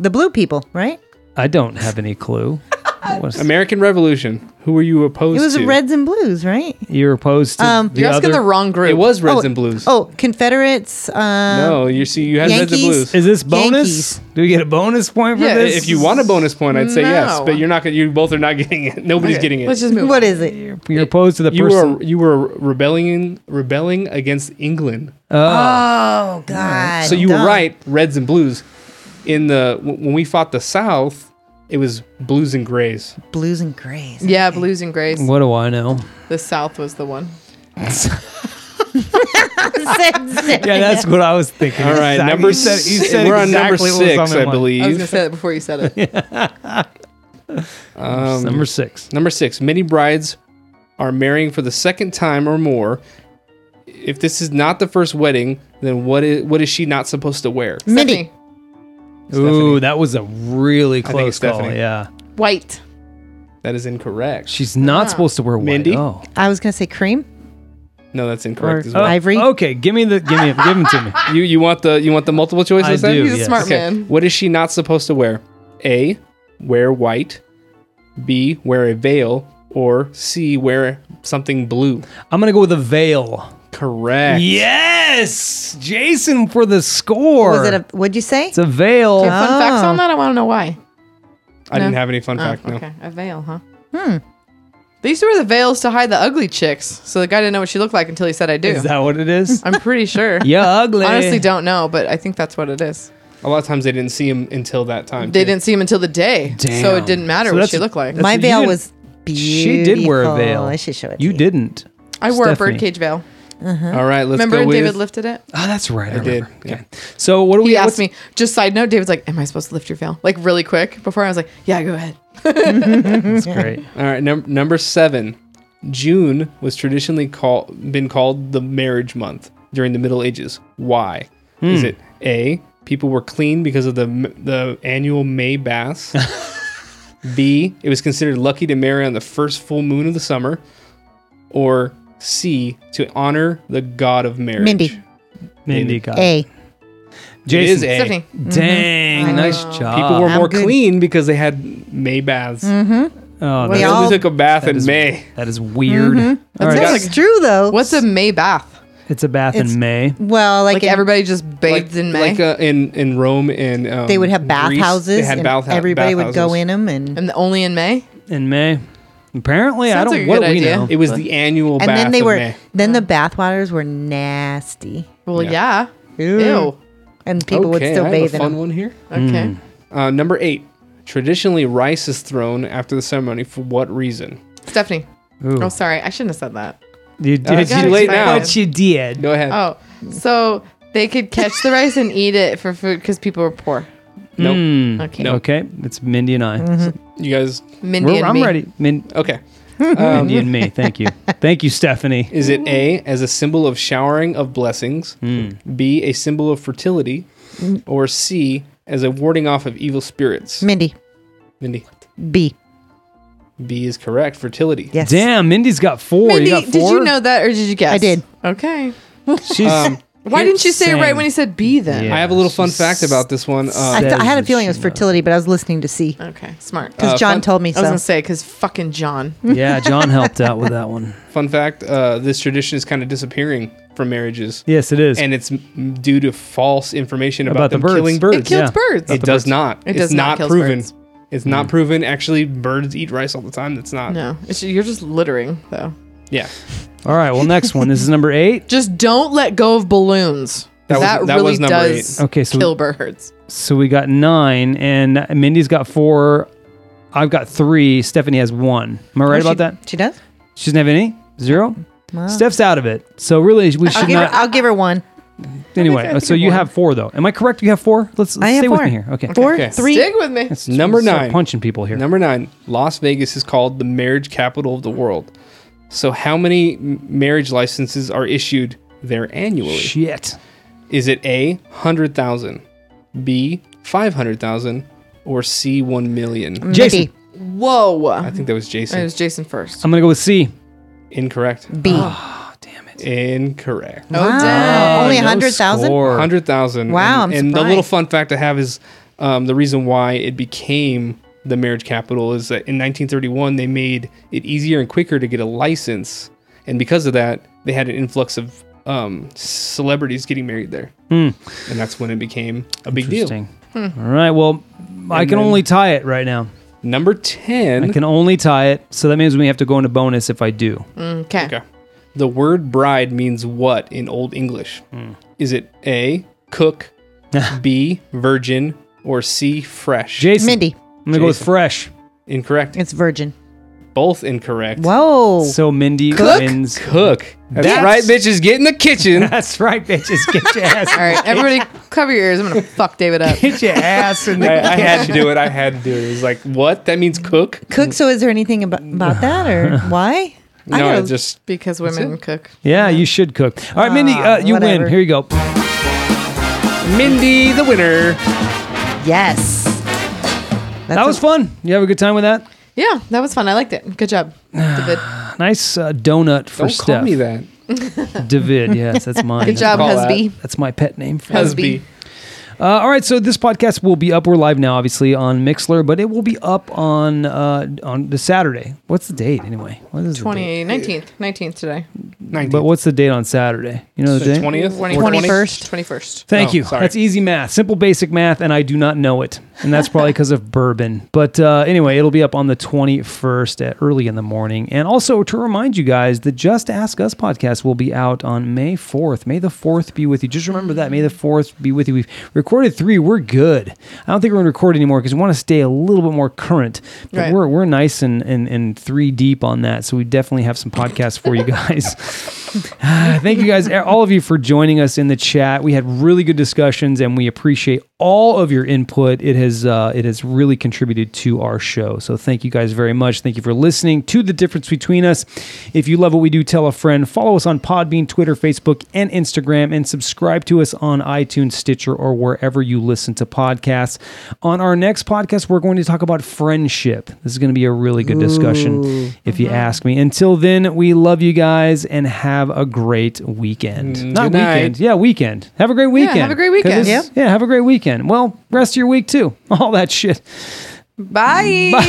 [SPEAKER 4] The blue people, right?
[SPEAKER 1] I don't have any clue. What was-
[SPEAKER 2] American Revolution. Who were you opposed
[SPEAKER 4] It
[SPEAKER 2] to?
[SPEAKER 4] was the reds and blues, right?
[SPEAKER 1] You're opposed to
[SPEAKER 4] Um,
[SPEAKER 1] the
[SPEAKER 3] You're asking
[SPEAKER 1] other.
[SPEAKER 3] the wrong group.
[SPEAKER 2] It was reds
[SPEAKER 4] Oh,
[SPEAKER 2] and blues.
[SPEAKER 4] Oh, Confederates. Um,
[SPEAKER 2] no, you see, you had reds and
[SPEAKER 4] Yankees?
[SPEAKER 2] blues.
[SPEAKER 1] Is this bonus?
[SPEAKER 4] Yankees.
[SPEAKER 1] Do we get a bonus point for
[SPEAKER 3] Yeah,
[SPEAKER 1] this?
[SPEAKER 2] If you want a bonus point, I'd say yes,
[SPEAKER 3] No.
[SPEAKER 2] but you're not. gonna- You both are not getting it. Nobody's getting it.
[SPEAKER 3] Let's just move.
[SPEAKER 4] What
[SPEAKER 3] on.
[SPEAKER 4] is it?
[SPEAKER 1] you're opposed to the
[SPEAKER 2] you
[SPEAKER 1] person.
[SPEAKER 2] were you were rebelling rebelling against England.
[SPEAKER 4] Oh God.
[SPEAKER 2] So you
[SPEAKER 4] duh.
[SPEAKER 2] were right, reds and blues. In the w- when we fought the South, it was blues and grays.
[SPEAKER 4] Blues and grays.
[SPEAKER 3] Yeah, blues and grays.
[SPEAKER 1] what do I know?
[SPEAKER 3] The South was the one.
[SPEAKER 1] Yeah, that's what I was thinking.
[SPEAKER 2] All right,
[SPEAKER 1] Exactly.
[SPEAKER 2] number
[SPEAKER 1] You said- you
[SPEAKER 2] six.
[SPEAKER 1] said
[SPEAKER 2] We're on number
[SPEAKER 1] exactly what was
[SPEAKER 2] six,
[SPEAKER 1] my
[SPEAKER 2] I
[SPEAKER 1] mind.
[SPEAKER 2] believe.
[SPEAKER 3] I was gonna say that before you said it.
[SPEAKER 2] Um,
[SPEAKER 1] Number six.
[SPEAKER 2] number six. Many brides are marrying for the second time or more. If this is not the first wedding, then what is what is she not supposed to wear?
[SPEAKER 4] Mindy.
[SPEAKER 3] Stephanie,
[SPEAKER 1] Ooh, that was a really
[SPEAKER 2] think
[SPEAKER 1] close call.
[SPEAKER 2] Stephanie.
[SPEAKER 1] Yeah,
[SPEAKER 3] white.
[SPEAKER 2] That is incorrect.
[SPEAKER 1] she's not
[SPEAKER 4] Ah.
[SPEAKER 1] supposed to wear white.
[SPEAKER 2] Mindy?
[SPEAKER 1] Oh.
[SPEAKER 4] I was gonna say cream.
[SPEAKER 2] no, that's incorrect
[SPEAKER 4] Or-
[SPEAKER 2] as
[SPEAKER 1] Oh,
[SPEAKER 2] well.
[SPEAKER 4] Ivory?
[SPEAKER 1] Okay, give me the give me give them to me.
[SPEAKER 2] You you want the you want the multiple choice?
[SPEAKER 1] Ah. I
[SPEAKER 2] this time?
[SPEAKER 1] do,
[SPEAKER 3] He's a
[SPEAKER 1] yes.
[SPEAKER 3] smart
[SPEAKER 2] Okay.
[SPEAKER 3] man.
[SPEAKER 2] What is she not supposed to wear? A. Wear white. B. Wear a veil. Or C. Wear something blue.
[SPEAKER 1] I'm gonna go with a veil.
[SPEAKER 2] Correct.
[SPEAKER 1] Yes, Jason for the score.
[SPEAKER 4] Was it a? What'd you say?
[SPEAKER 1] it's a veil.
[SPEAKER 3] Okay, fun facts
[SPEAKER 4] Oh.
[SPEAKER 3] on that. I want to know why.
[SPEAKER 2] I didn't
[SPEAKER 3] No.
[SPEAKER 2] have any fun
[SPEAKER 3] Oh,
[SPEAKER 2] fact. No.
[SPEAKER 3] okay, a veil, huh? Hmm. They used to wear the veils to hide the ugly chicks, so the guy didn't know what she looked like until he said, "I do."
[SPEAKER 1] Is that what it is?
[SPEAKER 3] I'm pretty sure.
[SPEAKER 1] yeah, ugly.
[SPEAKER 3] Honestly, don't know, but I think that's what it is.
[SPEAKER 2] A lot of times they didn't see him until that time.
[SPEAKER 3] They
[SPEAKER 2] too.
[SPEAKER 3] didn't see him until the day, so
[SPEAKER 1] Damn.
[SPEAKER 3] it didn't matter
[SPEAKER 1] So
[SPEAKER 3] what
[SPEAKER 1] that's-
[SPEAKER 3] she looked like.
[SPEAKER 1] that's-
[SPEAKER 4] My
[SPEAKER 1] you
[SPEAKER 4] veil
[SPEAKER 1] didn't-
[SPEAKER 4] was beautiful.
[SPEAKER 1] She did wear a veil.
[SPEAKER 4] I should show it. to
[SPEAKER 1] You didn't.
[SPEAKER 3] I wore a
[SPEAKER 1] Stephanie.
[SPEAKER 3] birdcage veil.
[SPEAKER 2] All right, let's
[SPEAKER 3] Remember
[SPEAKER 2] go
[SPEAKER 3] when
[SPEAKER 2] with.
[SPEAKER 3] David lifted it?
[SPEAKER 1] Oh, that's right. I,
[SPEAKER 2] did.
[SPEAKER 1] remember. Okay. So what do we?
[SPEAKER 3] He
[SPEAKER 1] what's-
[SPEAKER 3] asked me. Just side note, David's like, "Am I supposed to lift your veil?" Like really quick. Before I was like, "Yeah, go ahead."
[SPEAKER 1] That's great.
[SPEAKER 2] All right, num- number seven. June was traditionally called been called the marriage month during the Middle Ages. Why?
[SPEAKER 1] Hmm.
[SPEAKER 2] Is it A? People were clean because of the m- the annual May baths. B. It was considered lucky to marry on the first full moon of the summer, or C to honor the god of marriage.
[SPEAKER 4] Mindy.
[SPEAKER 1] Mindy got it.
[SPEAKER 4] A.
[SPEAKER 1] Jason.
[SPEAKER 2] It is A.
[SPEAKER 3] Stephanie.
[SPEAKER 1] Mm-hmm.
[SPEAKER 3] Mm-hmm.
[SPEAKER 1] Dang,
[SPEAKER 4] I
[SPEAKER 1] nice
[SPEAKER 4] know.
[SPEAKER 1] job.
[SPEAKER 2] People were
[SPEAKER 4] I'm
[SPEAKER 2] more
[SPEAKER 4] good. Mm-hmm.
[SPEAKER 2] clean because they had May baths.
[SPEAKER 1] Oh,
[SPEAKER 4] We
[SPEAKER 2] They
[SPEAKER 1] that,
[SPEAKER 2] only
[SPEAKER 4] all-
[SPEAKER 2] took a bath
[SPEAKER 1] that
[SPEAKER 2] in
[SPEAKER 1] is-
[SPEAKER 2] May.
[SPEAKER 1] that is weird.
[SPEAKER 3] Mm-hmm.
[SPEAKER 1] All right,
[SPEAKER 4] That's
[SPEAKER 1] guys.
[SPEAKER 4] true though.
[SPEAKER 3] What's a May bath?
[SPEAKER 1] it's a bath
[SPEAKER 4] It's-
[SPEAKER 1] in May.
[SPEAKER 4] well like,
[SPEAKER 3] Like
[SPEAKER 4] in-
[SPEAKER 3] everybody just bathed
[SPEAKER 2] Like,
[SPEAKER 3] in May,
[SPEAKER 2] like uh, in in Rome and um,
[SPEAKER 4] they would have
[SPEAKER 2] Greece,
[SPEAKER 4] bathhouses
[SPEAKER 2] They had
[SPEAKER 4] and
[SPEAKER 2] bath,
[SPEAKER 4] everybody would go
[SPEAKER 2] bathhouses.
[SPEAKER 4] in them and
[SPEAKER 3] and only in May.
[SPEAKER 1] In May. Apparently,
[SPEAKER 3] Sounds
[SPEAKER 1] I
[SPEAKER 3] like
[SPEAKER 1] don't.
[SPEAKER 3] a
[SPEAKER 1] What
[SPEAKER 3] good
[SPEAKER 1] do we
[SPEAKER 3] idea.
[SPEAKER 1] know?
[SPEAKER 2] It was the annual
[SPEAKER 4] and
[SPEAKER 2] bath
[SPEAKER 4] then they
[SPEAKER 2] of
[SPEAKER 4] were
[SPEAKER 2] May.
[SPEAKER 4] then the bathwaters were nasty
[SPEAKER 3] Well, yeah.
[SPEAKER 4] Ew.
[SPEAKER 3] Ew.
[SPEAKER 4] and people would
[SPEAKER 2] Okay,
[SPEAKER 4] still
[SPEAKER 2] I have
[SPEAKER 4] bathe
[SPEAKER 2] a
[SPEAKER 4] in
[SPEAKER 2] fun
[SPEAKER 4] them.
[SPEAKER 2] one here.
[SPEAKER 3] Okay.
[SPEAKER 2] Uh, number eight. Traditionally, rice is thrown after the ceremony. For what reason?
[SPEAKER 3] Stephanie.
[SPEAKER 1] Ooh.
[SPEAKER 3] Oh, sorry. I shouldn't have said that.
[SPEAKER 1] You
[SPEAKER 2] Uh,
[SPEAKER 1] did.
[SPEAKER 2] it's
[SPEAKER 3] got
[SPEAKER 2] too
[SPEAKER 3] it.
[SPEAKER 1] you-
[SPEAKER 2] late
[SPEAKER 3] excited.
[SPEAKER 2] now.
[SPEAKER 1] But you did.
[SPEAKER 2] Go ahead.
[SPEAKER 3] Oh, so they could catch the rice and eat it for food because people were poor.
[SPEAKER 2] Nope.
[SPEAKER 1] Mm.
[SPEAKER 3] Okay.
[SPEAKER 2] Mm-hmm. No.
[SPEAKER 1] Okay, it's Mindy and I.
[SPEAKER 2] You guys.
[SPEAKER 3] Mm-hmm. Mindy
[SPEAKER 1] We're,
[SPEAKER 3] and
[SPEAKER 1] I'm
[SPEAKER 3] me. Um,
[SPEAKER 1] ready. Min,
[SPEAKER 2] Okay. Um,
[SPEAKER 1] Mindy and me. Thank you. Thank you, Stephanie.
[SPEAKER 2] Is it A, as a symbol of showering of blessings, B, a symbol of fertility,
[SPEAKER 4] Mm.
[SPEAKER 2] or C, as a warding off of evil spirits?
[SPEAKER 4] Mindy.
[SPEAKER 2] Mindy,
[SPEAKER 4] B.
[SPEAKER 2] B is correct. Fertility.
[SPEAKER 4] Yes.
[SPEAKER 1] Damn, Mindy's got four.
[SPEAKER 3] Mindy,
[SPEAKER 1] you got
[SPEAKER 3] did
[SPEAKER 1] four?
[SPEAKER 3] you know that or did you guess?
[SPEAKER 4] I did.
[SPEAKER 3] Okay.
[SPEAKER 1] She's.
[SPEAKER 2] Um,
[SPEAKER 3] Why didn't you say it right
[SPEAKER 1] Insane.
[SPEAKER 3] when he said B then?
[SPEAKER 1] Yeah.
[SPEAKER 2] I have a little fun
[SPEAKER 1] she's-
[SPEAKER 2] fact about this one.
[SPEAKER 4] I,
[SPEAKER 2] Uh,
[SPEAKER 4] th- I had a
[SPEAKER 1] Says
[SPEAKER 4] feeling it was
[SPEAKER 1] she knows.
[SPEAKER 4] fertility, but I was listening to C
[SPEAKER 3] Okay. Smart. I
[SPEAKER 4] because
[SPEAKER 2] Uh,
[SPEAKER 4] John
[SPEAKER 2] fun-
[SPEAKER 4] told me
[SPEAKER 3] was
[SPEAKER 4] so.
[SPEAKER 3] gonna say because fucking John.
[SPEAKER 1] yeah, John helped out with that one.
[SPEAKER 2] fun fact uh, this tradition is kind of disappearing from marriages,
[SPEAKER 1] Yes, it is.
[SPEAKER 2] and it's m- due to false information about,
[SPEAKER 1] about the
[SPEAKER 2] them
[SPEAKER 1] birds.
[SPEAKER 2] killing birds.
[SPEAKER 3] It
[SPEAKER 1] yeah.
[SPEAKER 3] kills birds.
[SPEAKER 2] It does not.
[SPEAKER 3] It
[SPEAKER 2] it's
[SPEAKER 3] does not
[SPEAKER 2] not,
[SPEAKER 3] kill
[SPEAKER 2] proven.
[SPEAKER 3] birds.
[SPEAKER 2] It's not
[SPEAKER 1] Hmm.
[SPEAKER 2] proven. Actually, birds eat rice all the time. That's not.
[SPEAKER 3] No, it's, you're just littering though.
[SPEAKER 2] Yeah.
[SPEAKER 1] All right. Well, next one. This is number eight.
[SPEAKER 3] Just don't let go of balloons.
[SPEAKER 2] That
[SPEAKER 3] That,
[SPEAKER 2] was- that
[SPEAKER 3] really
[SPEAKER 2] was number
[SPEAKER 3] does
[SPEAKER 2] eight.
[SPEAKER 1] Okay, so-
[SPEAKER 3] kill birds.
[SPEAKER 1] So we got nine, and Mindy's got four. I've got three. Stephanie has one. Am I right
[SPEAKER 4] Oh, she,
[SPEAKER 1] about that?
[SPEAKER 4] She does.
[SPEAKER 1] She doesn't have any. Zero.
[SPEAKER 4] Wow.
[SPEAKER 1] Steph's out of it. So really, we
[SPEAKER 4] Uh-huh. I'll
[SPEAKER 1] should
[SPEAKER 4] give, her,
[SPEAKER 1] not.
[SPEAKER 4] I'll give her one.
[SPEAKER 1] anyway,
[SPEAKER 3] I
[SPEAKER 1] so
[SPEAKER 3] think
[SPEAKER 1] you
[SPEAKER 3] one.
[SPEAKER 1] have four though. Am I correct? You have four. Let's,
[SPEAKER 4] I
[SPEAKER 1] let's
[SPEAKER 4] have
[SPEAKER 1] stay
[SPEAKER 4] four.
[SPEAKER 1] with me here. Okay.
[SPEAKER 4] Four,
[SPEAKER 2] Okay.
[SPEAKER 4] three.
[SPEAKER 3] Stick with me.
[SPEAKER 1] It's-
[SPEAKER 2] Number
[SPEAKER 1] start
[SPEAKER 2] nine.
[SPEAKER 1] Punching people here.
[SPEAKER 2] Number nine, Las Vegas is called the marriage capital of the world. So, how many m- marriage licenses are issued there annually?
[SPEAKER 1] Shit.
[SPEAKER 2] Is it A, 100,000, B, 500,000, or C, 1
[SPEAKER 3] Mm.
[SPEAKER 2] million?
[SPEAKER 1] Jason.
[SPEAKER 3] Whoa.
[SPEAKER 2] I think that was
[SPEAKER 3] it
[SPEAKER 2] Jason.
[SPEAKER 3] was Jason first.
[SPEAKER 1] I'm gonna go with C.
[SPEAKER 2] Incorrect.
[SPEAKER 4] Maybe. B.
[SPEAKER 2] Incorrect.
[SPEAKER 3] Oh,
[SPEAKER 4] Wow.
[SPEAKER 3] damn.
[SPEAKER 4] Uh, Only
[SPEAKER 1] no
[SPEAKER 4] 100,000?
[SPEAKER 1] score.
[SPEAKER 2] 100,000.
[SPEAKER 4] Wow,
[SPEAKER 2] And,
[SPEAKER 4] I'm
[SPEAKER 2] and the little
[SPEAKER 4] surprised.
[SPEAKER 2] fun fact I have is um, the reason why it became the marriage capital is that in 1931 they made it easier and quicker to get a license, and because of that they had an influx of um, celebrities getting married there,
[SPEAKER 1] Hmm.
[SPEAKER 2] and that's when it became a big deal.
[SPEAKER 1] Interesting. All right. Well, I
[SPEAKER 2] And
[SPEAKER 1] can
[SPEAKER 2] then-
[SPEAKER 1] only tie it right now.
[SPEAKER 2] Number
[SPEAKER 1] I
[SPEAKER 2] ten.
[SPEAKER 1] can only tie it. So that means we have to go into bonus if I do.
[SPEAKER 3] Okay.
[SPEAKER 2] Okay. The word bride means what in Old English?
[SPEAKER 1] Hmm.
[SPEAKER 2] Is it A cook, B virgin, or C fresh?
[SPEAKER 1] Jason.
[SPEAKER 4] Mindy.
[SPEAKER 1] I'm gonna go with
[SPEAKER 2] Jason.
[SPEAKER 1] fresh.
[SPEAKER 2] Incorrect.
[SPEAKER 4] It's virgin.
[SPEAKER 2] Both incorrect.
[SPEAKER 4] Whoa.
[SPEAKER 1] So Mindy
[SPEAKER 2] Cook?
[SPEAKER 1] wins.
[SPEAKER 2] Cook. That's,
[SPEAKER 1] That's-
[SPEAKER 2] right, bitches. Get in the kitchen.
[SPEAKER 1] That's right, bitches. Get your ass.
[SPEAKER 3] All right, everybody, cover your ears. I'm gonna fuck David up.
[SPEAKER 1] Get your ass in
[SPEAKER 2] I,
[SPEAKER 1] the.
[SPEAKER 2] I had to do it. I had to do it. It was like, what? That means cook?
[SPEAKER 4] Cook. So is there anything about, about that or why? I
[SPEAKER 2] No,
[SPEAKER 4] gotta-
[SPEAKER 2] it just.
[SPEAKER 3] Because women cook.
[SPEAKER 1] Yeah, you should cook. All right, Mindy,
[SPEAKER 4] Ah,
[SPEAKER 1] uh, you
[SPEAKER 4] whatever.
[SPEAKER 1] win. Here you go.
[SPEAKER 2] Mindy, the winner.
[SPEAKER 4] yes. That's
[SPEAKER 1] That was
[SPEAKER 4] a-
[SPEAKER 1] fun. You have a good time with that.
[SPEAKER 3] Yeah, that was fun. I liked it. Good job, David.
[SPEAKER 1] Nice uh, donut for
[SPEAKER 2] Don't
[SPEAKER 1] Steph.
[SPEAKER 2] call me that.
[SPEAKER 1] David. Yes, that's mine.
[SPEAKER 3] Good job,
[SPEAKER 2] call that.
[SPEAKER 3] husby.
[SPEAKER 1] That's my pet name. For
[SPEAKER 2] Husby.
[SPEAKER 3] Husby.
[SPEAKER 1] Uh, all right, so this podcast will be up. We're live now, obviously on Mixler, but it will be up on uh, on the Saturday. What's the date anyway? What is the date?
[SPEAKER 3] 20, 19th, 19th today.
[SPEAKER 2] 19th.
[SPEAKER 1] But what's the date on Saturday? You know the
[SPEAKER 2] The
[SPEAKER 1] date.
[SPEAKER 2] 20th?
[SPEAKER 4] 21st.
[SPEAKER 3] 21st.
[SPEAKER 1] Thank
[SPEAKER 2] Oh,
[SPEAKER 1] you.
[SPEAKER 2] sorry.
[SPEAKER 1] That's easy math, simple basic math, and I do not know it. And that's probably because of bourbon. But uh, anyway, it'll be up on the 21st at early in the morning. And also to remind you guys, the Just Ask Us podcast will be out on May 4th. May the 4th be with you. Just remember that. May the 4th be with you. We've recorded three. We're good. I don't think we're going to record anymore because we want to stay a little bit more current. But
[SPEAKER 3] Right.
[SPEAKER 1] we're, we're nice and, and, and three deep on that. So we definitely have some podcasts for you guys. eh, Thank you guys, all of you, for joining us in the chat. We had really good discussions, and we appreciate all of your input. It has uh, it has really contributed to our show. So thank you guys very much. Thank you for listening to the difference between us. If you love what we do, tell a friend. Follow us on Podbean, Twitter, Facebook, and Instagram, and subscribe to us on iTunes, Stitcher, or wherever you listen to podcasts. On our next podcast, we're going to talk about friendship. This is going to be a really good discussion, if you ask me. Until then, we love you guys and have a great weekend.
[SPEAKER 2] Mm,
[SPEAKER 1] Not
[SPEAKER 2] good night.
[SPEAKER 1] weekend, yeah, weekend. Have a great weekend.
[SPEAKER 3] have a great weekend.
[SPEAKER 1] 'Cause this- yeah, have a great weekend. Well, rest of your week too. All that shit.
[SPEAKER 3] Bye.